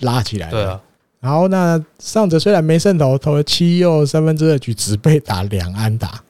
拉起来的。对啊，然后那上泽虽然没胜投，投了七又三分之二局，只被打两安打，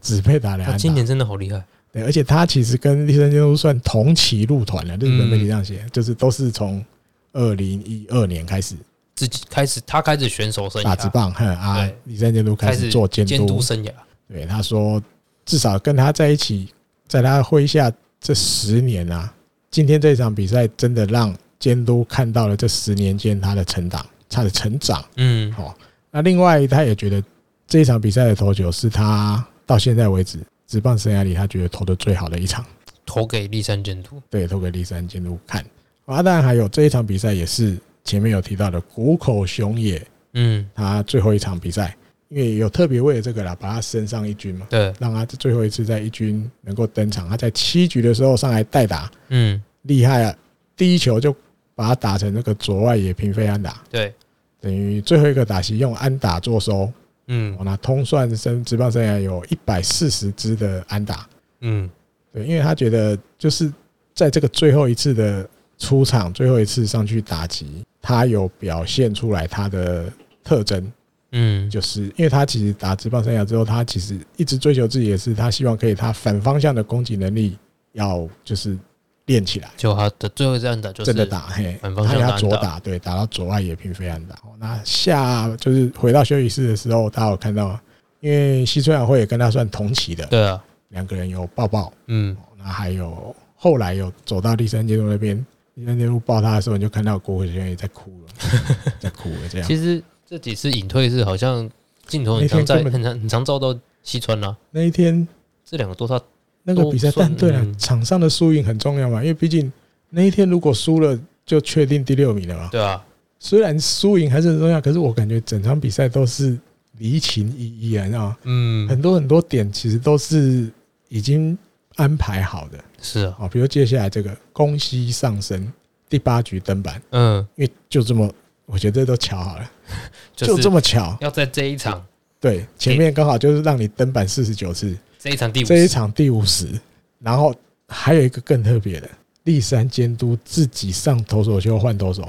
只被打两他安今打。年真的好厉害。对，而且他其实跟立山监督算同期入团了，日本媒体这样写，就是都是从二零一二年开始自己开始，他开始选手生打直涯，棒，哼啊对，立山监督开开始做监监督督。生涯。对，他说至少跟他在一起，在他麾下这十年啊，今天这场比赛真的让监督看到了这十年间他的成长，他的成长。嗯，哦，那另外他也觉得这一场比赛的投球是他到现在为止职棒生涯里他觉得投的最好的一场，投给立山监督。对，投给立山监督看。啊，当然还有这一场比赛也是前面有提到的谷口雄也嗯，他最后一场比赛，因为有特别为了这个啦，把他升上一军嘛，对，让他最后一次在一军能够登场。他在七局的时候上来代打，嗯，厉害啊！第一球就把他打成那个左外野平飞安打，对，等于最后一个打席用安打做收，嗯哦，那通算生职棒生涯有一百四十支的安打，嗯，对，因为他觉得就是在这个最后一次的出场，最后一次上去打击，他有表现出来他的特征，嗯，就是因为他其实打职棒生涯之后，他其实一直追求自己，也是他希望可以他反方向的攻击能力要就是练起来。就他的最后一站打就是真的打，嘿，反方向他的要安左打打，对，打到左外野平飞安打。哦那下就是回到休息室的时候，大家有看到，因为西村雅惠也跟他算同期的，对啊，两个人有抱抱，嗯哦那还有后来有走到第三阶段那边，一三六抱他的时候，你就看到郭伟轩也在哭 了，在哭了这样。其实这几次隐退是好像镜头很常在那天根本很常很常照到西川啦、那一天这两个都他那个比赛，但对了，嗯场上的输赢很重要嘛，因为毕竟那一天如果输了，就确定第六名了嘛。对啊，虽然输赢还是很重要，可是我感觉整场比赛都是离情依依啊，你知道吗？嗯，很多很多点其实都是已经安排好的是啊，啊，比如接下来这个宫西上升第八局登板，嗯，因为就这么，我觉得都巧好了，就就是这么巧。要在这一场对，前面刚好就是让你登板四十九次，这一场第五这一次场第五十，然后还有一个更特别的，立山监督自己上投手球换投手。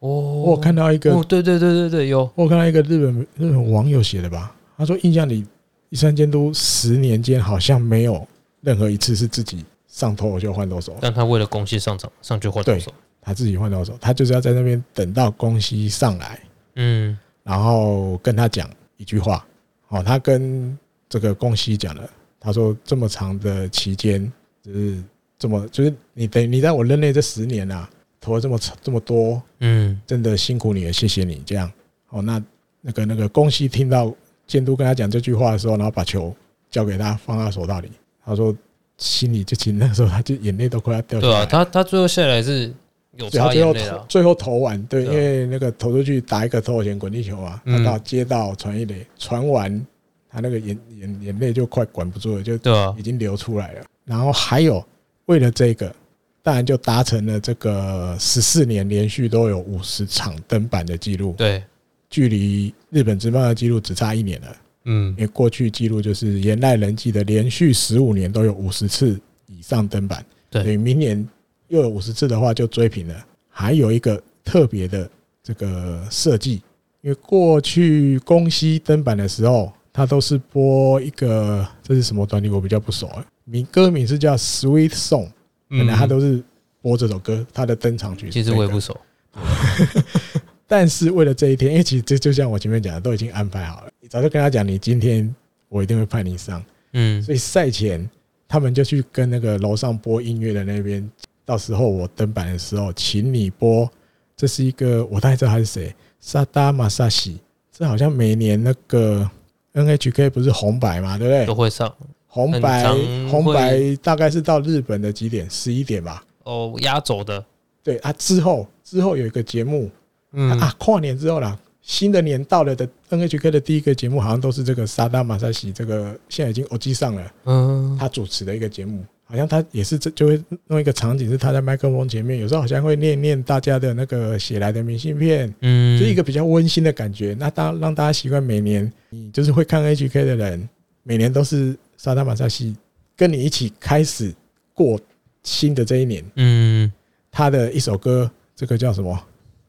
哦，我有看到一个哦，对对对对对，有我有看到一个日本日本网友写的吧，他说印象里一山监督十年间好像没有任何一次是自己上投手就换投手，但他为了攻西上场上去换投手，他自己换投手，他就是要在那边等到宫西上来，嗯，然后跟他讲一句话，哦，他跟这个宫西讲了，他说这么长的期间，就是这么就是你等于你在我任内这十年啊，投了这么长这么多，嗯，真的辛苦你了，谢谢你这样。哦，那那个那个宫西听到监督跟他讲这句话的时候，然后把球交给他，放到手套里，他说心里就其实那时候他就眼泪都快要掉下对来啊，了。他他最后下来是有对他擦最眼后泪啊投了，最后投完，对，因对啊为那个投出去打一个投手前滚地球啊，嗯他到接到传一垒，传完他那个眼眼眼泪就快管不住了，就对啊已，经流出来了。然后还有为了这个，当然就达成了这个十四年连续都有五十场登板的记录，对，距离日本职棒的记录只差一年了。嗯因，为过去记录就是岩濑人纪的连续十五年都有五十次以上登板，对所以明年又有五十次的话就追平了。还有一个特别的这个设计，因为过去宫西登板的时候，它都是播一个这是什么专辑，我比较不熟啊，名歌名是叫《Sweet Song》，本来它都啊是播这首歌，它的登场曲嗯其是这实个。我也不熟，但是为了这一天，因为其实这就像我前面讲的，都已经安排好了，你早就跟他讲，你今天我一定会派你上，嗯所以赛前他们就去跟那个楼上播音乐的那边，到时候我登板的时候，请你播，这是一个我大概知道他是谁，萨达马萨西，这好像每年那个 NHK 不是红白嘛，对不对？都会上红白很常会红白大概是到日本的几点？十一点吧。哦，压轴的，对啊，之后之后有一个节目，嗯啊，跨年之后啦，新的年到了的 NHK 的第一个节目好像都是这个沙达马萨西，这个现在已经 OG 上了，嗯，他主持的一个节目，好像他也是这就会弄一个场景是他在麦克风前面，有时候好像会念念大家的那个写来的明信片，嗯，就一个比较温馨的感觉。那当让大家习惯每年你嗯就是会看 NHK 的人，每年都是沙达马萨西跟你一起开始过新的这一年。嗯， 他的一首歌，这个叫什么？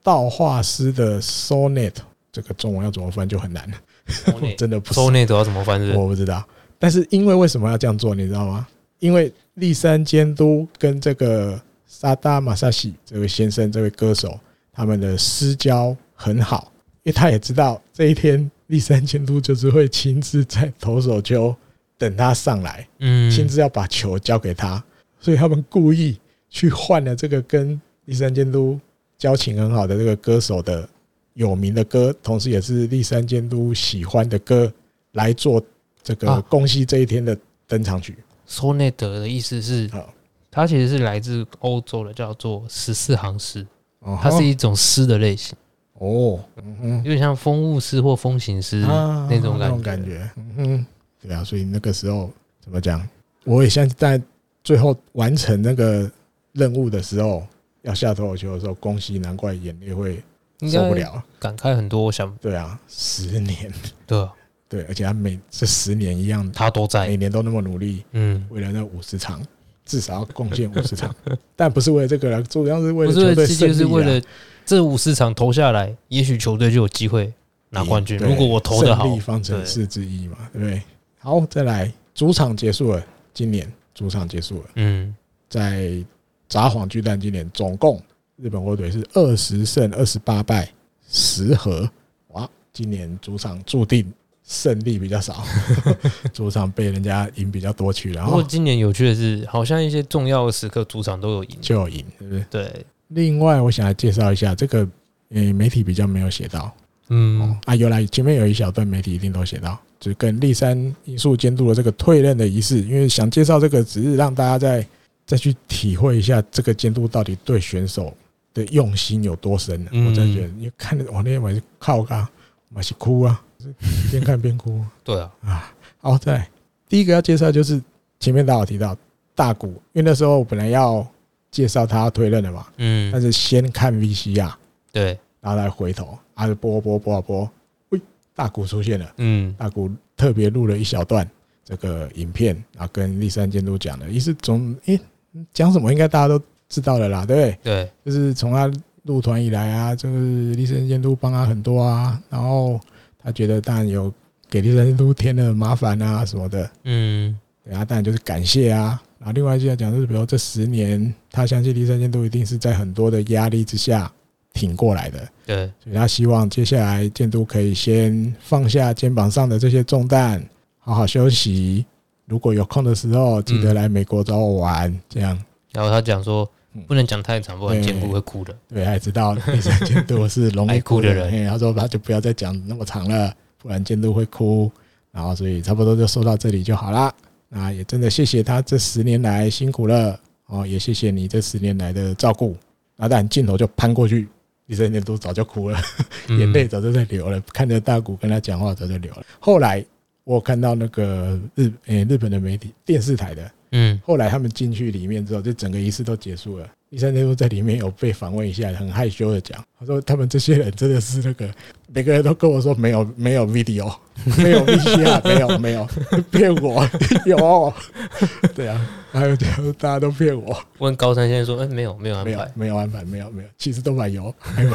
道化师的 sonnet，这个中文要怎么翻就很难了，周内真的不是周内都要怎么翻是不是？我不知道。但是因为为什么要这样做，你知道吗？因为立山监督跟这个沙达马萨西这位先生、这位歌手，他们的私交很好，因为他也知道这一天立山监督就是会亲自在投手丘等他上来，嗯，亲自要把球交给他，所以他们故意去换了这个跟立山监督交情很好的这个歌手的有名的歌，同时也是立山监督喜欢的歌来做这个啊宫西这一天的登场曲。周内德的意思是好，它其实是来自欧洲的，叫做十四行诗，哦它是一种诗的类型，哦，嗯有点像风物诗或风行诗哼，啊嗯那种那种感感觉。觉，嗯哼，对啊，所以那个时候怎么讲，我也像在最后完成那个任务的时候，要下投手球的时候，宫西难怪眼泪会应受不该了。感慨很多，我想对啊，十年，对啊，对，而且他每这十年一样，他都在每，年都那么努力，嗯，为了那五十场，至少要贡献五十 场，但不是为了这个了，主要是为不了是球为队了这胜就是为利啊了这五十场投下来，也许球队就有机会拿啊，冠军。对如果我投的好胜利，方程式之一嘛，对不对？好，再来，主场结束了，今年主场结束了，嗯，在札幌巨蛋今年总共日本火腿是二十胜二十八败十和，哇，今年主场注定。胜利比较少，主场被人家赢比较多去了哦，然不后过今年有趣的是，好像一些重要的时刻主场都有赢，就有赢，是不是？对，另外，我想来介绍一下这个，诶，媒体比较没有写到嗯，啊，有来前面有一小段媒体一定都写到，就是跟立三因素监督的这个退任的仪式，因为想介绍这个，只是让大家再再去体会一下这个监督到底对选手的用心有多深、啊。嗯我真的觉得，你看我那天晚上靠啊，我是哭 啊，是边看边哭。对啊，啊。好，再来第一个要介绍就是前面大家有提到大谷，因为那时候我本来要介绍他推论的嘛，但嗯，是先看 VCR，对，然后再回头，啊就播播播啊播，喂，大谷出现了，嗯，大谷特别录了一小段这个影片，然后跟立山监督讲的，也是从诶讲什么应该大家都知道了啦，对不对？对，就是从他入团以来啊，就是立生监督帮他很多啊，然后他觉得当然有给立生监督添了麻烦啊什么的，嗯，对啊，当然就是感谢啊。然后另外就要讲就是，比如这十年，他相信立生监督一定是在很多的压力之下挺过来的，对，所以他希望接下来监督可以先放下肩膀上的这些重担，好好休息。如果有空的时候，记得来美国找我玩，这样。然后他讲说嗯不能讲太长，不然见不会哭的。对，还知道第三监督是容易爱哭的人嘿他说他就不要再讲那么长了，不然监督会哭。然后所以差不多就说到这里就好啦。那也真的谢谢他这十年来辛苦了哦，也谢谢你这十年来的照顾。那但镜头就攀过去，第三监督早就哭了，嗯眼泪，早就在流了，看着大谷跟他讲话早就流了。后来我看到那个日诶、日本的媒体电视台的，嗯，后来他们进去里面之后，就整个仪式都结束了。第三天都在里面有被访问一下，很害羞的讲，他说他们这些人真的是那个，每个人都跟我说没有没有 video，没 有 VCR，没有没有 骗我，有， 对啊，还有就是大家都骗我，问高三先生说，哎，没有，没有安没有排，没有安排，没有没有，其实都蛮有，还有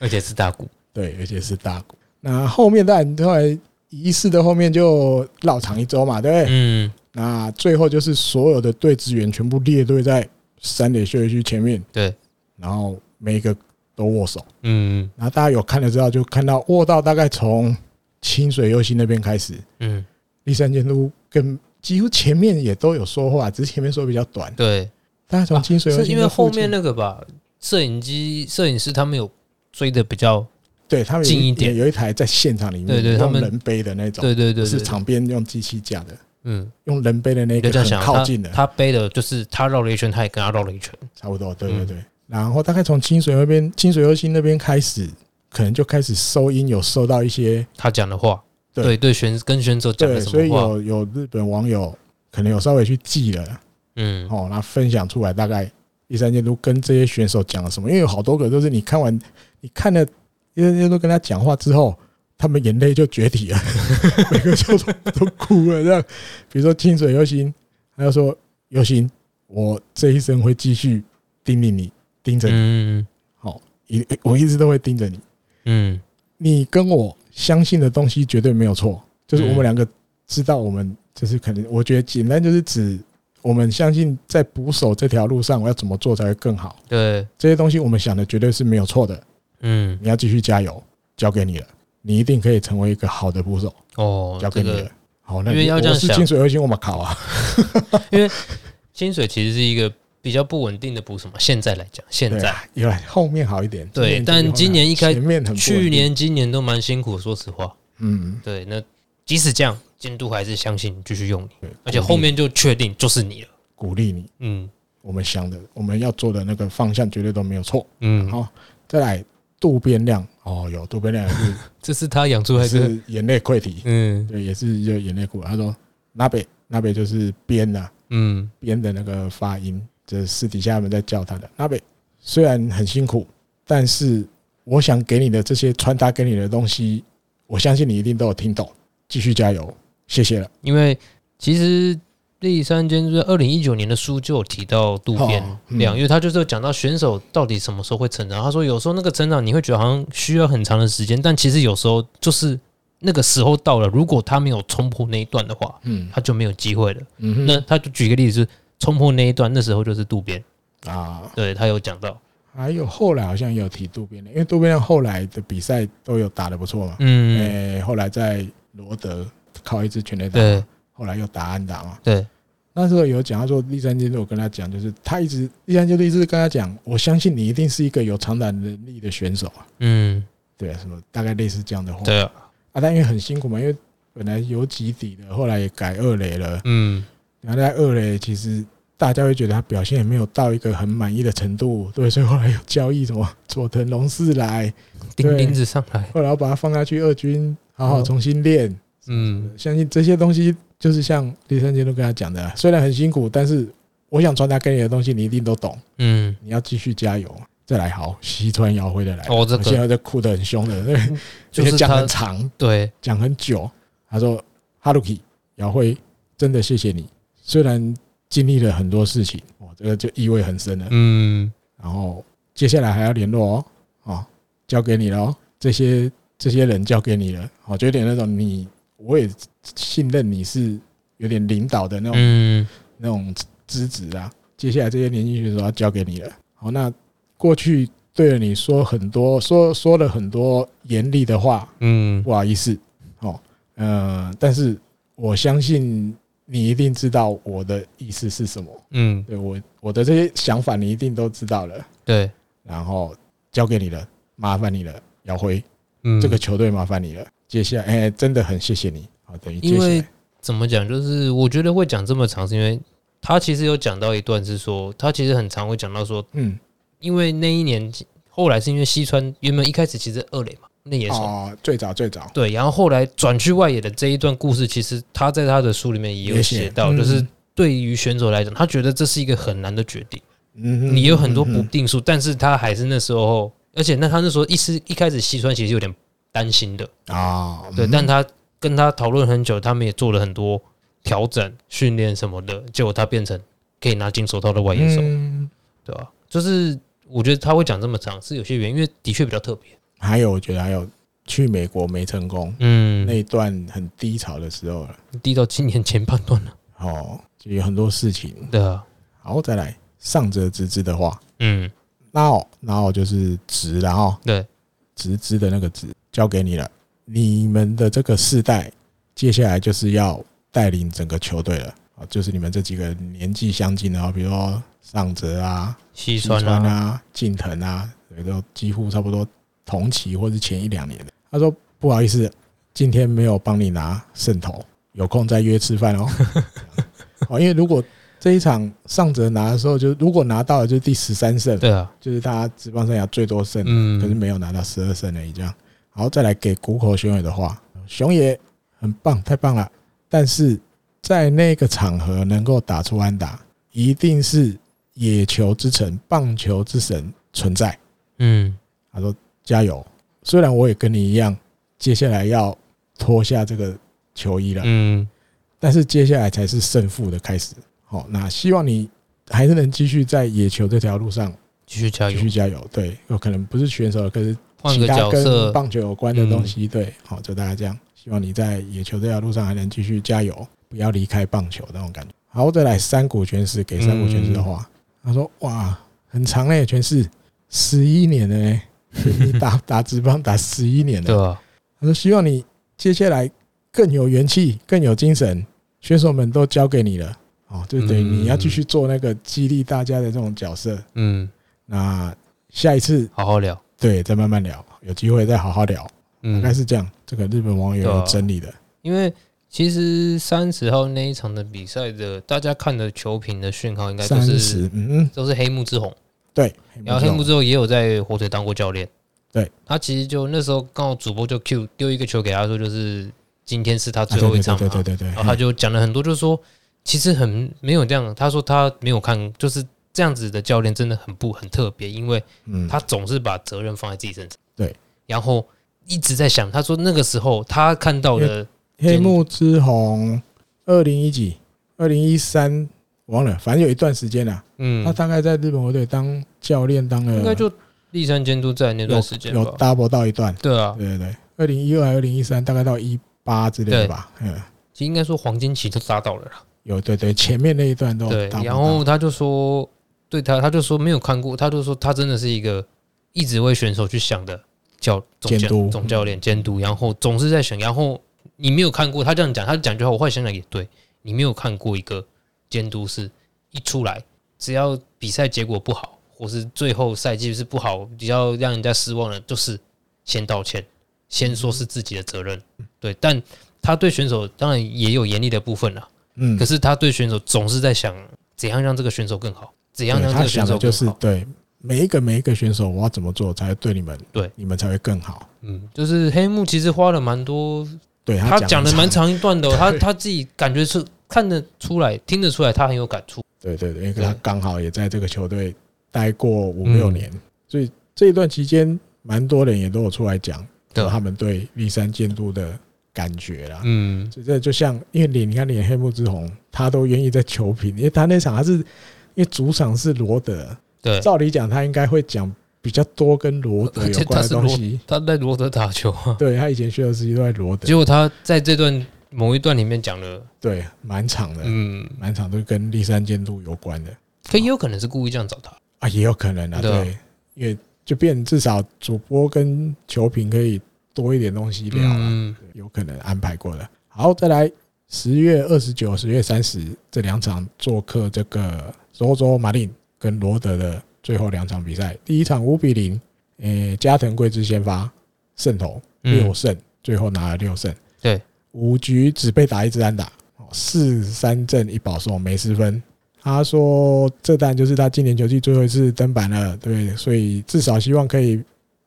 而且是大鼓，对，而且是大鼓。那后面当然后来仪式的后面就绕场一周嘛，对不对？嗯，那最后就是所有的队职员全部列队在三垒休息区前面，对，然后每一个都握手。嗯然后大家有看的知道，就看到握到大概从清水优希那边开始，嗯，立山监督跟几乎前面也都有说话，只是前面说比较短。对，大家从清水优希是因为那附后近面那个吧，摄影机摄影师他们有追的比较，对他们有近一点也有一台在现场里面，对对他用们人背的那种，对对对，不对是，场边用机器架的，嗯，用人背的那你就个这样很想，靠他近的，他嗯背的就是他绕了一圈，他也跟他绕了一圈，差不多，对对对。然后大概从清水那边，清水优心那边开始，可能就开始收音，有收到一些他讲的话，对对对，选跟选手讲对，的什所以么话，有有日本网友可能有稍微去记了嗯，哦，然后分享出来大概第三监督跟这些选手讲了什么，因为有好多个都是你看完你看了第三监督跟他讲话之后。他们眼泪就决堤了， 每个就都都哭了。这样，比如说清水优心，他就说：“优心，我这一生会继续叮咛你，盯着你。嗯好，一我一直都会盯着你。嗯你跟我相信的东西绝对没有错，嗯就是我们两个知道，我们就是可能，我觉得简单就是指我们相信在捕手这条路上，我要怎么做才会更好。对，这些东西我们想的绝对是没有错的，嗯你要继续加油，交给你了，你一定可以成为一个好的捕手，哦交，给这你个了。好，那因为要这样我是想清水二星，我们考啊，薪水其实是一个比较不稳定的补什么，现在来讲，现对 在啊，有后面好一点。对今年就但有今年一开前面很不稳定去年、今年都蛮辛苦，说实话。嗯，对，那即使这样，监督还是相信继续用你，对而且后面就确定就是你了。鼓励你，嗯我们想的我们要做的那个方向绝对都没有错。嗯，好，哦再来渡边亮哦，有渡边亮也是这是他养出来也的。是眼泪溃堤，嗯对，也是就眼泪哭。他说那北那北就是边呐、啊、嗯边的那个发音，这私底下他们在叫他的那北。虽然很辛苦，但是我想给你的这些传达给你的东西，我相信你一定都有听懂。继续加油，谢谢了。因为其实第三间就是二零一九年的书就有提到渡边哦嗯亮，因为他就是有讲到选手到底什么时候会成长。他说有时候那个成长你会觉得好像需要很长的时间，但其实有时候就是那个时候到了，如果他没有冲破那一段的话，嗯他就没有机会了。嗯哼那他就举个例子，就是冲破那一段，那时候就是渡边，啊，对他有讲到，还有后来好像也有提渡边亮，因为渡边亮后来的比赛都有打得不错嘛。嗯，哎诶、后来在罗德靠一支全垒打，对后来又打安打嘛。对，那时候有讲，他说立山监督，我跟他讲，就是他一直立山监督一直跟他讲，我相信你一定是一个有长打能力的选手啊，嗯，对啊，什么大概类似这样的话。对啊，啊，但因为很辛苦嘛，因为本来有几底的，后来也改二垒了，嗯，然后在二垒其实大家会觉得他表现也没有到一个很满意的程度，对，所以后来有交易什么佐藤龙四来，钉对钉子上来，后来我把他放下去二军，好哦好重新练。嗯，相信这些东西就是像李三杰都跟他讲的，虽然很辛苦，但是我想传达给你的东西，你一定都懂。嗯，你要继续加油，再来好，西川遥辉的来。哦这个嗯现在在哭得很凶的，对，就而是且讲他很，长，对，讲很久。他说：“Haruki，姚辉，真的谢谢你，虽然经历了很多事情，哦，这个就意味很深了。嗯，然后接下来还要联络哦，哦，交给你了哦，这些这些人交给你了，哦，就有点那种你我也信任你是有点领导的那种、嗯，那种资质啊。接下来这些年轻选手要交给你了，好，那过去对了你说很多说说了很多严厉的话，嗯，不好意思，哦，呃，但是我相信你一定知道我的意思是什么，嗯，对我我的这些想法你一定都知道了。对，然后交给你了，麻烦你了，姚辉，嗯，这个球队麻烦你了。接下来，哎、真的很谢谢你。好，等于接因下为来，怎么讲，就是我觉得会讲这么长，是因为他其实有讲到一段是说，他其实很常会讲到说，嗯，因为那一年后来是因为西川原本一开始其实二垒嘛，那野手、哦，最早最早，对，然后后来转去外野的这一段故事，其实他在他的书里面也有也写写到，嗯就是对于选手来讲，他觉得这是一个很难的决定，嗯，你有很多嗯不嗯定数，但是他还是那时候，而且那他那时候一是一开始西川其实有点担心的，嗯啊，对，嗯但他跟他讨论很久，他们也做了很多调整、训练什么的，结果他变成可以拿金手套的外野手，嗯对吧、就是我觉得他会讲这么长是有些原因，因为的确比较特别。还有我觉得还有去美国没成功、那嗯，一段很低潮的时候了，低到今年前半段了，哦，就有很多事情。对啊，然后再来上者直之的话，嗯，那哦，那哦就是直然后对，直资的那个直交给你了。你们的这个世代，接下来就是要带领整个球队了啊！就是你们这几个年纪相近的啊，比如说上泽啊、西西川川啊，啊、近藤啊，也都几乎差不多同期或是前一两年的。他说：“不好意思，今天没有帮你拿胜投，有空再约吃 饭哦。”哦，因为如果这一场上泽拿的时候，就如果拿到了，就是第十三胜，对啊，就是他职棒生涯最多胜可是嗯，没有拿到十二胜而已。这样，然后再来给谷口雄也的话，雄也很棒，太棒了。但是在那个场合能够打出安打，一定是野球之神、棒球之神存在。嗯，他说：“加油！虽然我也跟你一样，接下来要脱下这个球衣了，嗯，但是接下来才是胜负的开始。好，那希望你还是能继续在野球这条路上继续加继油，续加油。对，有可能不是选手，可是换其个他角跟色，嗯棒球有关的东西，对，好，就大概这样。希望你在野球这条路上还能继续加油，不要离开棒球那种感觉。好，再来山谷全士，给山谷全嗯士的话，他说：“哇，很长嘞，全士十一年了嘞， 你打打职棒打十一年对了。啊，”他说：“希望你接下来更有元气，更有精神，选手们都交给你了。”哦，就等于你要继续做那个激励大家的这种角色。嗯，那下一次好好聊，对再慢慢聊，有机会再好好聊。嗯应，该是这样。这个日本网友有整理的，因为其实三十号那一场的比赛的，大家看的球评的讯啊号应该都三是十，嗯，都是黑幕之红。对。然后黑幕之后也有在火腿当过教练，对他其实就那时候刚好主播就 Q 丢一个球给他说，就是今天是他最后一场啊对嘛对，对对然后他对，就讲了很多，就是说其实很没有这样，他说他没有看，就是这样子的教练真的很不很特别，因为嗯，他总是把责任放在自己身上，对，然后一直在想，他说那个时候他看到的，黑幕之红，二零一几，二零一三，忘了，反正有一段时间啦。嗯，他大概在日本国队当教练，当了应该就立山监督在那段时间嗯有吧。 double 到一段，对啊，对对对，二零一二还二零一三，大概到一八之类的吧，嗯，其实应该说黄金期都达到了啦。有对对，前面那一段都对 double，然到后他就说，对他他就说没有看过，他就说他真的是一个一直为选手去想的教总监教督嗯总教练监督，然后总是在想，然后你没有看过，他这样讲，他讲句话，我后来想想也对，你没有看过一个监督是一出来，只要比赛结果不好，或是最后赛季是不好，比较让人家失望的，就是先道歉，先说是自己的责任。对，但他对选手当然也有严厉的部分啊啦，嗯可，是他对选手总是在想怎样让这个选手更好，怎样对让这他个选想的手就更是好。对每一个每一个选手，我要怎么做才会对你们，对你们才会更好。嗯，就是黑木其实花了蛮多对他讲讲的很蛮长，长一段的哦、他对他自己感觉是看得出来、听得出来，他很有感触。对对对，因为对他刚好也在这个球队待过五六嗯年，所以这一段期间，蛮多人也都有出来讲，对说他们对立山监督的感觉啦。嗯，所以这就像，因为连你看连黑木之红，他都愿意在球评，因为他那场他是因为主场是罗德，对，照理讲他应该会讲比较多跟罗德而有且他关的是东罗西。他在罗德打球啊，对他以前学的时期都在罗德结，果他在这段某一段里面讲了，对，满场的，嗯，满场都跟立山监督有关的可也有可能是故意这样找他。啊，也有可能啊，对啊对，因为就变至少主播跟球评可以多一点东西聊了，嗯，有可能安排过的。好，再来十月二十九、十月三十这两场做客这个周州马林跟罗德的最后两场比赛，第一场五比零，诶，加藤贵之先发胜投，六嗯胜，最后拿了六胜。对，五局只被打一支安打，哦四三振一保送没失分。他说这当然就是他今年球季最后一次登板了，对，所以至少希望可以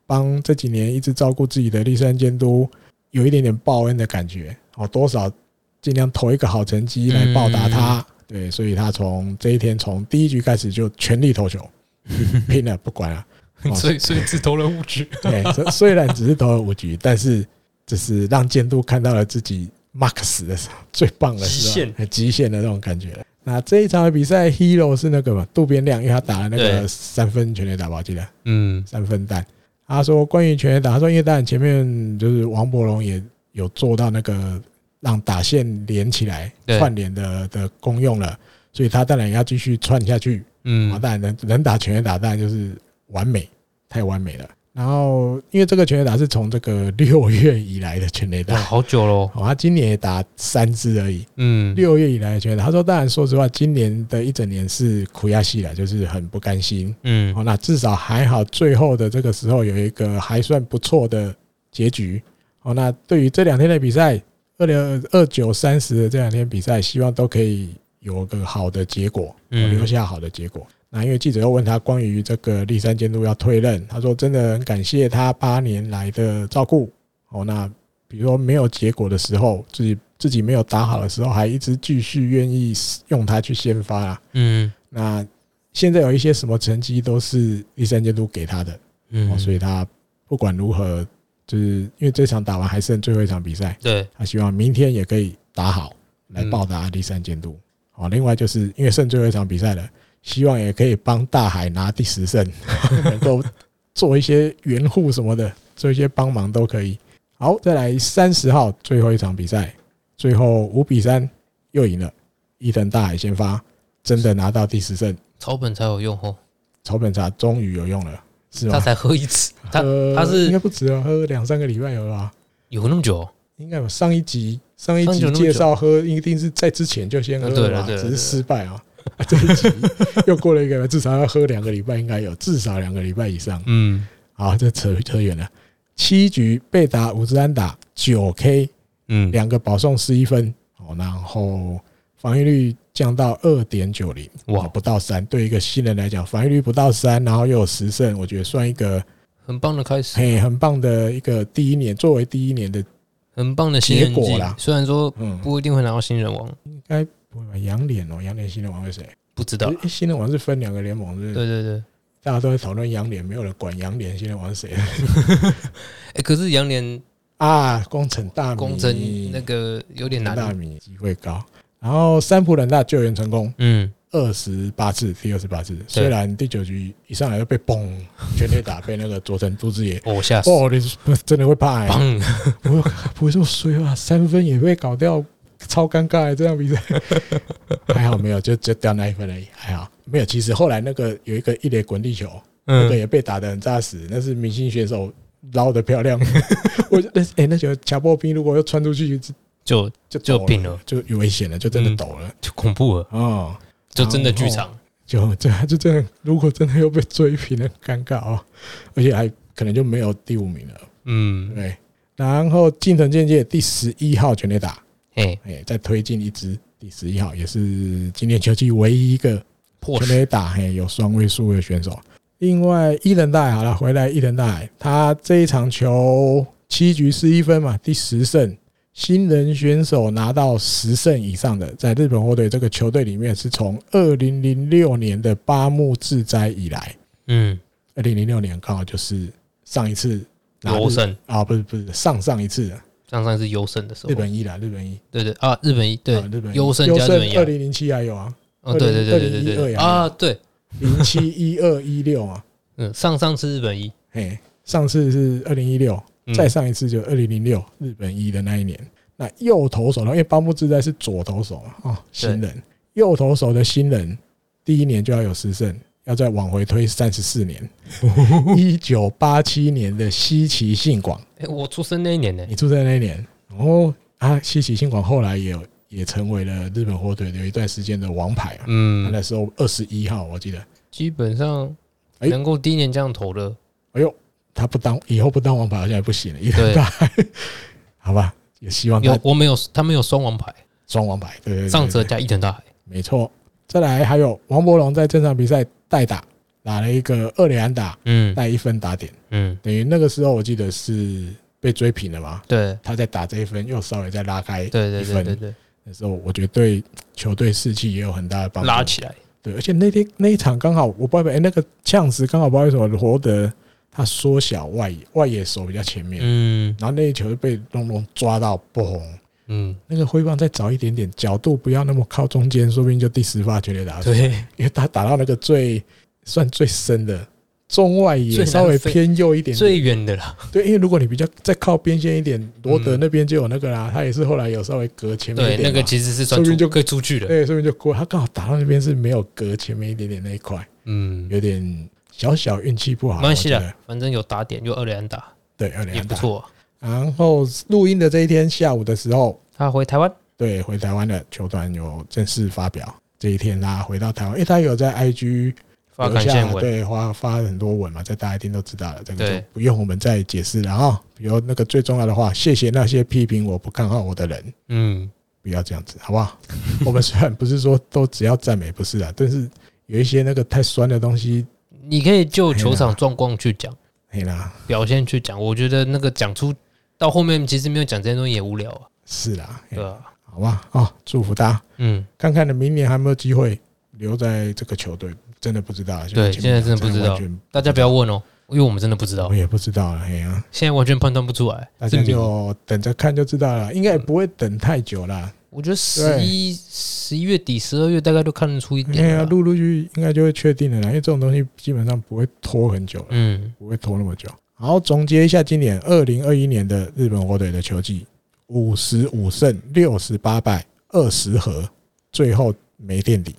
帮这几年一直照顾自己的立山监督有一点点报恩的感觉哦，多少尽量投一个好成绩来报答他。嗯对，所以他从这一天从第一局开始就全力投球， 拼了不管了。哦所以所以只投了五局。 对，虽虽然只是投了五局，但是只是让监督看到了自己 max 的时候，最棒的时候极限哎极限的那种感觉。那这一场的比赛，Hero 是那个嘛渡边亮，因为他打了那个对三分全垒打吧，我记得嗯，三分弹。他说关于全垒打，他说因为当然前面就是王伯龙也有做到那个让打线连起来对串联的的功用了，所以他当然也要继续串下去。啊，嗯，当然能能打全垒打，当然就是完美，太完美了。然后因为这个全垒打是从这个六月以来的全垒打哇，，好久喽。哦，他今年也打三支而已。嗯，六月以来的全垒打，他说当然说实话，今年的一整年是苦亚西了，就是很不甘心。嗯哦，那至少还好，最后的这个时候有一个还算不错的结局。哦，那对于这两天的比赛，二零二九三十的这两天比赛，希望都可以有个好的结果，嗯哦留下好的结果。那因为记者又问他关于这个立山监督要退任，他说真的很感谢他八年来的照顾。哦，那比如说没有结果的时候，自己自己没有打好的时候，还一直继续愿意用他去先发啊。嗯那现在有一些什么成绩都是第三监督给他的，哦，嗯，所以他不管如何，就是因为这场打完还剩最后一场比赛，对，他希望明天也可以打好，来嗯报答第三监督。哦，另外就是因为剩最后一场比赛了，希望也可以帮大海拿第十胜， 能够做一些援护什么的，做一些帮忙都可以。好，再来三十号最后一场比赛，最后五比三又赢了，伊藤大海先发，真的拿到第十胜。草本才有用哦，草本茶终于有用了，是他吗？才喝一 次，他喝他是应该不止哦，喝两三个礼拜有了吧？有那么久哦。应该有上一集上一上一集集有那么啊介绍喝，一定是在之前就先喝对了了吧，对了只是对了失败啊。啊这一 集又过了一个，至少要喝两个礼拜，应该有至少两个礼拜以上。嗯好，这扯扯远了。七局被打五支安打，九 K 嗯，两个保送失一分，哦，然后防御率降到二点九零，哇，哇，不到三，对一个新人来讲，防御率不到三，然后又有十胜，我觉得算一个很棒的开始，嘿，很棒的一个第一年，作为第一年的，很棒的新人结果季啦。虽然说嗯，不一定会拿到新人王，应该不会吧？杨脸哦，杨脸新人王是谁？不知道。诶新人王是分两个联盟，是啊对不是对对，大家都在讨论杨脸，没有人管杨脸新人王是谁 哎，可是杨连啊？工程大米，工程那个有点大难。米机会高，然后三浦人大救援成功嗯，二十八次，第二十八次，虽然第九局一上来就被嘣全垒 打，被那个佐藤都志也。哦，吓死，哦，你是 真的会怕、欸？棒，不会不会这么衰吧？三分也被搞掉，超尴尬、欸、这场比赛。 还好没有，就就掉那一分而已，还好没有。其实后来那个有一个一垒滚地球，那个嗯，也被打得很扎实，那是明 星选手捞得漂亮。我觉得，哎、那球乔波兵如果要穿出去，就就就抖病了，就有危险了，嗯就真的抖了就恐怖了，哦。就真的剧场。就这就真的，如果真的又被追平，很尴尬哦，而且还可能就没有第五名了。嗯，对，然后近藤健介第十一号全垒打，哎，哎、再推进一支第十一号，也是今年球季唯一一个破全十垒打嘿有双位数的选手。另外伊人大海好了，回来伊人大海，他这一场球七局失一分嘛，第十胜，新人选手拿到十胜以上的，在日本火腿这个球队里面是从二零零六年的八木治哉以来，嗯，二零零六年刚好就是上一次拿日优胜，啊，不是不是上上一次啊上上是优胜的时候日，本一啦，日本一对对啊，日本一对啊日本一优胜优加日本一胜二零零七还有啊，哦，对对对对对2012对呀啊，对，零七一二一六 啊，嗯，上上次日本一，嘿，上次是二零一六，嗯再上一次就二零零六日本一的那一年。那右投手呢？因为巴木自在是左投手嘛，哦，新人，右投手的新人第一年就要有十胜，要再往回推三十四 年，一九八七年的西崎信广，哎，我出生那一年呢，你住在那一年，然后啊，西崎信广后来也有也成为了日本火腿有一段时间的王牌啊，他嗯，那时候二十一号，我记得，基本上哎能够第一年这样投的，哎呦，他不当以后不当王牌好像也不行了，一对人大， 好吧，也希望他有我们有他们有双王牌，双王牌，对啊对对，上泽对加伊藤大海，没错。再来还有王柏龙在这场比赛代打，打了一个二连打，嗯带一分打点，嗯，等于那个时候我记得是被追平了嘛，对他在打这一分又稍微再拉开，对对一对分对对，那时候我觉得对球队士气也有很大的帮助，拉起来，对，而且那天那一场刚好我不知道，哎、那个呛子刚好不知道为什么罗德他缩小外野外野手比较前面，嗯然后那一球就被龙龙抓到不红，嗯，那个挥棒再早一点点，角度不要那么靠中间，说不定就第十发绝对打出，对，因为他打到那个最算最深的中外最野，难稍微飞偏右一点点。最远的啦，对，因为如果你比较再靠边线一点，罗德那边就有那个啦，他也是后来有稍微隔前面一对，那点嘛个，其实是说算不出定就可以出去了，对，说不定就过，他刚好打到那边是没有隔前面一点点那一块。嗯，有点小小运气不好，没关系我觉的得，反正有打点，有二连打对，有点也不大。错啊。然后录音的这一天下午的时候，他回台湾，对，回台湾的球团有正式发表。这一天他回到台湾，因为他有在 IG 发留感下谢文，对，发发很多文嘛，这大家一定都知道了，这个对就不用我们再解释了啊。比如那个最重要的话，谢谢那些批评我不看好我的人，嗯，不要这样子，好不 好？我们虽然不是说都只要赞美，不是啊，但是有一些那个太酸的东西，你可以就球哎场呀状况去讲，哎啦，表现去讲，我觉得那个讲出到后面其实没有讲这些东西也无聊啊，是啦，嘿对吧？好吧，啊、祝福大家。嗯，看看你明年还有没有机会留在这个球队，真的不知道。啊对像前面现在真的讲不知道完全大家不要问哦，因为我们真的不知我道们，也不知道了。哎呀、现在完全判断不出来，大是家谜。就等着看就知道了，应该也不会等太久啦。我觉得十一十一月底、十二月大概都看得出一哎点呀，了啦。陆陆续续应该就会确定了啦，因为这种东西基本上不会拖很久了，嗯，不会拖那么久。然后总结一下今年二零二一年的日本火腿的球季：五十五胜六十八败二十和，最后没垫 底，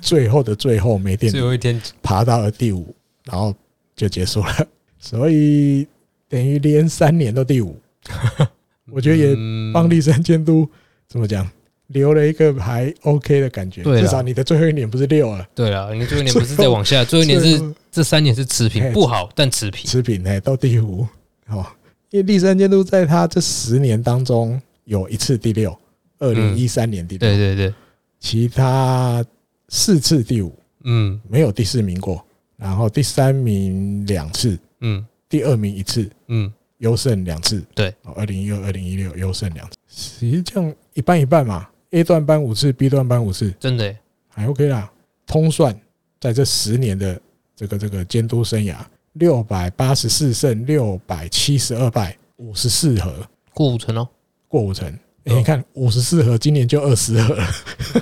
最后的最后没垫底最。后一天爬到了第五，然后就结束了，所以等于连三年都第 五。我觉得也嗯帮立山监督怎么讲，留了一个还 OK 的感觉，对啦至少你的最后一年不是六了，对了，你最后一年不是再往 下，最后一年最是后这三年是持平，哎不好但持平。持平哎，到第五哦。因为立山监督在他这十年当中有一次第六，二零一三年第六，嗯对对对，其他四次第五，嗯没有第四名过，然后第三名两次，嗯第二名一次，嗯，优胜两次，对哦，二零一二、二零一六优胜两次，其实这样一半一半嘛，A 段班五次，B 段班五次，真的耶还 OK 啦。通算在这十年的这个这个监督生涯，六百八十四胜，六百七十二败，五十四和过五成哦。过五成。哎哦你看五十四和，今年就二十和了，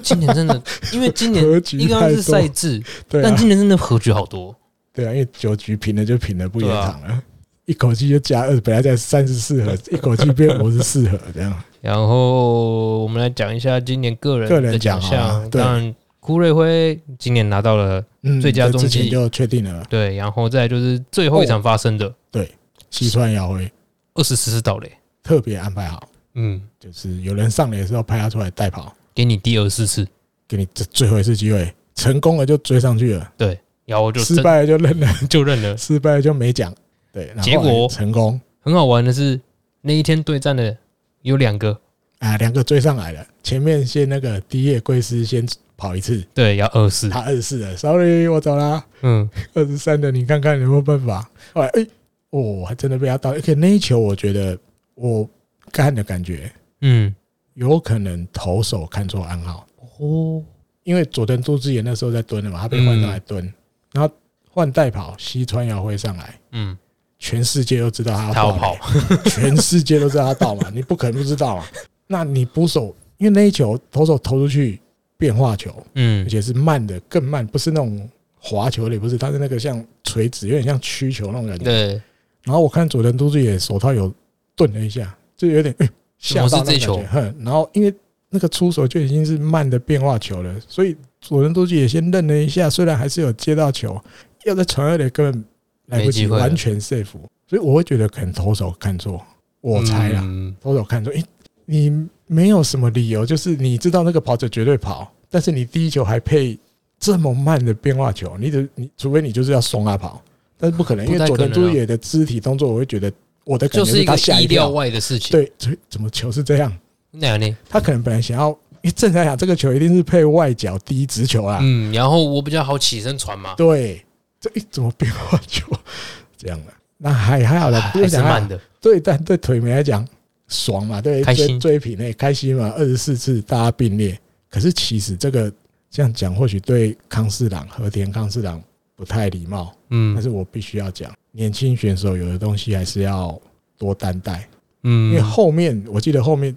今 年真的，因为今年格局一刚太是赛多。制，对但啊，今年真的和局好多。对啊，因为九局平了就平了，不延对啊长了，一口气就加二，本来在三十四和，一口气变五十四和这样。 然后我们来讲一下今年个人个人的奖奖好项了，对当然库瑞辉今年拿到了嗯，最佳这中之前继就确定了。对，然后再来就是哦最后一场发生的西川遥辉二十四次倒垒，特别安排好，嗯，就是有人上来的时候拍他出来带跑，给你第二四次，给你这最后一次机会，成功了就追上去了，然后我就失真败了就认了， 就认了。失败了就没奖。对，然后哎结果成功很好玩的是，那一天对战的有两个，啊，两个追上来了，前面先那个第一叶贵司先跑一次，对，要二四，他二十四的，sorry，我走啦。嗯，二十三的，你看看有没有办法？后来，哎、哦，还真的被他到，而且那一球，我觉得我看的感觉嗯，有可能投手看错暗号，哦，因为佐藤杜之言那时候在蹲了嘛，他被换上嗯来蹲，然后换代跑西川遥辉上来，嗯，全世界都知道他他要爆跑垒，全世界都知道他到嘛，你 不可能不知道啊。那你捕手，因为那一球投手投出去变化球，嗯而，且是慢的，更慢，不是那种滑球的，也不是，它是那个像垂直，有点像曲球那种感觉。对，然后我看佐藤都志也手套有顿了一下，就有点哎怎吓、么是到那种这球感觉哼，然后因为那个出手就已经是慢的变化球了，所以佐藤都志也先愣了一下，虽然还是有接到球，要在传二垒根本来不没及，机会了完全 safe。所以我会觉得可能投手看错，我猜啦，嗯投手看错，哎、你没有什么理由，就是你知道那个跑者绝对跑，但是你第一球还配这么慢的变化球，你得你除非你就是要松啊跑，但是不可能，因不为太佐可能藤啊朱野的肢体动作，我会觉得我的感就觉是一他个吓意一料跳，外的事情。对，所以怎么球是这样？那样呢？他可能本来想要，因为正常想这个球一定是配外角低直球啦，嗯，然后我比较好起身传嘛，对，这一怎么变化球这样的、啊那还还好啦，不还是想要慢的，对，但对腿美来讲，爽嘛，对，开追心追平诶，哎开心嘛，二十四次大家并列。可是其实这个这样讲，或许对康士朗、和田康士朗不太礼貌，但嗯是我必须要讲，年轻选手有的东西还是要多担待，因为嗯，后面我记得后面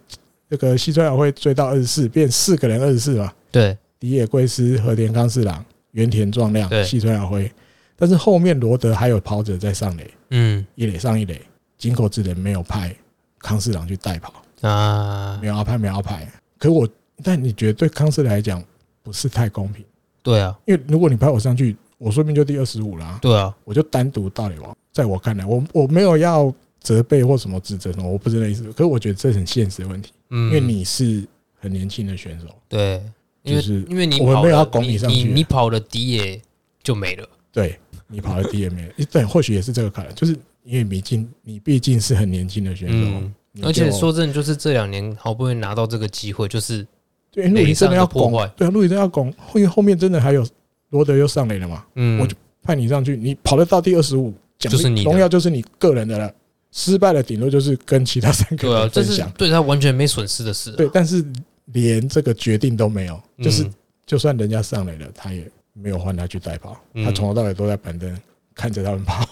这个西川遥会追到二十四，变四个人二十四嘛，对，迪野圭司、和田康士朗、原田壮亮对、西川遥辉，但是后面罗德还有跑者在上垒。嗯一垒上一垒，井口智人没有派康士朗去代跑，啊没，有要派，没有要派。可我，但你觉得对康士来讲不是太公平？对啊，因为如果你派我上去，我说不定就第二十五啦，对啊，我就单独到垒王。在我看来，我我没有要责备或什么指责什么，我不是那意思。可是我觉得这很现实的问题，嗯，因为你是很年轻的选手，对，因为就是因为你我们跑没有了要拱你上你去啊你跑了底也就没了，对你跑到 DMA，对， 或许也是这个可能，就是因为毕竟你毕竟是很年轻的选手嗯，你而且就说真的，就是这两年好不容易拿到这个机会，就是对，因为陆垒里真上的的要破拱坏，对啊，陆里真的要拱，后后面真的还有罗德又上来了嘛，嗯，我就派你上去，你跑得到第二十五，奖就是你励的荣耀就是你个人的了，失败的顶多就是跟其他三对个啊，人这分是享，对他完全没损失的事啊、对，但是连这个决定都没有，嗯就是就算人家上来了，他也没有换他去代跑，嗯他从头到尾都在板凳看着他们跑，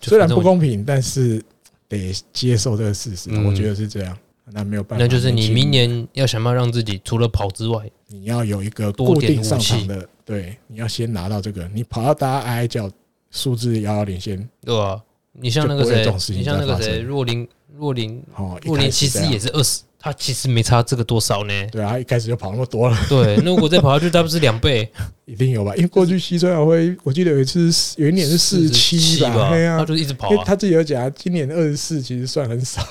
就虽然反正不公平，但是得接受这个事实，嗯我觉得是这样。那没有办法，那就是你年轻明年要想办法让自己除了跑之外，你要有一个多固点定上武器场的，对，你要先拿到这个。你跑到大家哀哀叫，数字遥遥领先，对吧、你像那个就不会有谁这种事，情你像那个再发谁，生若琳，若琳，哦，一若琳开其始这实样。也是二十，他其实没差这个多少呢对啊，他一开始就跑那么多了，对，那如果再跑下去，他不是两 倍？一定有吧？因为过去西川遥辉，我记得有一次是有一年是四十七吧，对他啊，就一直跑因为啊。他自己有讲，今年二十四其实算很 少，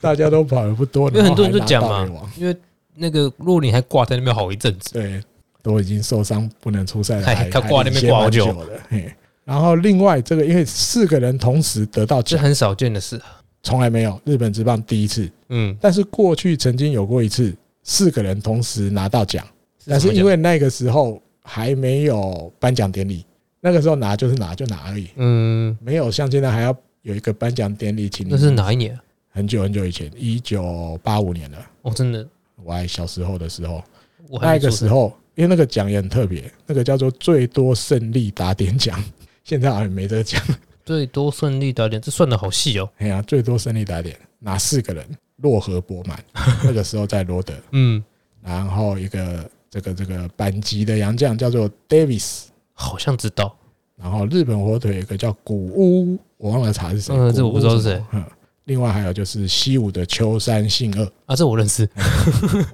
大家都跑的不多，因为很多人然后还就讲拿嘛大尾王，因为那个若琳还挂在那边好一阵子，对，都已经受伤不能出赛了，哎还他还挂那边领先挂好蛮久的。嘿然后另外这个，因为四个人同时得到这奖，很少见的事啊。从来没有日本职棒第一次，嗯，但是过去曾经有过一次，四个人同时拿到奖，但是怎么因讲为那个时候还没有颁奖典礼，那个时候拿就是拿就拿而已，嗯，没有像现在还要有一个颁奖典礼，请你那是哪一年啊？很久很久以前，一九八五年了，哦，真的，我还小时候的时候，我还那没个出时生。候因为那个奖也很特别，那个叫做最多胜利打点奖， 现在好像没这个奖，对，多顺利打点，这算的好细哦。哎呀，最多胜利打点拿四个人，漯河博 满，那个时候在罗德。嗯，然后一个这个这个板级的洋将叫做 Davis，好像知道。然后日本火腿有一个叫古屋，我忘了查是谁，嗯这我不知道是谁古屋什么。嗯另外还有就是西武的秋山信二，啊，这我认识，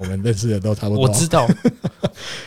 我们认识的都差不我多。知道，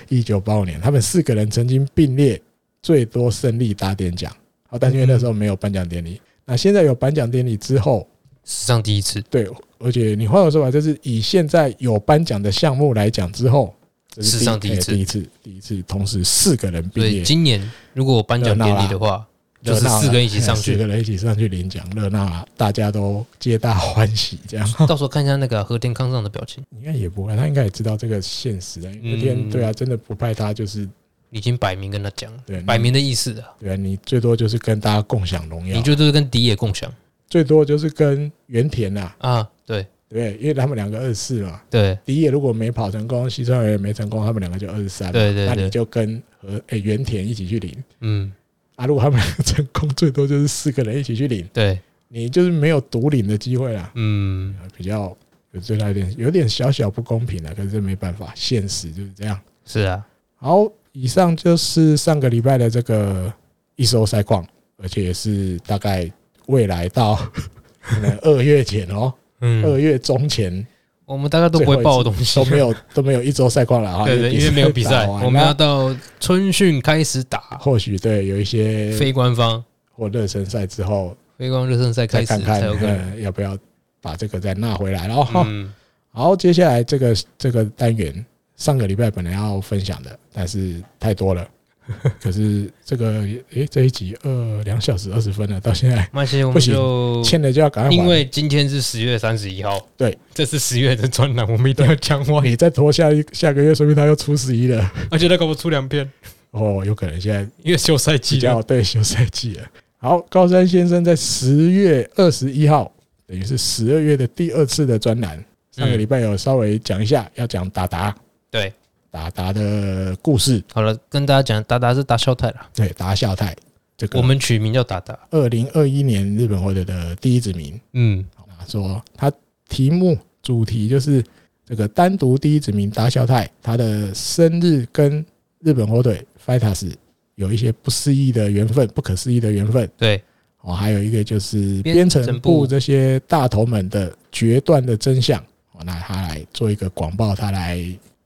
一九八五年，他们四个人曾经并列最多胜利打点奖，好，但是因为那时候没有颁奖典礼，那现在有颁奖典礼之后，史上第一次，对，而且你换个说法，就是以现在有颁奖的项目来讲之后，这是史上第一哎次第一次，第一次同时四个人毕所以业，今年如果我颁奖典礼的话，热 就是闹了四个人一起上哎四去，个人一起上去领奖，热闹啊，大家都皆大欢喜，这 样到时候看一下那个和田康上的表情，应该也不会，他应该也知道这个现实的。那嗯天对啊，真的不派他就是已经摆明跟他讲了，对摆你明的意思啊，对啊，你最多就是跟大家共享荣耀你，就都是跟敌也共享最多就是跟原田呐、啊，啊，对对不对，因为他们两个二十四嘛，对迪野如果没跑成功，西川也没成功，他们两个就二十三，对对那你对，就跟和诶原田一起去领嗯啊。如果他们两个成功，最多就是四个人一起去领，对你就是没有独领的机会啦，嗯，比较对他有点有点小小不公平啊了，可是这没办法，现实就是这样。是啊，好，以上就是上个礼拜的这个一周赛况，而且也是大概未来到 可能二月前哦，二嗯，月中前我们大概都不会报的东西都没。有都没有一周赛况了啊， 对对，因为没有比赛，打完我们要那到春训开始打或许对有一些非官方或热身赛之后非官方热身赛开再始看看才有可能。呃要不要把这个再纳回来了哦哈。嗯，好，接下来这个这个单元上个礼拜本来要分享的，但是太多了。 可是这个诶、这一集二两小时二十分了，到现在那些我不们行就欠的就要赶快还。嗯因为今天是十月三十一号，对，这是十月的专栏，我们一定 要讲完，你再拖下一下个月，说明他又出十一了。而且他给我出两篇，哦，有可能现在因为休赛比季 了较对休赛季了。好，高山先生在十月二十一号，等于是十二月的第二次的专栏，上个礼拜有稍微讲一下，要讲达达对，达达的故事，好了，跟大家讲，达达是达肖泰了，对达孝泰这个我们取名叫达达。二零二一年日本获得的第一指名。嗯，啊，说他题目主题就是这个单独第一指名达孝泰，他的生日跟日本火腿 Fighters 有一些不思议的缘分，不可思议的缘分。对，哦，还有一个就是编编程部程部这些大头们的决断的真相。哦，那他来做一个广报，他来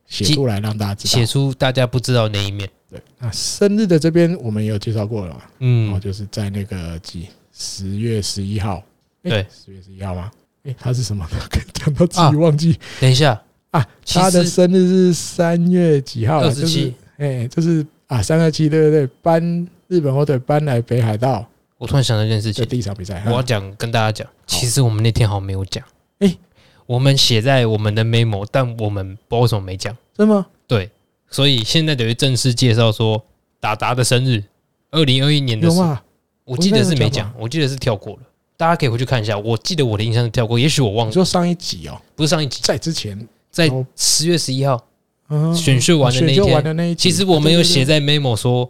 写出来让大家知写道。出大家不知道那一面。对，那生日的这边我们也有介绍过了嘛？哦，嗯，就是在那个几十月十一号，诶对十月十一号吗？诶，他是什 么？讲到自己忘记等一下，啊。其他的实生日是三月几号啊？ 27就是诶，就是啊，三二七，对对对，搬日本火腿搬来北海道我突然想到一件事这情，第一场比赛。我要啊讲跟大家讲，其实我们那天好像没有讲。诶我们写在我们的 memo，但我们包总没讲。真的吗？对，所以现在等于正式介绍说达达的生日，二零二一年的有时候，吗？我记得是没我应该有讲讲，我记得是跳过了。大家可以回去看一下，我记得我的印象是跳过，也许我忘你了，说上一集哦，不是上一集，在之前在哦十月十一号嗯选秀完的那选一秀完天，的那一集，其实我们有写对，在 memo 说，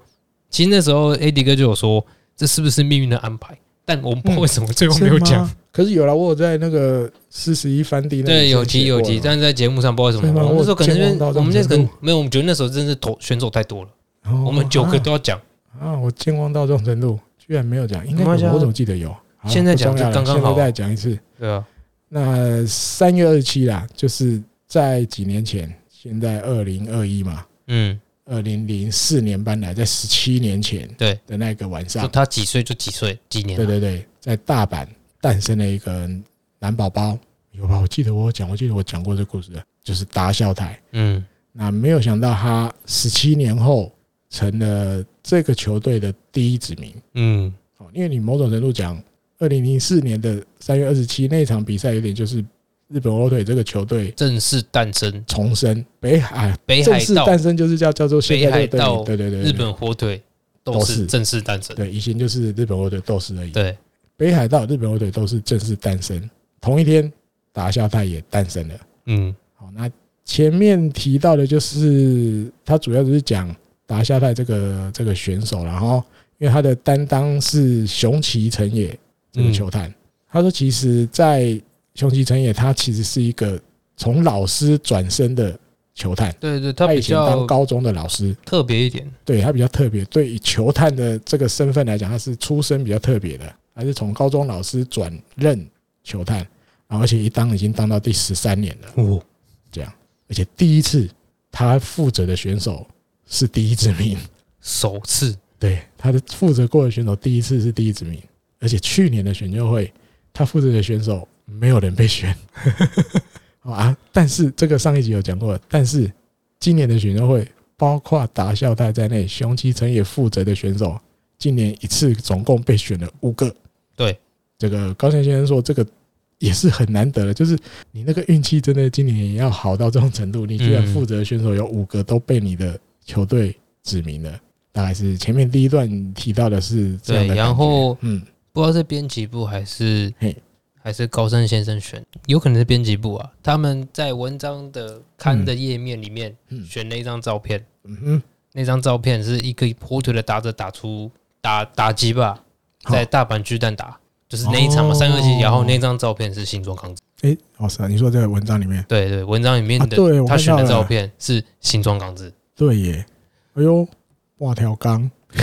其实那时候 AD 哥就有说，这是不是命运的安排？但我们不知道为什么最对后对没有嗯是讲吗。可是有了，我有在那个四十一翻地那里对，有先集写有过集，了但是在节目上不知道为什对么，吗我们那时候可能因我健忘为到这我种们那时候可能程没有，我们觉得那时候真的是投选手太多了，哦我们九个啊都要讲。啊，我健忘到这种程度，居然没有讲，应该没关系啊有我怎么记得有？好现在不重讲就要了刚刚现好在再讲一次。对啊，那三月二十七啦，就是在几年前，现在二零二一嘛，嗯，二零零四年搬来，在十七年前对的那个晚就上，他几岁就几岁，几年啊对对对，在大阪诞生了一个男宝宝，有吧？我记得我有讲，我记得我讲过这故事的，就是达孝台。嗯，那没有想到他十七年后成了这个球队的第一指名。嗯，哦，因为你某种程度讲，二零零四年的三月二十七那一场比赛，有点就是日本火腿这个球队正式诞生重生北海北正海式道诞生，就是叫叫做现在这北海道个队名，对对对，对日本火腿都都是是正式诞生。对，以前就是日本火腿斗士而已。对，北海道日本火腿都是正式诞生，同一天达孝泰也诞生了。嗯，好，那前面提到的就是他主要就是讲达夏泰这个这个选手，然后因为他的担当是熊崎诚也这个球探，嗯他说其实，在熊崎诚也他其实是一个从老师转身的球探，对对，他他比以前当较高中的老师，特别一点。对他比较特别，对以球探的这个身份来讲，他是出身比较特别的，他是从高中老师转任球探，然后而且一当已经当到第十三年了。哦，这样。而且第一次他负责的选手是第一指名，首次，对他的负责过的选手第一次是第一指名，而且去年的选秀会他负责的选手没有人被 选好啊。但是这个上一集有讲过，但是今年的选秀会包括达孝泰在内，熊崎诚也负责的选手，今年一次总共被选了五个。对，这个高贤先生说，这个也是很难得的，就是你那个运气真的今年也要好到这种程度，你居然嗯负责的选手有五个都被你的球队指名了。大概是前面第一段提到的是这样的感对觉，然后嗯，不知道是编辑部还是嘿还是高山先生选，有可能是编辑部啊。他们在文章的刊的页面里面嗯选了一张照片，嗯哼，那张照片是一个火腿的打者打出打打击吧，在大阪巨蛋打，就是那一场嘛，哦三二七。然后那张照片是新庄康子，哎，老师啊，你说在文章里面，对对，文章里面啊的对我他看选的到了照片是新庄康子，对耶，哎呦，挂条纲，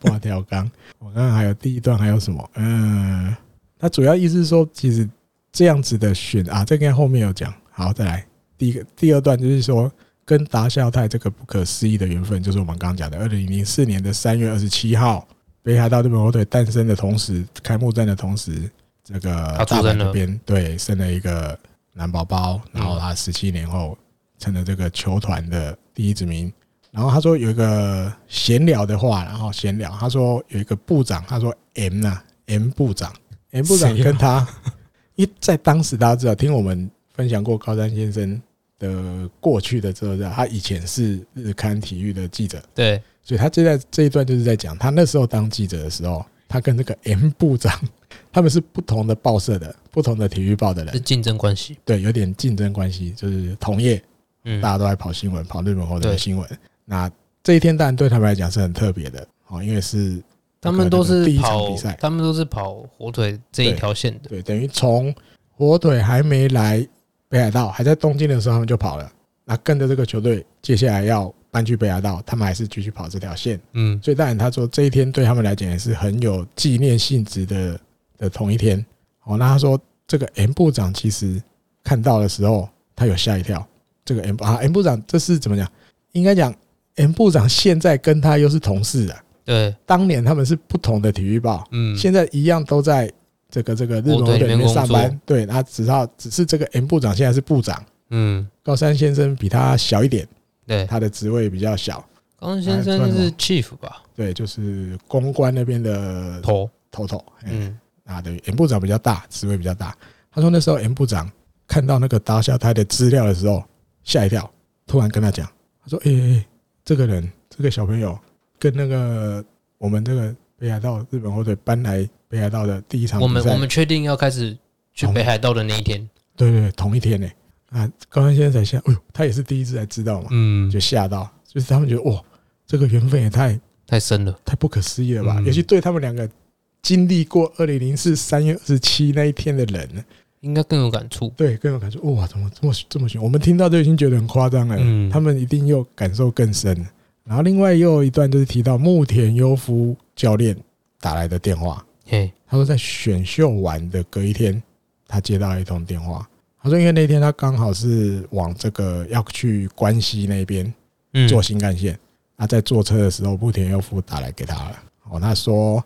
挂条纲。我刚刚还有第一段还有什么？嗯，他主要意思是说，其实这样子的选啊，这个应该后面有讲。好，再来第一个第二段就是说，跟达孝泰这个不可思议的缘分，就是我们刚刚讲的，二零零四年的三月二十七号，北海道日本火腿诞生的同时，开幕战的同时，这个他出大阪生了这边对生了一个男宝宝，然后他十七年后成了这个球团的第一指名。然后他说有一个闲聊的话，然后闲聊，他说有一个部长，他说 M 呐、m 部长，M 部长谁啊跟他，因为在当时大家知道，听我们分享过高山先生的过去的这个，他以前是日刊体育的记者，对，所以他这在这一段就是在讲他那时候当记者的时候，他跟这个 M 部长，他们是不同的报社的，不同的体育报的是人，竞争关系。对，有点竞争关系，就是同业，嗯大，家都在跑新闻，跑日本或者对新闻。那这一天当然对他们来讲是很特别的，哦，因为是他们都是第一场跑比赛，他们都是跑火腿这一对条线的。对，等于从火腿还没来北海道，还在东京的时候，他们就跑了。那跟着这个球队，接下来要搬去北海道，他们还是继续跑这条线。嗯，所以当然他说这一天对他们来讲也是很有纪念性质的的同一天。哦，那他说这个 M 部长其实看到的时候，他有吓一跳。这个 M 啊，M 部长这是怎么讲？应该讲 M 部长现在跟他又是同事啊，对，当年他们是不同的体育报，嗯，现在一样都在这个这个日本火队腿里里面面上工班。对，他只要只是这个 M 部长现在是部长，嗯，高山先生比他小一点，对，他的职位比较小。刚先生是 chief 吧，对，就是公关那边的头，头头，嗯，嗯，啊，对，M 部长比较大，职位比较大。他说那时候 M 部长看到那个达孝泰的资料的时候，吓一跳，突然跟他讲，他说：“哎、欸这个人，这个小朋友，跟那个我们这个北海道日本火腿搬来北海道的第一场我比们赛我，们确定要开始去北海道的那一天，对对对，同一天呢、啊，高山先生才吓，哎呦，他也是第一次才知道嘛，嗯就，吓到，就是他们觉得哇，这个缘分也太太深了，太不可思议了吧？嗯尤其对他们两个经历过二零零四三月二十七那一天的人，应该更有感触。对更有感受。哇，怎么这么这么悬？我们听到就已经觉得很夸张了，嗯他们一定又感受更深。然后另外又有一段就是提到木田优夫教练打来的电话，嘿，他说在选秀完的隔一天，他接到一通电话。他说，因为那天他刚好是往这个要去关西那边，嗯，坐新干线。他在坐车的时候，布田佑夫打来给他了。哦，他说，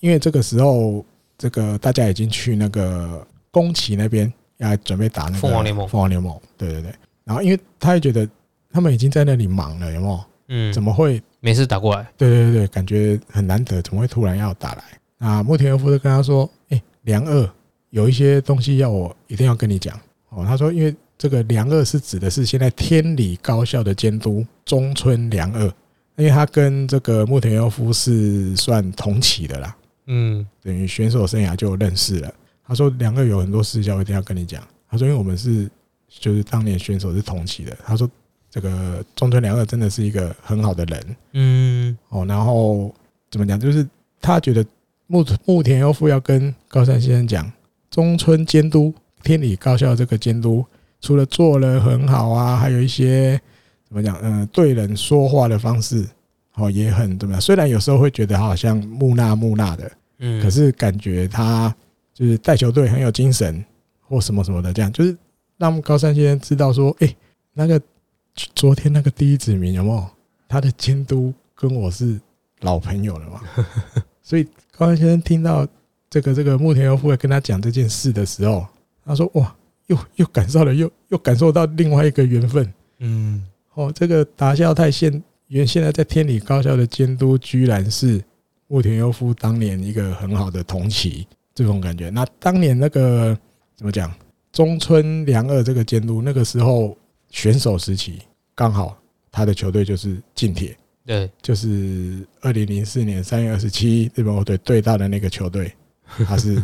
因为这个时候，这个大家已经去那个宫崎那边，要准备打那个凤凰联盟凤凰联盟，对对对。然后，因为他也觉得他们已经在那里忙了，有没有？嗯，怎么会？没事打过来？对对对，感觉很难得，怎么会突然要打来？啊，木田佑夫就跟他说：“哎，梁二有一些东西要我一定要跟你讲。”哦，他说，因为这个梁二是指的是现在天理高校的监督中村梁二，因为他跟这个木田佑夫是算同期的啦，嗯，等于选手生涯就认识了。他说梁二有很多事情我一定要跟你讲。他说因为我们是就是当年选手是同期的，他说这个中村梁二真的是一个很好的人嗯，哦。然后怎么讲，就是他觉得木木田优夫要跟高山先生讲，中村监督天理高校这个监督，除了做人很好啊，还有一些怎么讲，嗯、对人说话的方式。哦，也很怎么样？虽然有时候会觉得他好像木讷木讷的，嗯，可是感觉他就是带球队很有精神，或什么什么的，这样就是让高山先生知道说，哎、那个昨天那个第一指名有没有他的监督跟我是老朋友了嘛？所以高山先生听到这个这个木田优夫跟他讲这件事的时候，他说哇，又又感受了，又又感受到另外一个缘分嗯，哦。这个达孝太现原现在在天理高校的监督，居然是木田优夫当年一个很好的同期，这种感觉。那当年那个怎么讲，中村良二这个监督，那个时候选手时期刚好他的球队就是近铁，对，就是二零零四年三月二十七日本火腿对到的那个球队，他是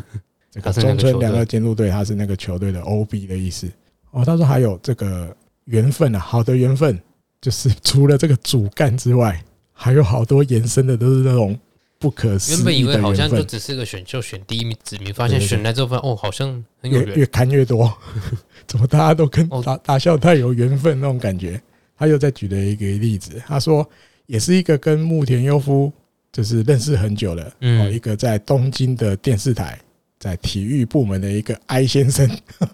这个 他是那中个球村队良二监督队，他是那个球队的 OB 的意思。哦，他说还有这个缘分啊，好的缘分，就是 除了这个主干之外，还有好多延伸的都是那种不可思原本议以的为好缘像就分，只是个选秀选第一名指名，发现对对对选来之后发现哦，好像很有越缘，越看越多， 怎么大家都跟哦打打笑太有缘分那种感觉。他又再举了一个例子，他说也是一个跟木田优夫就是认识很久了，哦，一嗯，个在东京的电视台，在体育部门的一个 I 先生，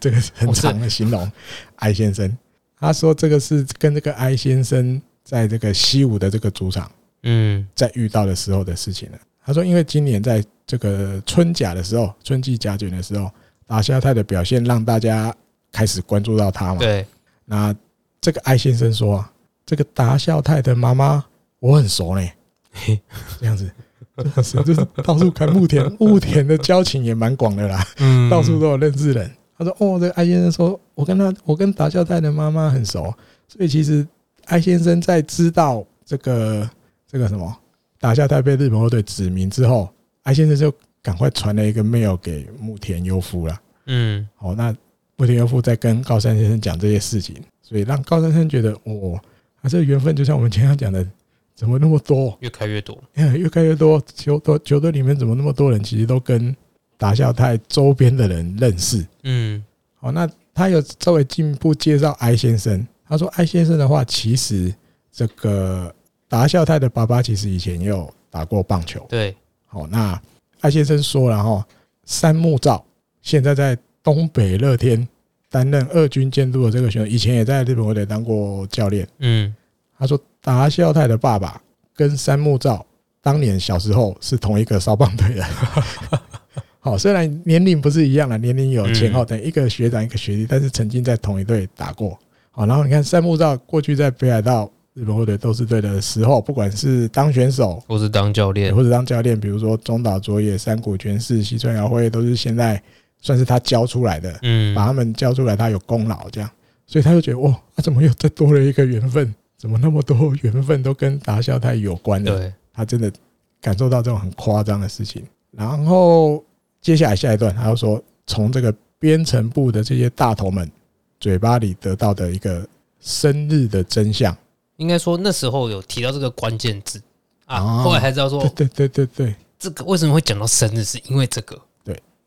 这个是很长的形容，I 哦先生，他说这个是跟这个 I 先生在这个西武的这个主场嗯，在遇到的时候的事情了。他说，因为今年在这个春甲的时候，春季甲卷的时候，打下泰的表现让大家开始关注到他嘛，对，那这个艾先生说啊，这个达孝太的妈妈我很熟呢，嘿这样子， 就是就是到处看木田，木田的交情也蛮广的啦，嗯到处都有认识人。他说：“哦，这个艾先生说，我跟他，我跟达孝太的妈妈很熟，所以其实艾先生在知道这个这个什么达孝太被日本火队指名之后，艾先生就赶快传了一个 mail 给木田优夫了。”嗯，哦，那木田优夫在跟高山先生讲这些事情，所以让高山先生觉得，哦，啊，这个缘分就像我们前面讲的，怎么那么多？越开越多，哎越开越多，球队球队里面怎么那么多人？其实都跟达孝泰周边的人认识。嗯，哦，那他有稍微进一步介绍艾先生，他说艾先生的话，其实这个达孝泰的爸爸其实以前也有打过棒球。对，好，那艾先生说了哈，三木照现在在东北乐天担任二军监督的这个选手，以前也在日本火腿当过教练。嗯，他说，达孝泰的爸爸跟三木照当年小时候是同一个少棒队的。 好，虽然年龄不是一样了，年龄有前后，等一个学长一个学弟，但是曾经在同一队打过。好，然后你看三木照过去在北海道日本火腿斗士队的时候，不管是当选手我是当教练，或者当教练，比如说中岛卓也、山谷全士、西村遥辉，都是现在算是他教出来的，嗯，把他们教出来，他有功劳这样，所以他就觉得哇，他、怎么又再多了一个缘分？怎么那么多缘分都跟达孝太有关的？对，他真的感受到这种很夸张的事情。然后接下来下一段，他又说从这个编程部的这些大头们嘴巴里得到的一个生日的真相。应该说那时候有提到这个关键字啊，哦后来才知道说对对对对对，这个为什么会讲到生日，是因为这个，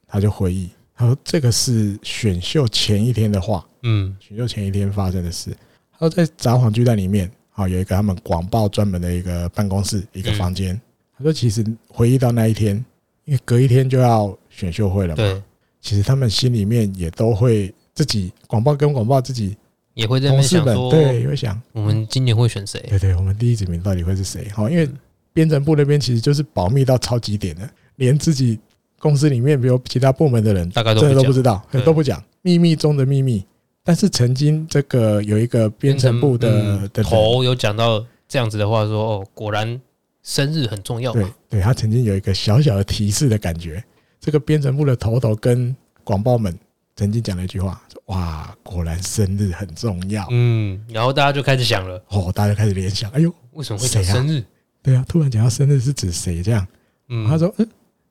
他就回忆，他说这个是选秀前一天的话，嗯，选秀前一天发生的事。他说在札幌巨蛋里面，啊，有一个他们广报专门的一个办公室，一个嗯房间。他说其实回忆到那一天，因为隔一天就要选秀会了嘛，对，其实他们心里面也都会自己广报跟广报自己也会在那同边事想们说，对会想，我们今年会选谁？对对，我们第一指名到底会是谁？好，因为嗯编程部那边其实就是保密到超级点的，连自己公司里面比如其他部门的人大概都这不都讲不知道，对都不讲，秘密中的秘密。但是曾经这个有一个编程部的嗯的人头有讲到这样子的话说，哦，果然生日很重要对嘛，对，他曾经有一个小小的提示的感觉。这个编程部的头头跟广报们曾经讲了一句话：说哇，果然生日很重要。嗯，然后大家就开始想了，哦，大家就开始联想，哎呦，为什么会讲谁啊生日？对啊，突然讲到生日是指谁这样？嗯，他说，嗯，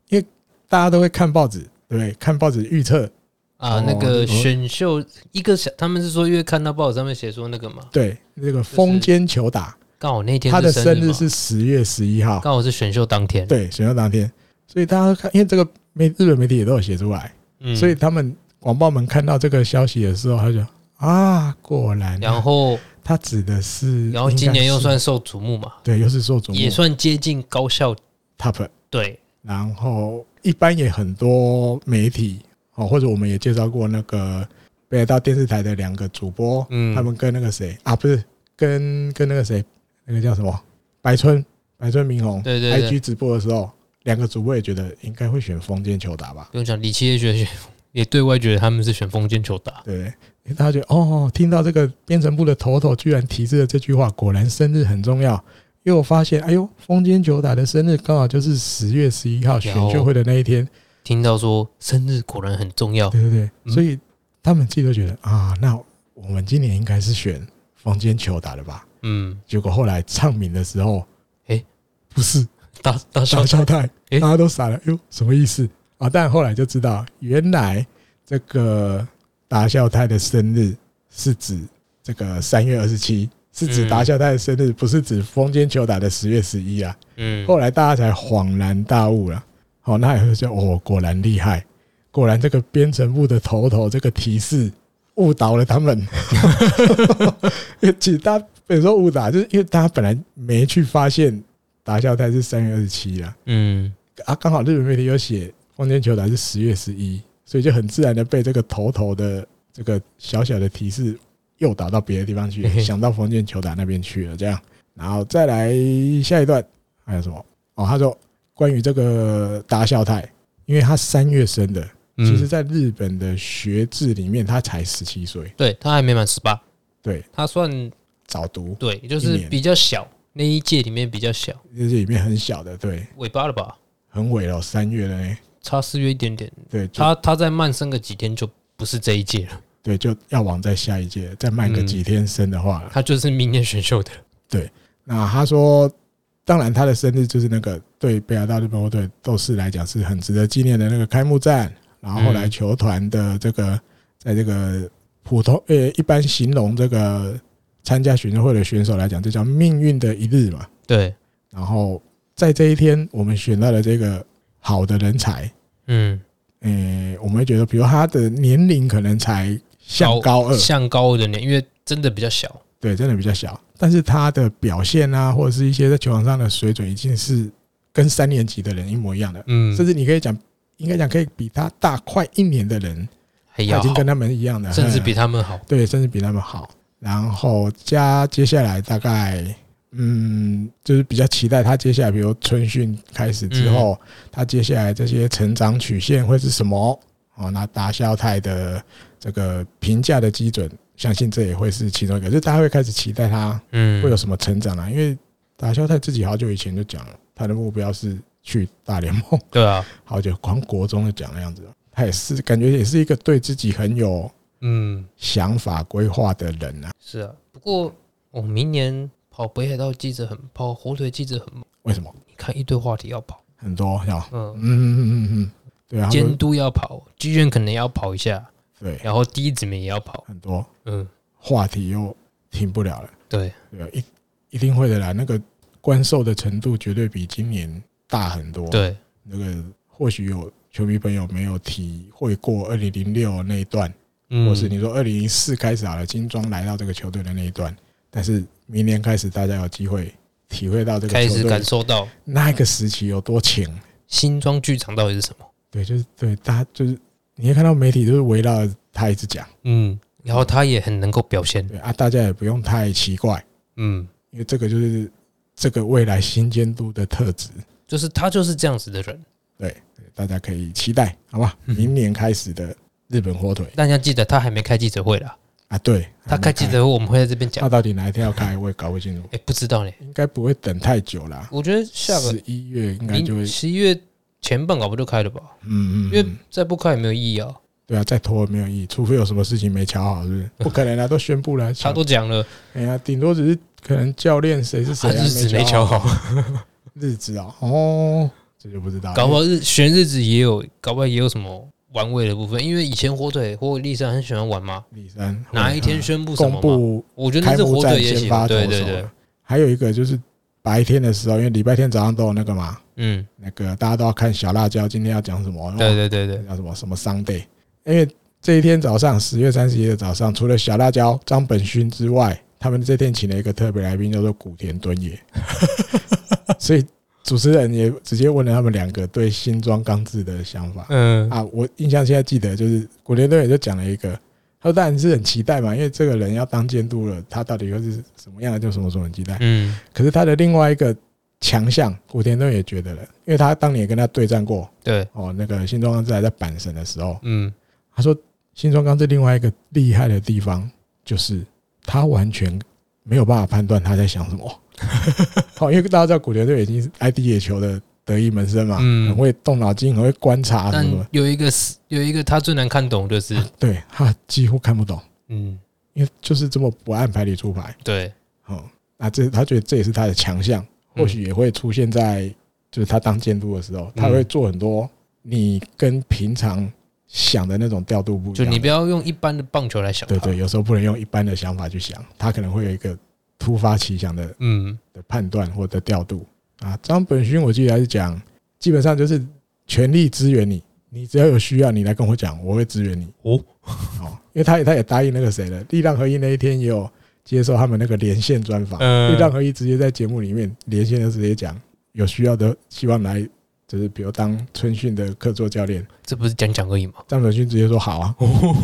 因为大家都会看报纸，对不对？看报纸预测，啊，哦那我个选秀一个小，他们是说因为看到报纸上面写说那个嘛，对那个风间球打，刚好那天他的是生日日嘛是十月十一号，刚好是选秀当天，对，选秀当天，所以大家看，因为这个媒日本媒体也都有写出来，嗯，所以他们广报们看到这个消息的时候，他就啊，果然啊、然后他指的是，然后今年又应该算是受瞩目嘛，对，又是做主也算接近高校 top，对，然后一般也很多媒体哦，或者我们也介绍过那个北海道电视台的两个主播，嗯他们跟那个谁啊，不是跟跟那个谁，那个叫什么白村白村明宏对对对 i g 直播的时候，两个主位觉得应该会选封建球打吧？不用讲，李奇也觉得选也对外觉得他们是选封建球打，对，大家觉得哦，听到这个编程部的头头居然提示了这句话，果然生日很重要。因为我发现，哎呦，封建球打的生日刚好就是十月十一号选秀会的那一天，听到说生日果然很重要， 对对嗯对，所以他们自己都觉得啊，那我们今年应该是选封建球打的吧？嗯，结果后来唱名的时候，诶不是大大打小小太，诶大家都傻了，哟，什么意思啊？但后来就知道，原来这个达孝太的生日是指这个三月二十七，是指嗯达孝太的生日，不是指封建球打的十月十一啊。嗯，后来大家才恍然大悟了。好，那也就哦，果然厉害，果然这个编程部的头头这个提示误导了他们。 因为其实大家本说误导，就是因为大家本来没去发现达孝泰是三月二十七啦，嗯，啊，刚好日本媒体有写荒间球打是十月十一，所以就很自然的被这个头头的这个小小的提示诱导到别的地方去 嘿，嘿想到封建球打那边去了。这样，然后再来下一段还有什么？哦，他说关于这个达孝太，因为他三月生的，嗯其实在日本的学制里面他才十七岁，对他还没满十八，对，他算早读，对，就一是年比较小那一届里面比较小，就是里面很小的，对，尾巴了吧，很尾了，三月了呢，差四月一点点，对，就他他再慢生个几天就不是这一届了，对，就要往在下一届再慢个嗯几天生的话，他就是明年选秀的，那他说，当然他的生日就是那个对北海道日本火腿斗士来讲是很值得纪念的那个开幕战，然后后来嗯球团的这个在这个普通呃、一般形容这个参加选秀会的选手来讲，这叫命运的一日嘛。对，然后在这一天，我们选到了这个好的人才，嗯，诶、我们会觉得，比如他的年龄可能才像高二，像高二的年，因为真的比较小，对，真的比较小。但是他的表现啊，或者是一些在球场上的水准，已经是跟三年级的人一模一样的，嗯，甚至你可以讲，应该讲可以比他大快一年的人，还他要已经好，跟他们一样的，甚至比嗯他们好，对，甚至比他们好。然后加接下来大概，嗯，就是比较期待他接下来，比如春训开始之后，他接下来这些成长曲线会是什么？哦，那达肖泰的这个评价的基准，相信这也会是其中一个，就是大家会开始期待他嗯，会有什么成长啊？因为达肖泰自己好久以前就讲了，他的目标是去大联盟， 对啊，好久，狂国中就讲那样子了。他也是感觉也是一个对自己很有嗯，想法规划的人啊。是啊，不过我明年跑北海道记者很跑火腿记者很忙，为什么？你看一堆话题要跑，很多要，嗯嗯，嗯嗯嗯，对啊，他监们哎督要跑，剧院可能要跑一下，对然后第一子们也要跑，很多嗯，话题又停不了了。对，对啊，一一定会的啦。那个关售的程度绝对比今年大很多。，对，那个或许有球迷朋友没有体会过二零零六那一段。嗯，或是你说二零零四开始好了，金庄来到这个球队的那一段，但是明年开始大家有机会体会到这个开球始感队受到那个时期有多强。新庄剧场到底是什么，对，就是对大家就是你会看到媒体就是围绕着他一直讲，嗯，然后他也很能够表现，对啊，大家也不用太奇怪，嗯，因为这个就是这个未来新监督的特质，就是他就是这样子的人，大家可以期待，好吧？嗯明年开始的日本火腿大家记得他还没开记者会啦，啊，对，他开记者，会我们会在这边讲他，到底哪一天要开，我也搞不清楚，哎，不知道呢，应该不会等太久啦。我觉得下个十一月应该就会明，十一月前半搞不就开了吧，嗯嗯，嗯因为再不开也没有意义啊。对啊，再拖也没有意义，除非有什么事情没瞧好，是 不是？不可能啊，都宣布了，他都讲了，哎呀，顶多只是可能教练谁是谁、他啊，日子没瞧瞧好， 日子啊，哦，这就不知道了。搞不好日选日子也有，搞不好也有什么玩味的部分。因为以前火腿或丽珊很喜欢玩嘛，李三啊哪一天宣布什嗯公么嘛？布我觉得那开是幕火战腿也喜先欢，发投对手，对对，还有一个就是白天的时候，因为礼拜天早上都有那个嘛，嗯，那个大家都要看小辣椒今天要讲什么，对对对对，叫什么什么 Sunday，因为这一天早上十月三十一的早上，除了小辣椒张本勋之外，他们这天请了一个特别来宾，叫做古田敦也， 所以主持人也直接问了他们两个对新庄刚志的想法嗯啊。我印象现在记得就是古田敦也就讲了一个，他说当然是很期待嘛，因为这个人要当监督了，他到底又是什么样的，就什么什么很期待。嗯可是他的另外一个强项，古田队也觉得了，因为他当年也跟他对战过对，哦，那个新庄刚志还在阪神的时候，嗯，他说新庄刚志另外一个厉害的地方就是他完全没有办法判断他在想什么。好，因为大家知道古田队已经是 ID 野球的得意门生嘛，嗯很会动脑筋，很会观察什但么什么，有一个是有一个他最难看懂就是，对他几乎看不懂，嗯，因为就是这么不按牌理出牌。对，哦，那这他觉得这也是他的强项，或许也会出现在就是他当监督的时候，他会做很多你跟平常想的那种调度不一就样的。你不要用一般的棒球来想它，对对，有时候不能用一般的想法去想，他可能会有一个突发奇想的嗯，的判断或者调度啊。张本勋我记得还是讲，基本上就是全力支援你，你只要有需要，你来跟我讲，我会支援你。哦，哦，因为他也他也答应那个谁了，力量合一那一天也有接受他们那个连线专访，嗯啊力量合一直接在节目里面连线就直接讲，有需要的希望来，就是比如当春训的客座教练，这不是讲讲而已嘛，张本勋直接说好啊，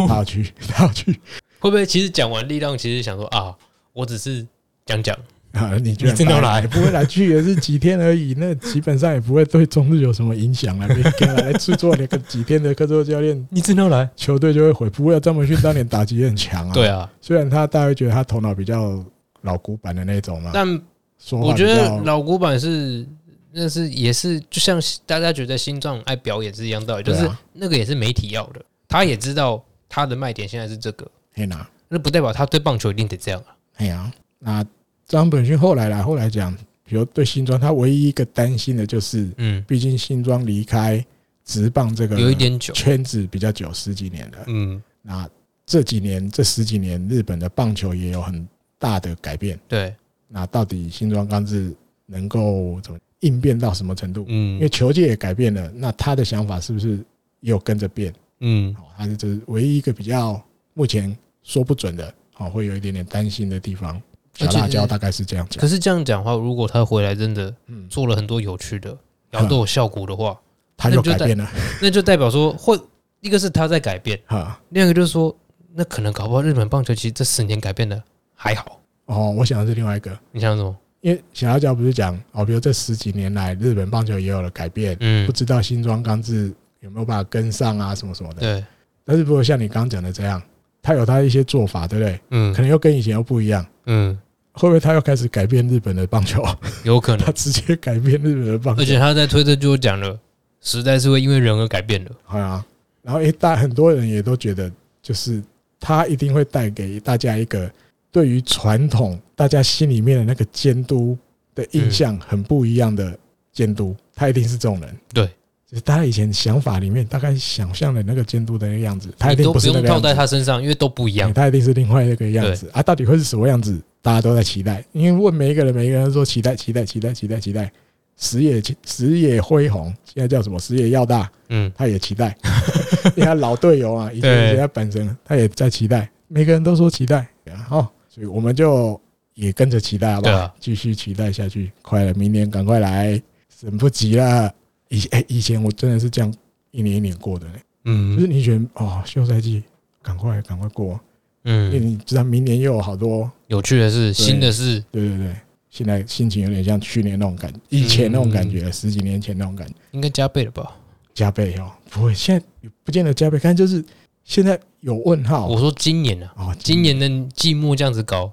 他要去，他要去会不会其实讲完力量，其实想说啊，我只是讲讲，啊，你居然你真的要答应来不会来去也是几天而已，那基本上也不会对中日有什么影响啊，别跟来来制作那个几天的客座教练。你真的要来？球队就会回，不过张本勋当年打击也很强啊。对，啊，虽然他大家会觉得他头脑比较老古板的那种嘛，啊但说我话比觉较得老古板是，那是也是，就像大家觉得心脏爱表演是一样道理，就对啊是那个也是媒体要的，他也知道他的卖点现在是这个，嘿呐，那不代表他对棒球一定得这样啊。哎呀，那张本勋后来啦，后来讲，比如对新庄，他唯一一个担心的就是，嗯，毕竟新庄离开职棒这个有一点久，圈子比较久，十几年了。嗯，那这几年这十几年，日本的棒球也有很大的改变。对，那到底新庄刚志能够怎么应变到什么程度？因为嗯球界也改变了，那他的想法是不是也有跟着变？嗯，哦，他是这是唯一一个比较目前说不准的，哦，会有一点点担心的地方。小而且辣椒大概是这样讲可，是这样讲的话，如果他回来真的嗯，做了很多有趣的，然后都有效果的话，他又改变了，那就代表说会一个是他在改变， 哈，另一个就是说，那可能搞不好日本棒球其实这十年改变的还好。哦，我想的是另外一个，你想什么？因为小辣椒不是讲哦，比如这十几年来日本棒球也有了改变，嗯不，知道新庄刚志有没有办法跟上啊，什么什么的。对，但是如果像你刚刚讲的这样，他有他一些做法，对不对？嗯可能又跟以前又不一样，嗯，会不会他又开始改变日本的棒球？有可能 他。直接改变日本的棒球嗯而，且他在推特就讲了，时代是会因为人而改变的。好啊，然后一大很多人也都觉得，就是他一定会带给大家一个对于传统大家心里面的那个监督的嗯印象很不一样的监督，他一定是这种人。对，就是大家以前想法里面大概想象的那个监督的那个样子，他一你定都是那用个套样在子，他身上，因为都不一样对。他一定是另外一个样子啊！到底会是什么样子？大家都在期待，因为问每一个人，每一个人都说期待，期待，期待，期待，期待。石野石野辉宏现在叫什么？石野耀大，嗯，他也期待， 因为他老队友啊，以前对以前他本身他也在期待，每个人都说期待，好，所以我们就也跟着期待，好不对好啊？继续期待下去，快了，明年赶快来，等不及了。以哎、以前我真的是这样一年一年过的、呢，就是嗯你觉得哦，休赛季赶快赶快过，因为嗯，你知道明年又有好多，有趣的是，新的是，对对对。现在心情有点像去年那种感，以前那种感嗯觉，十几年前那种感觉。应该加倍了吧？加倍哦，不会，现在也不见得加倍，看就是现在有问号我说今年啊，哦，今年的季末这样子搞，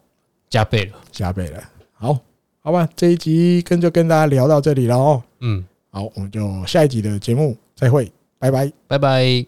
加倍了。加倍了，好，好吧，这一集跟就跟大家聊到这里了哦，嗯，好，我们就下一集的节目再会，拜拜。拜拜。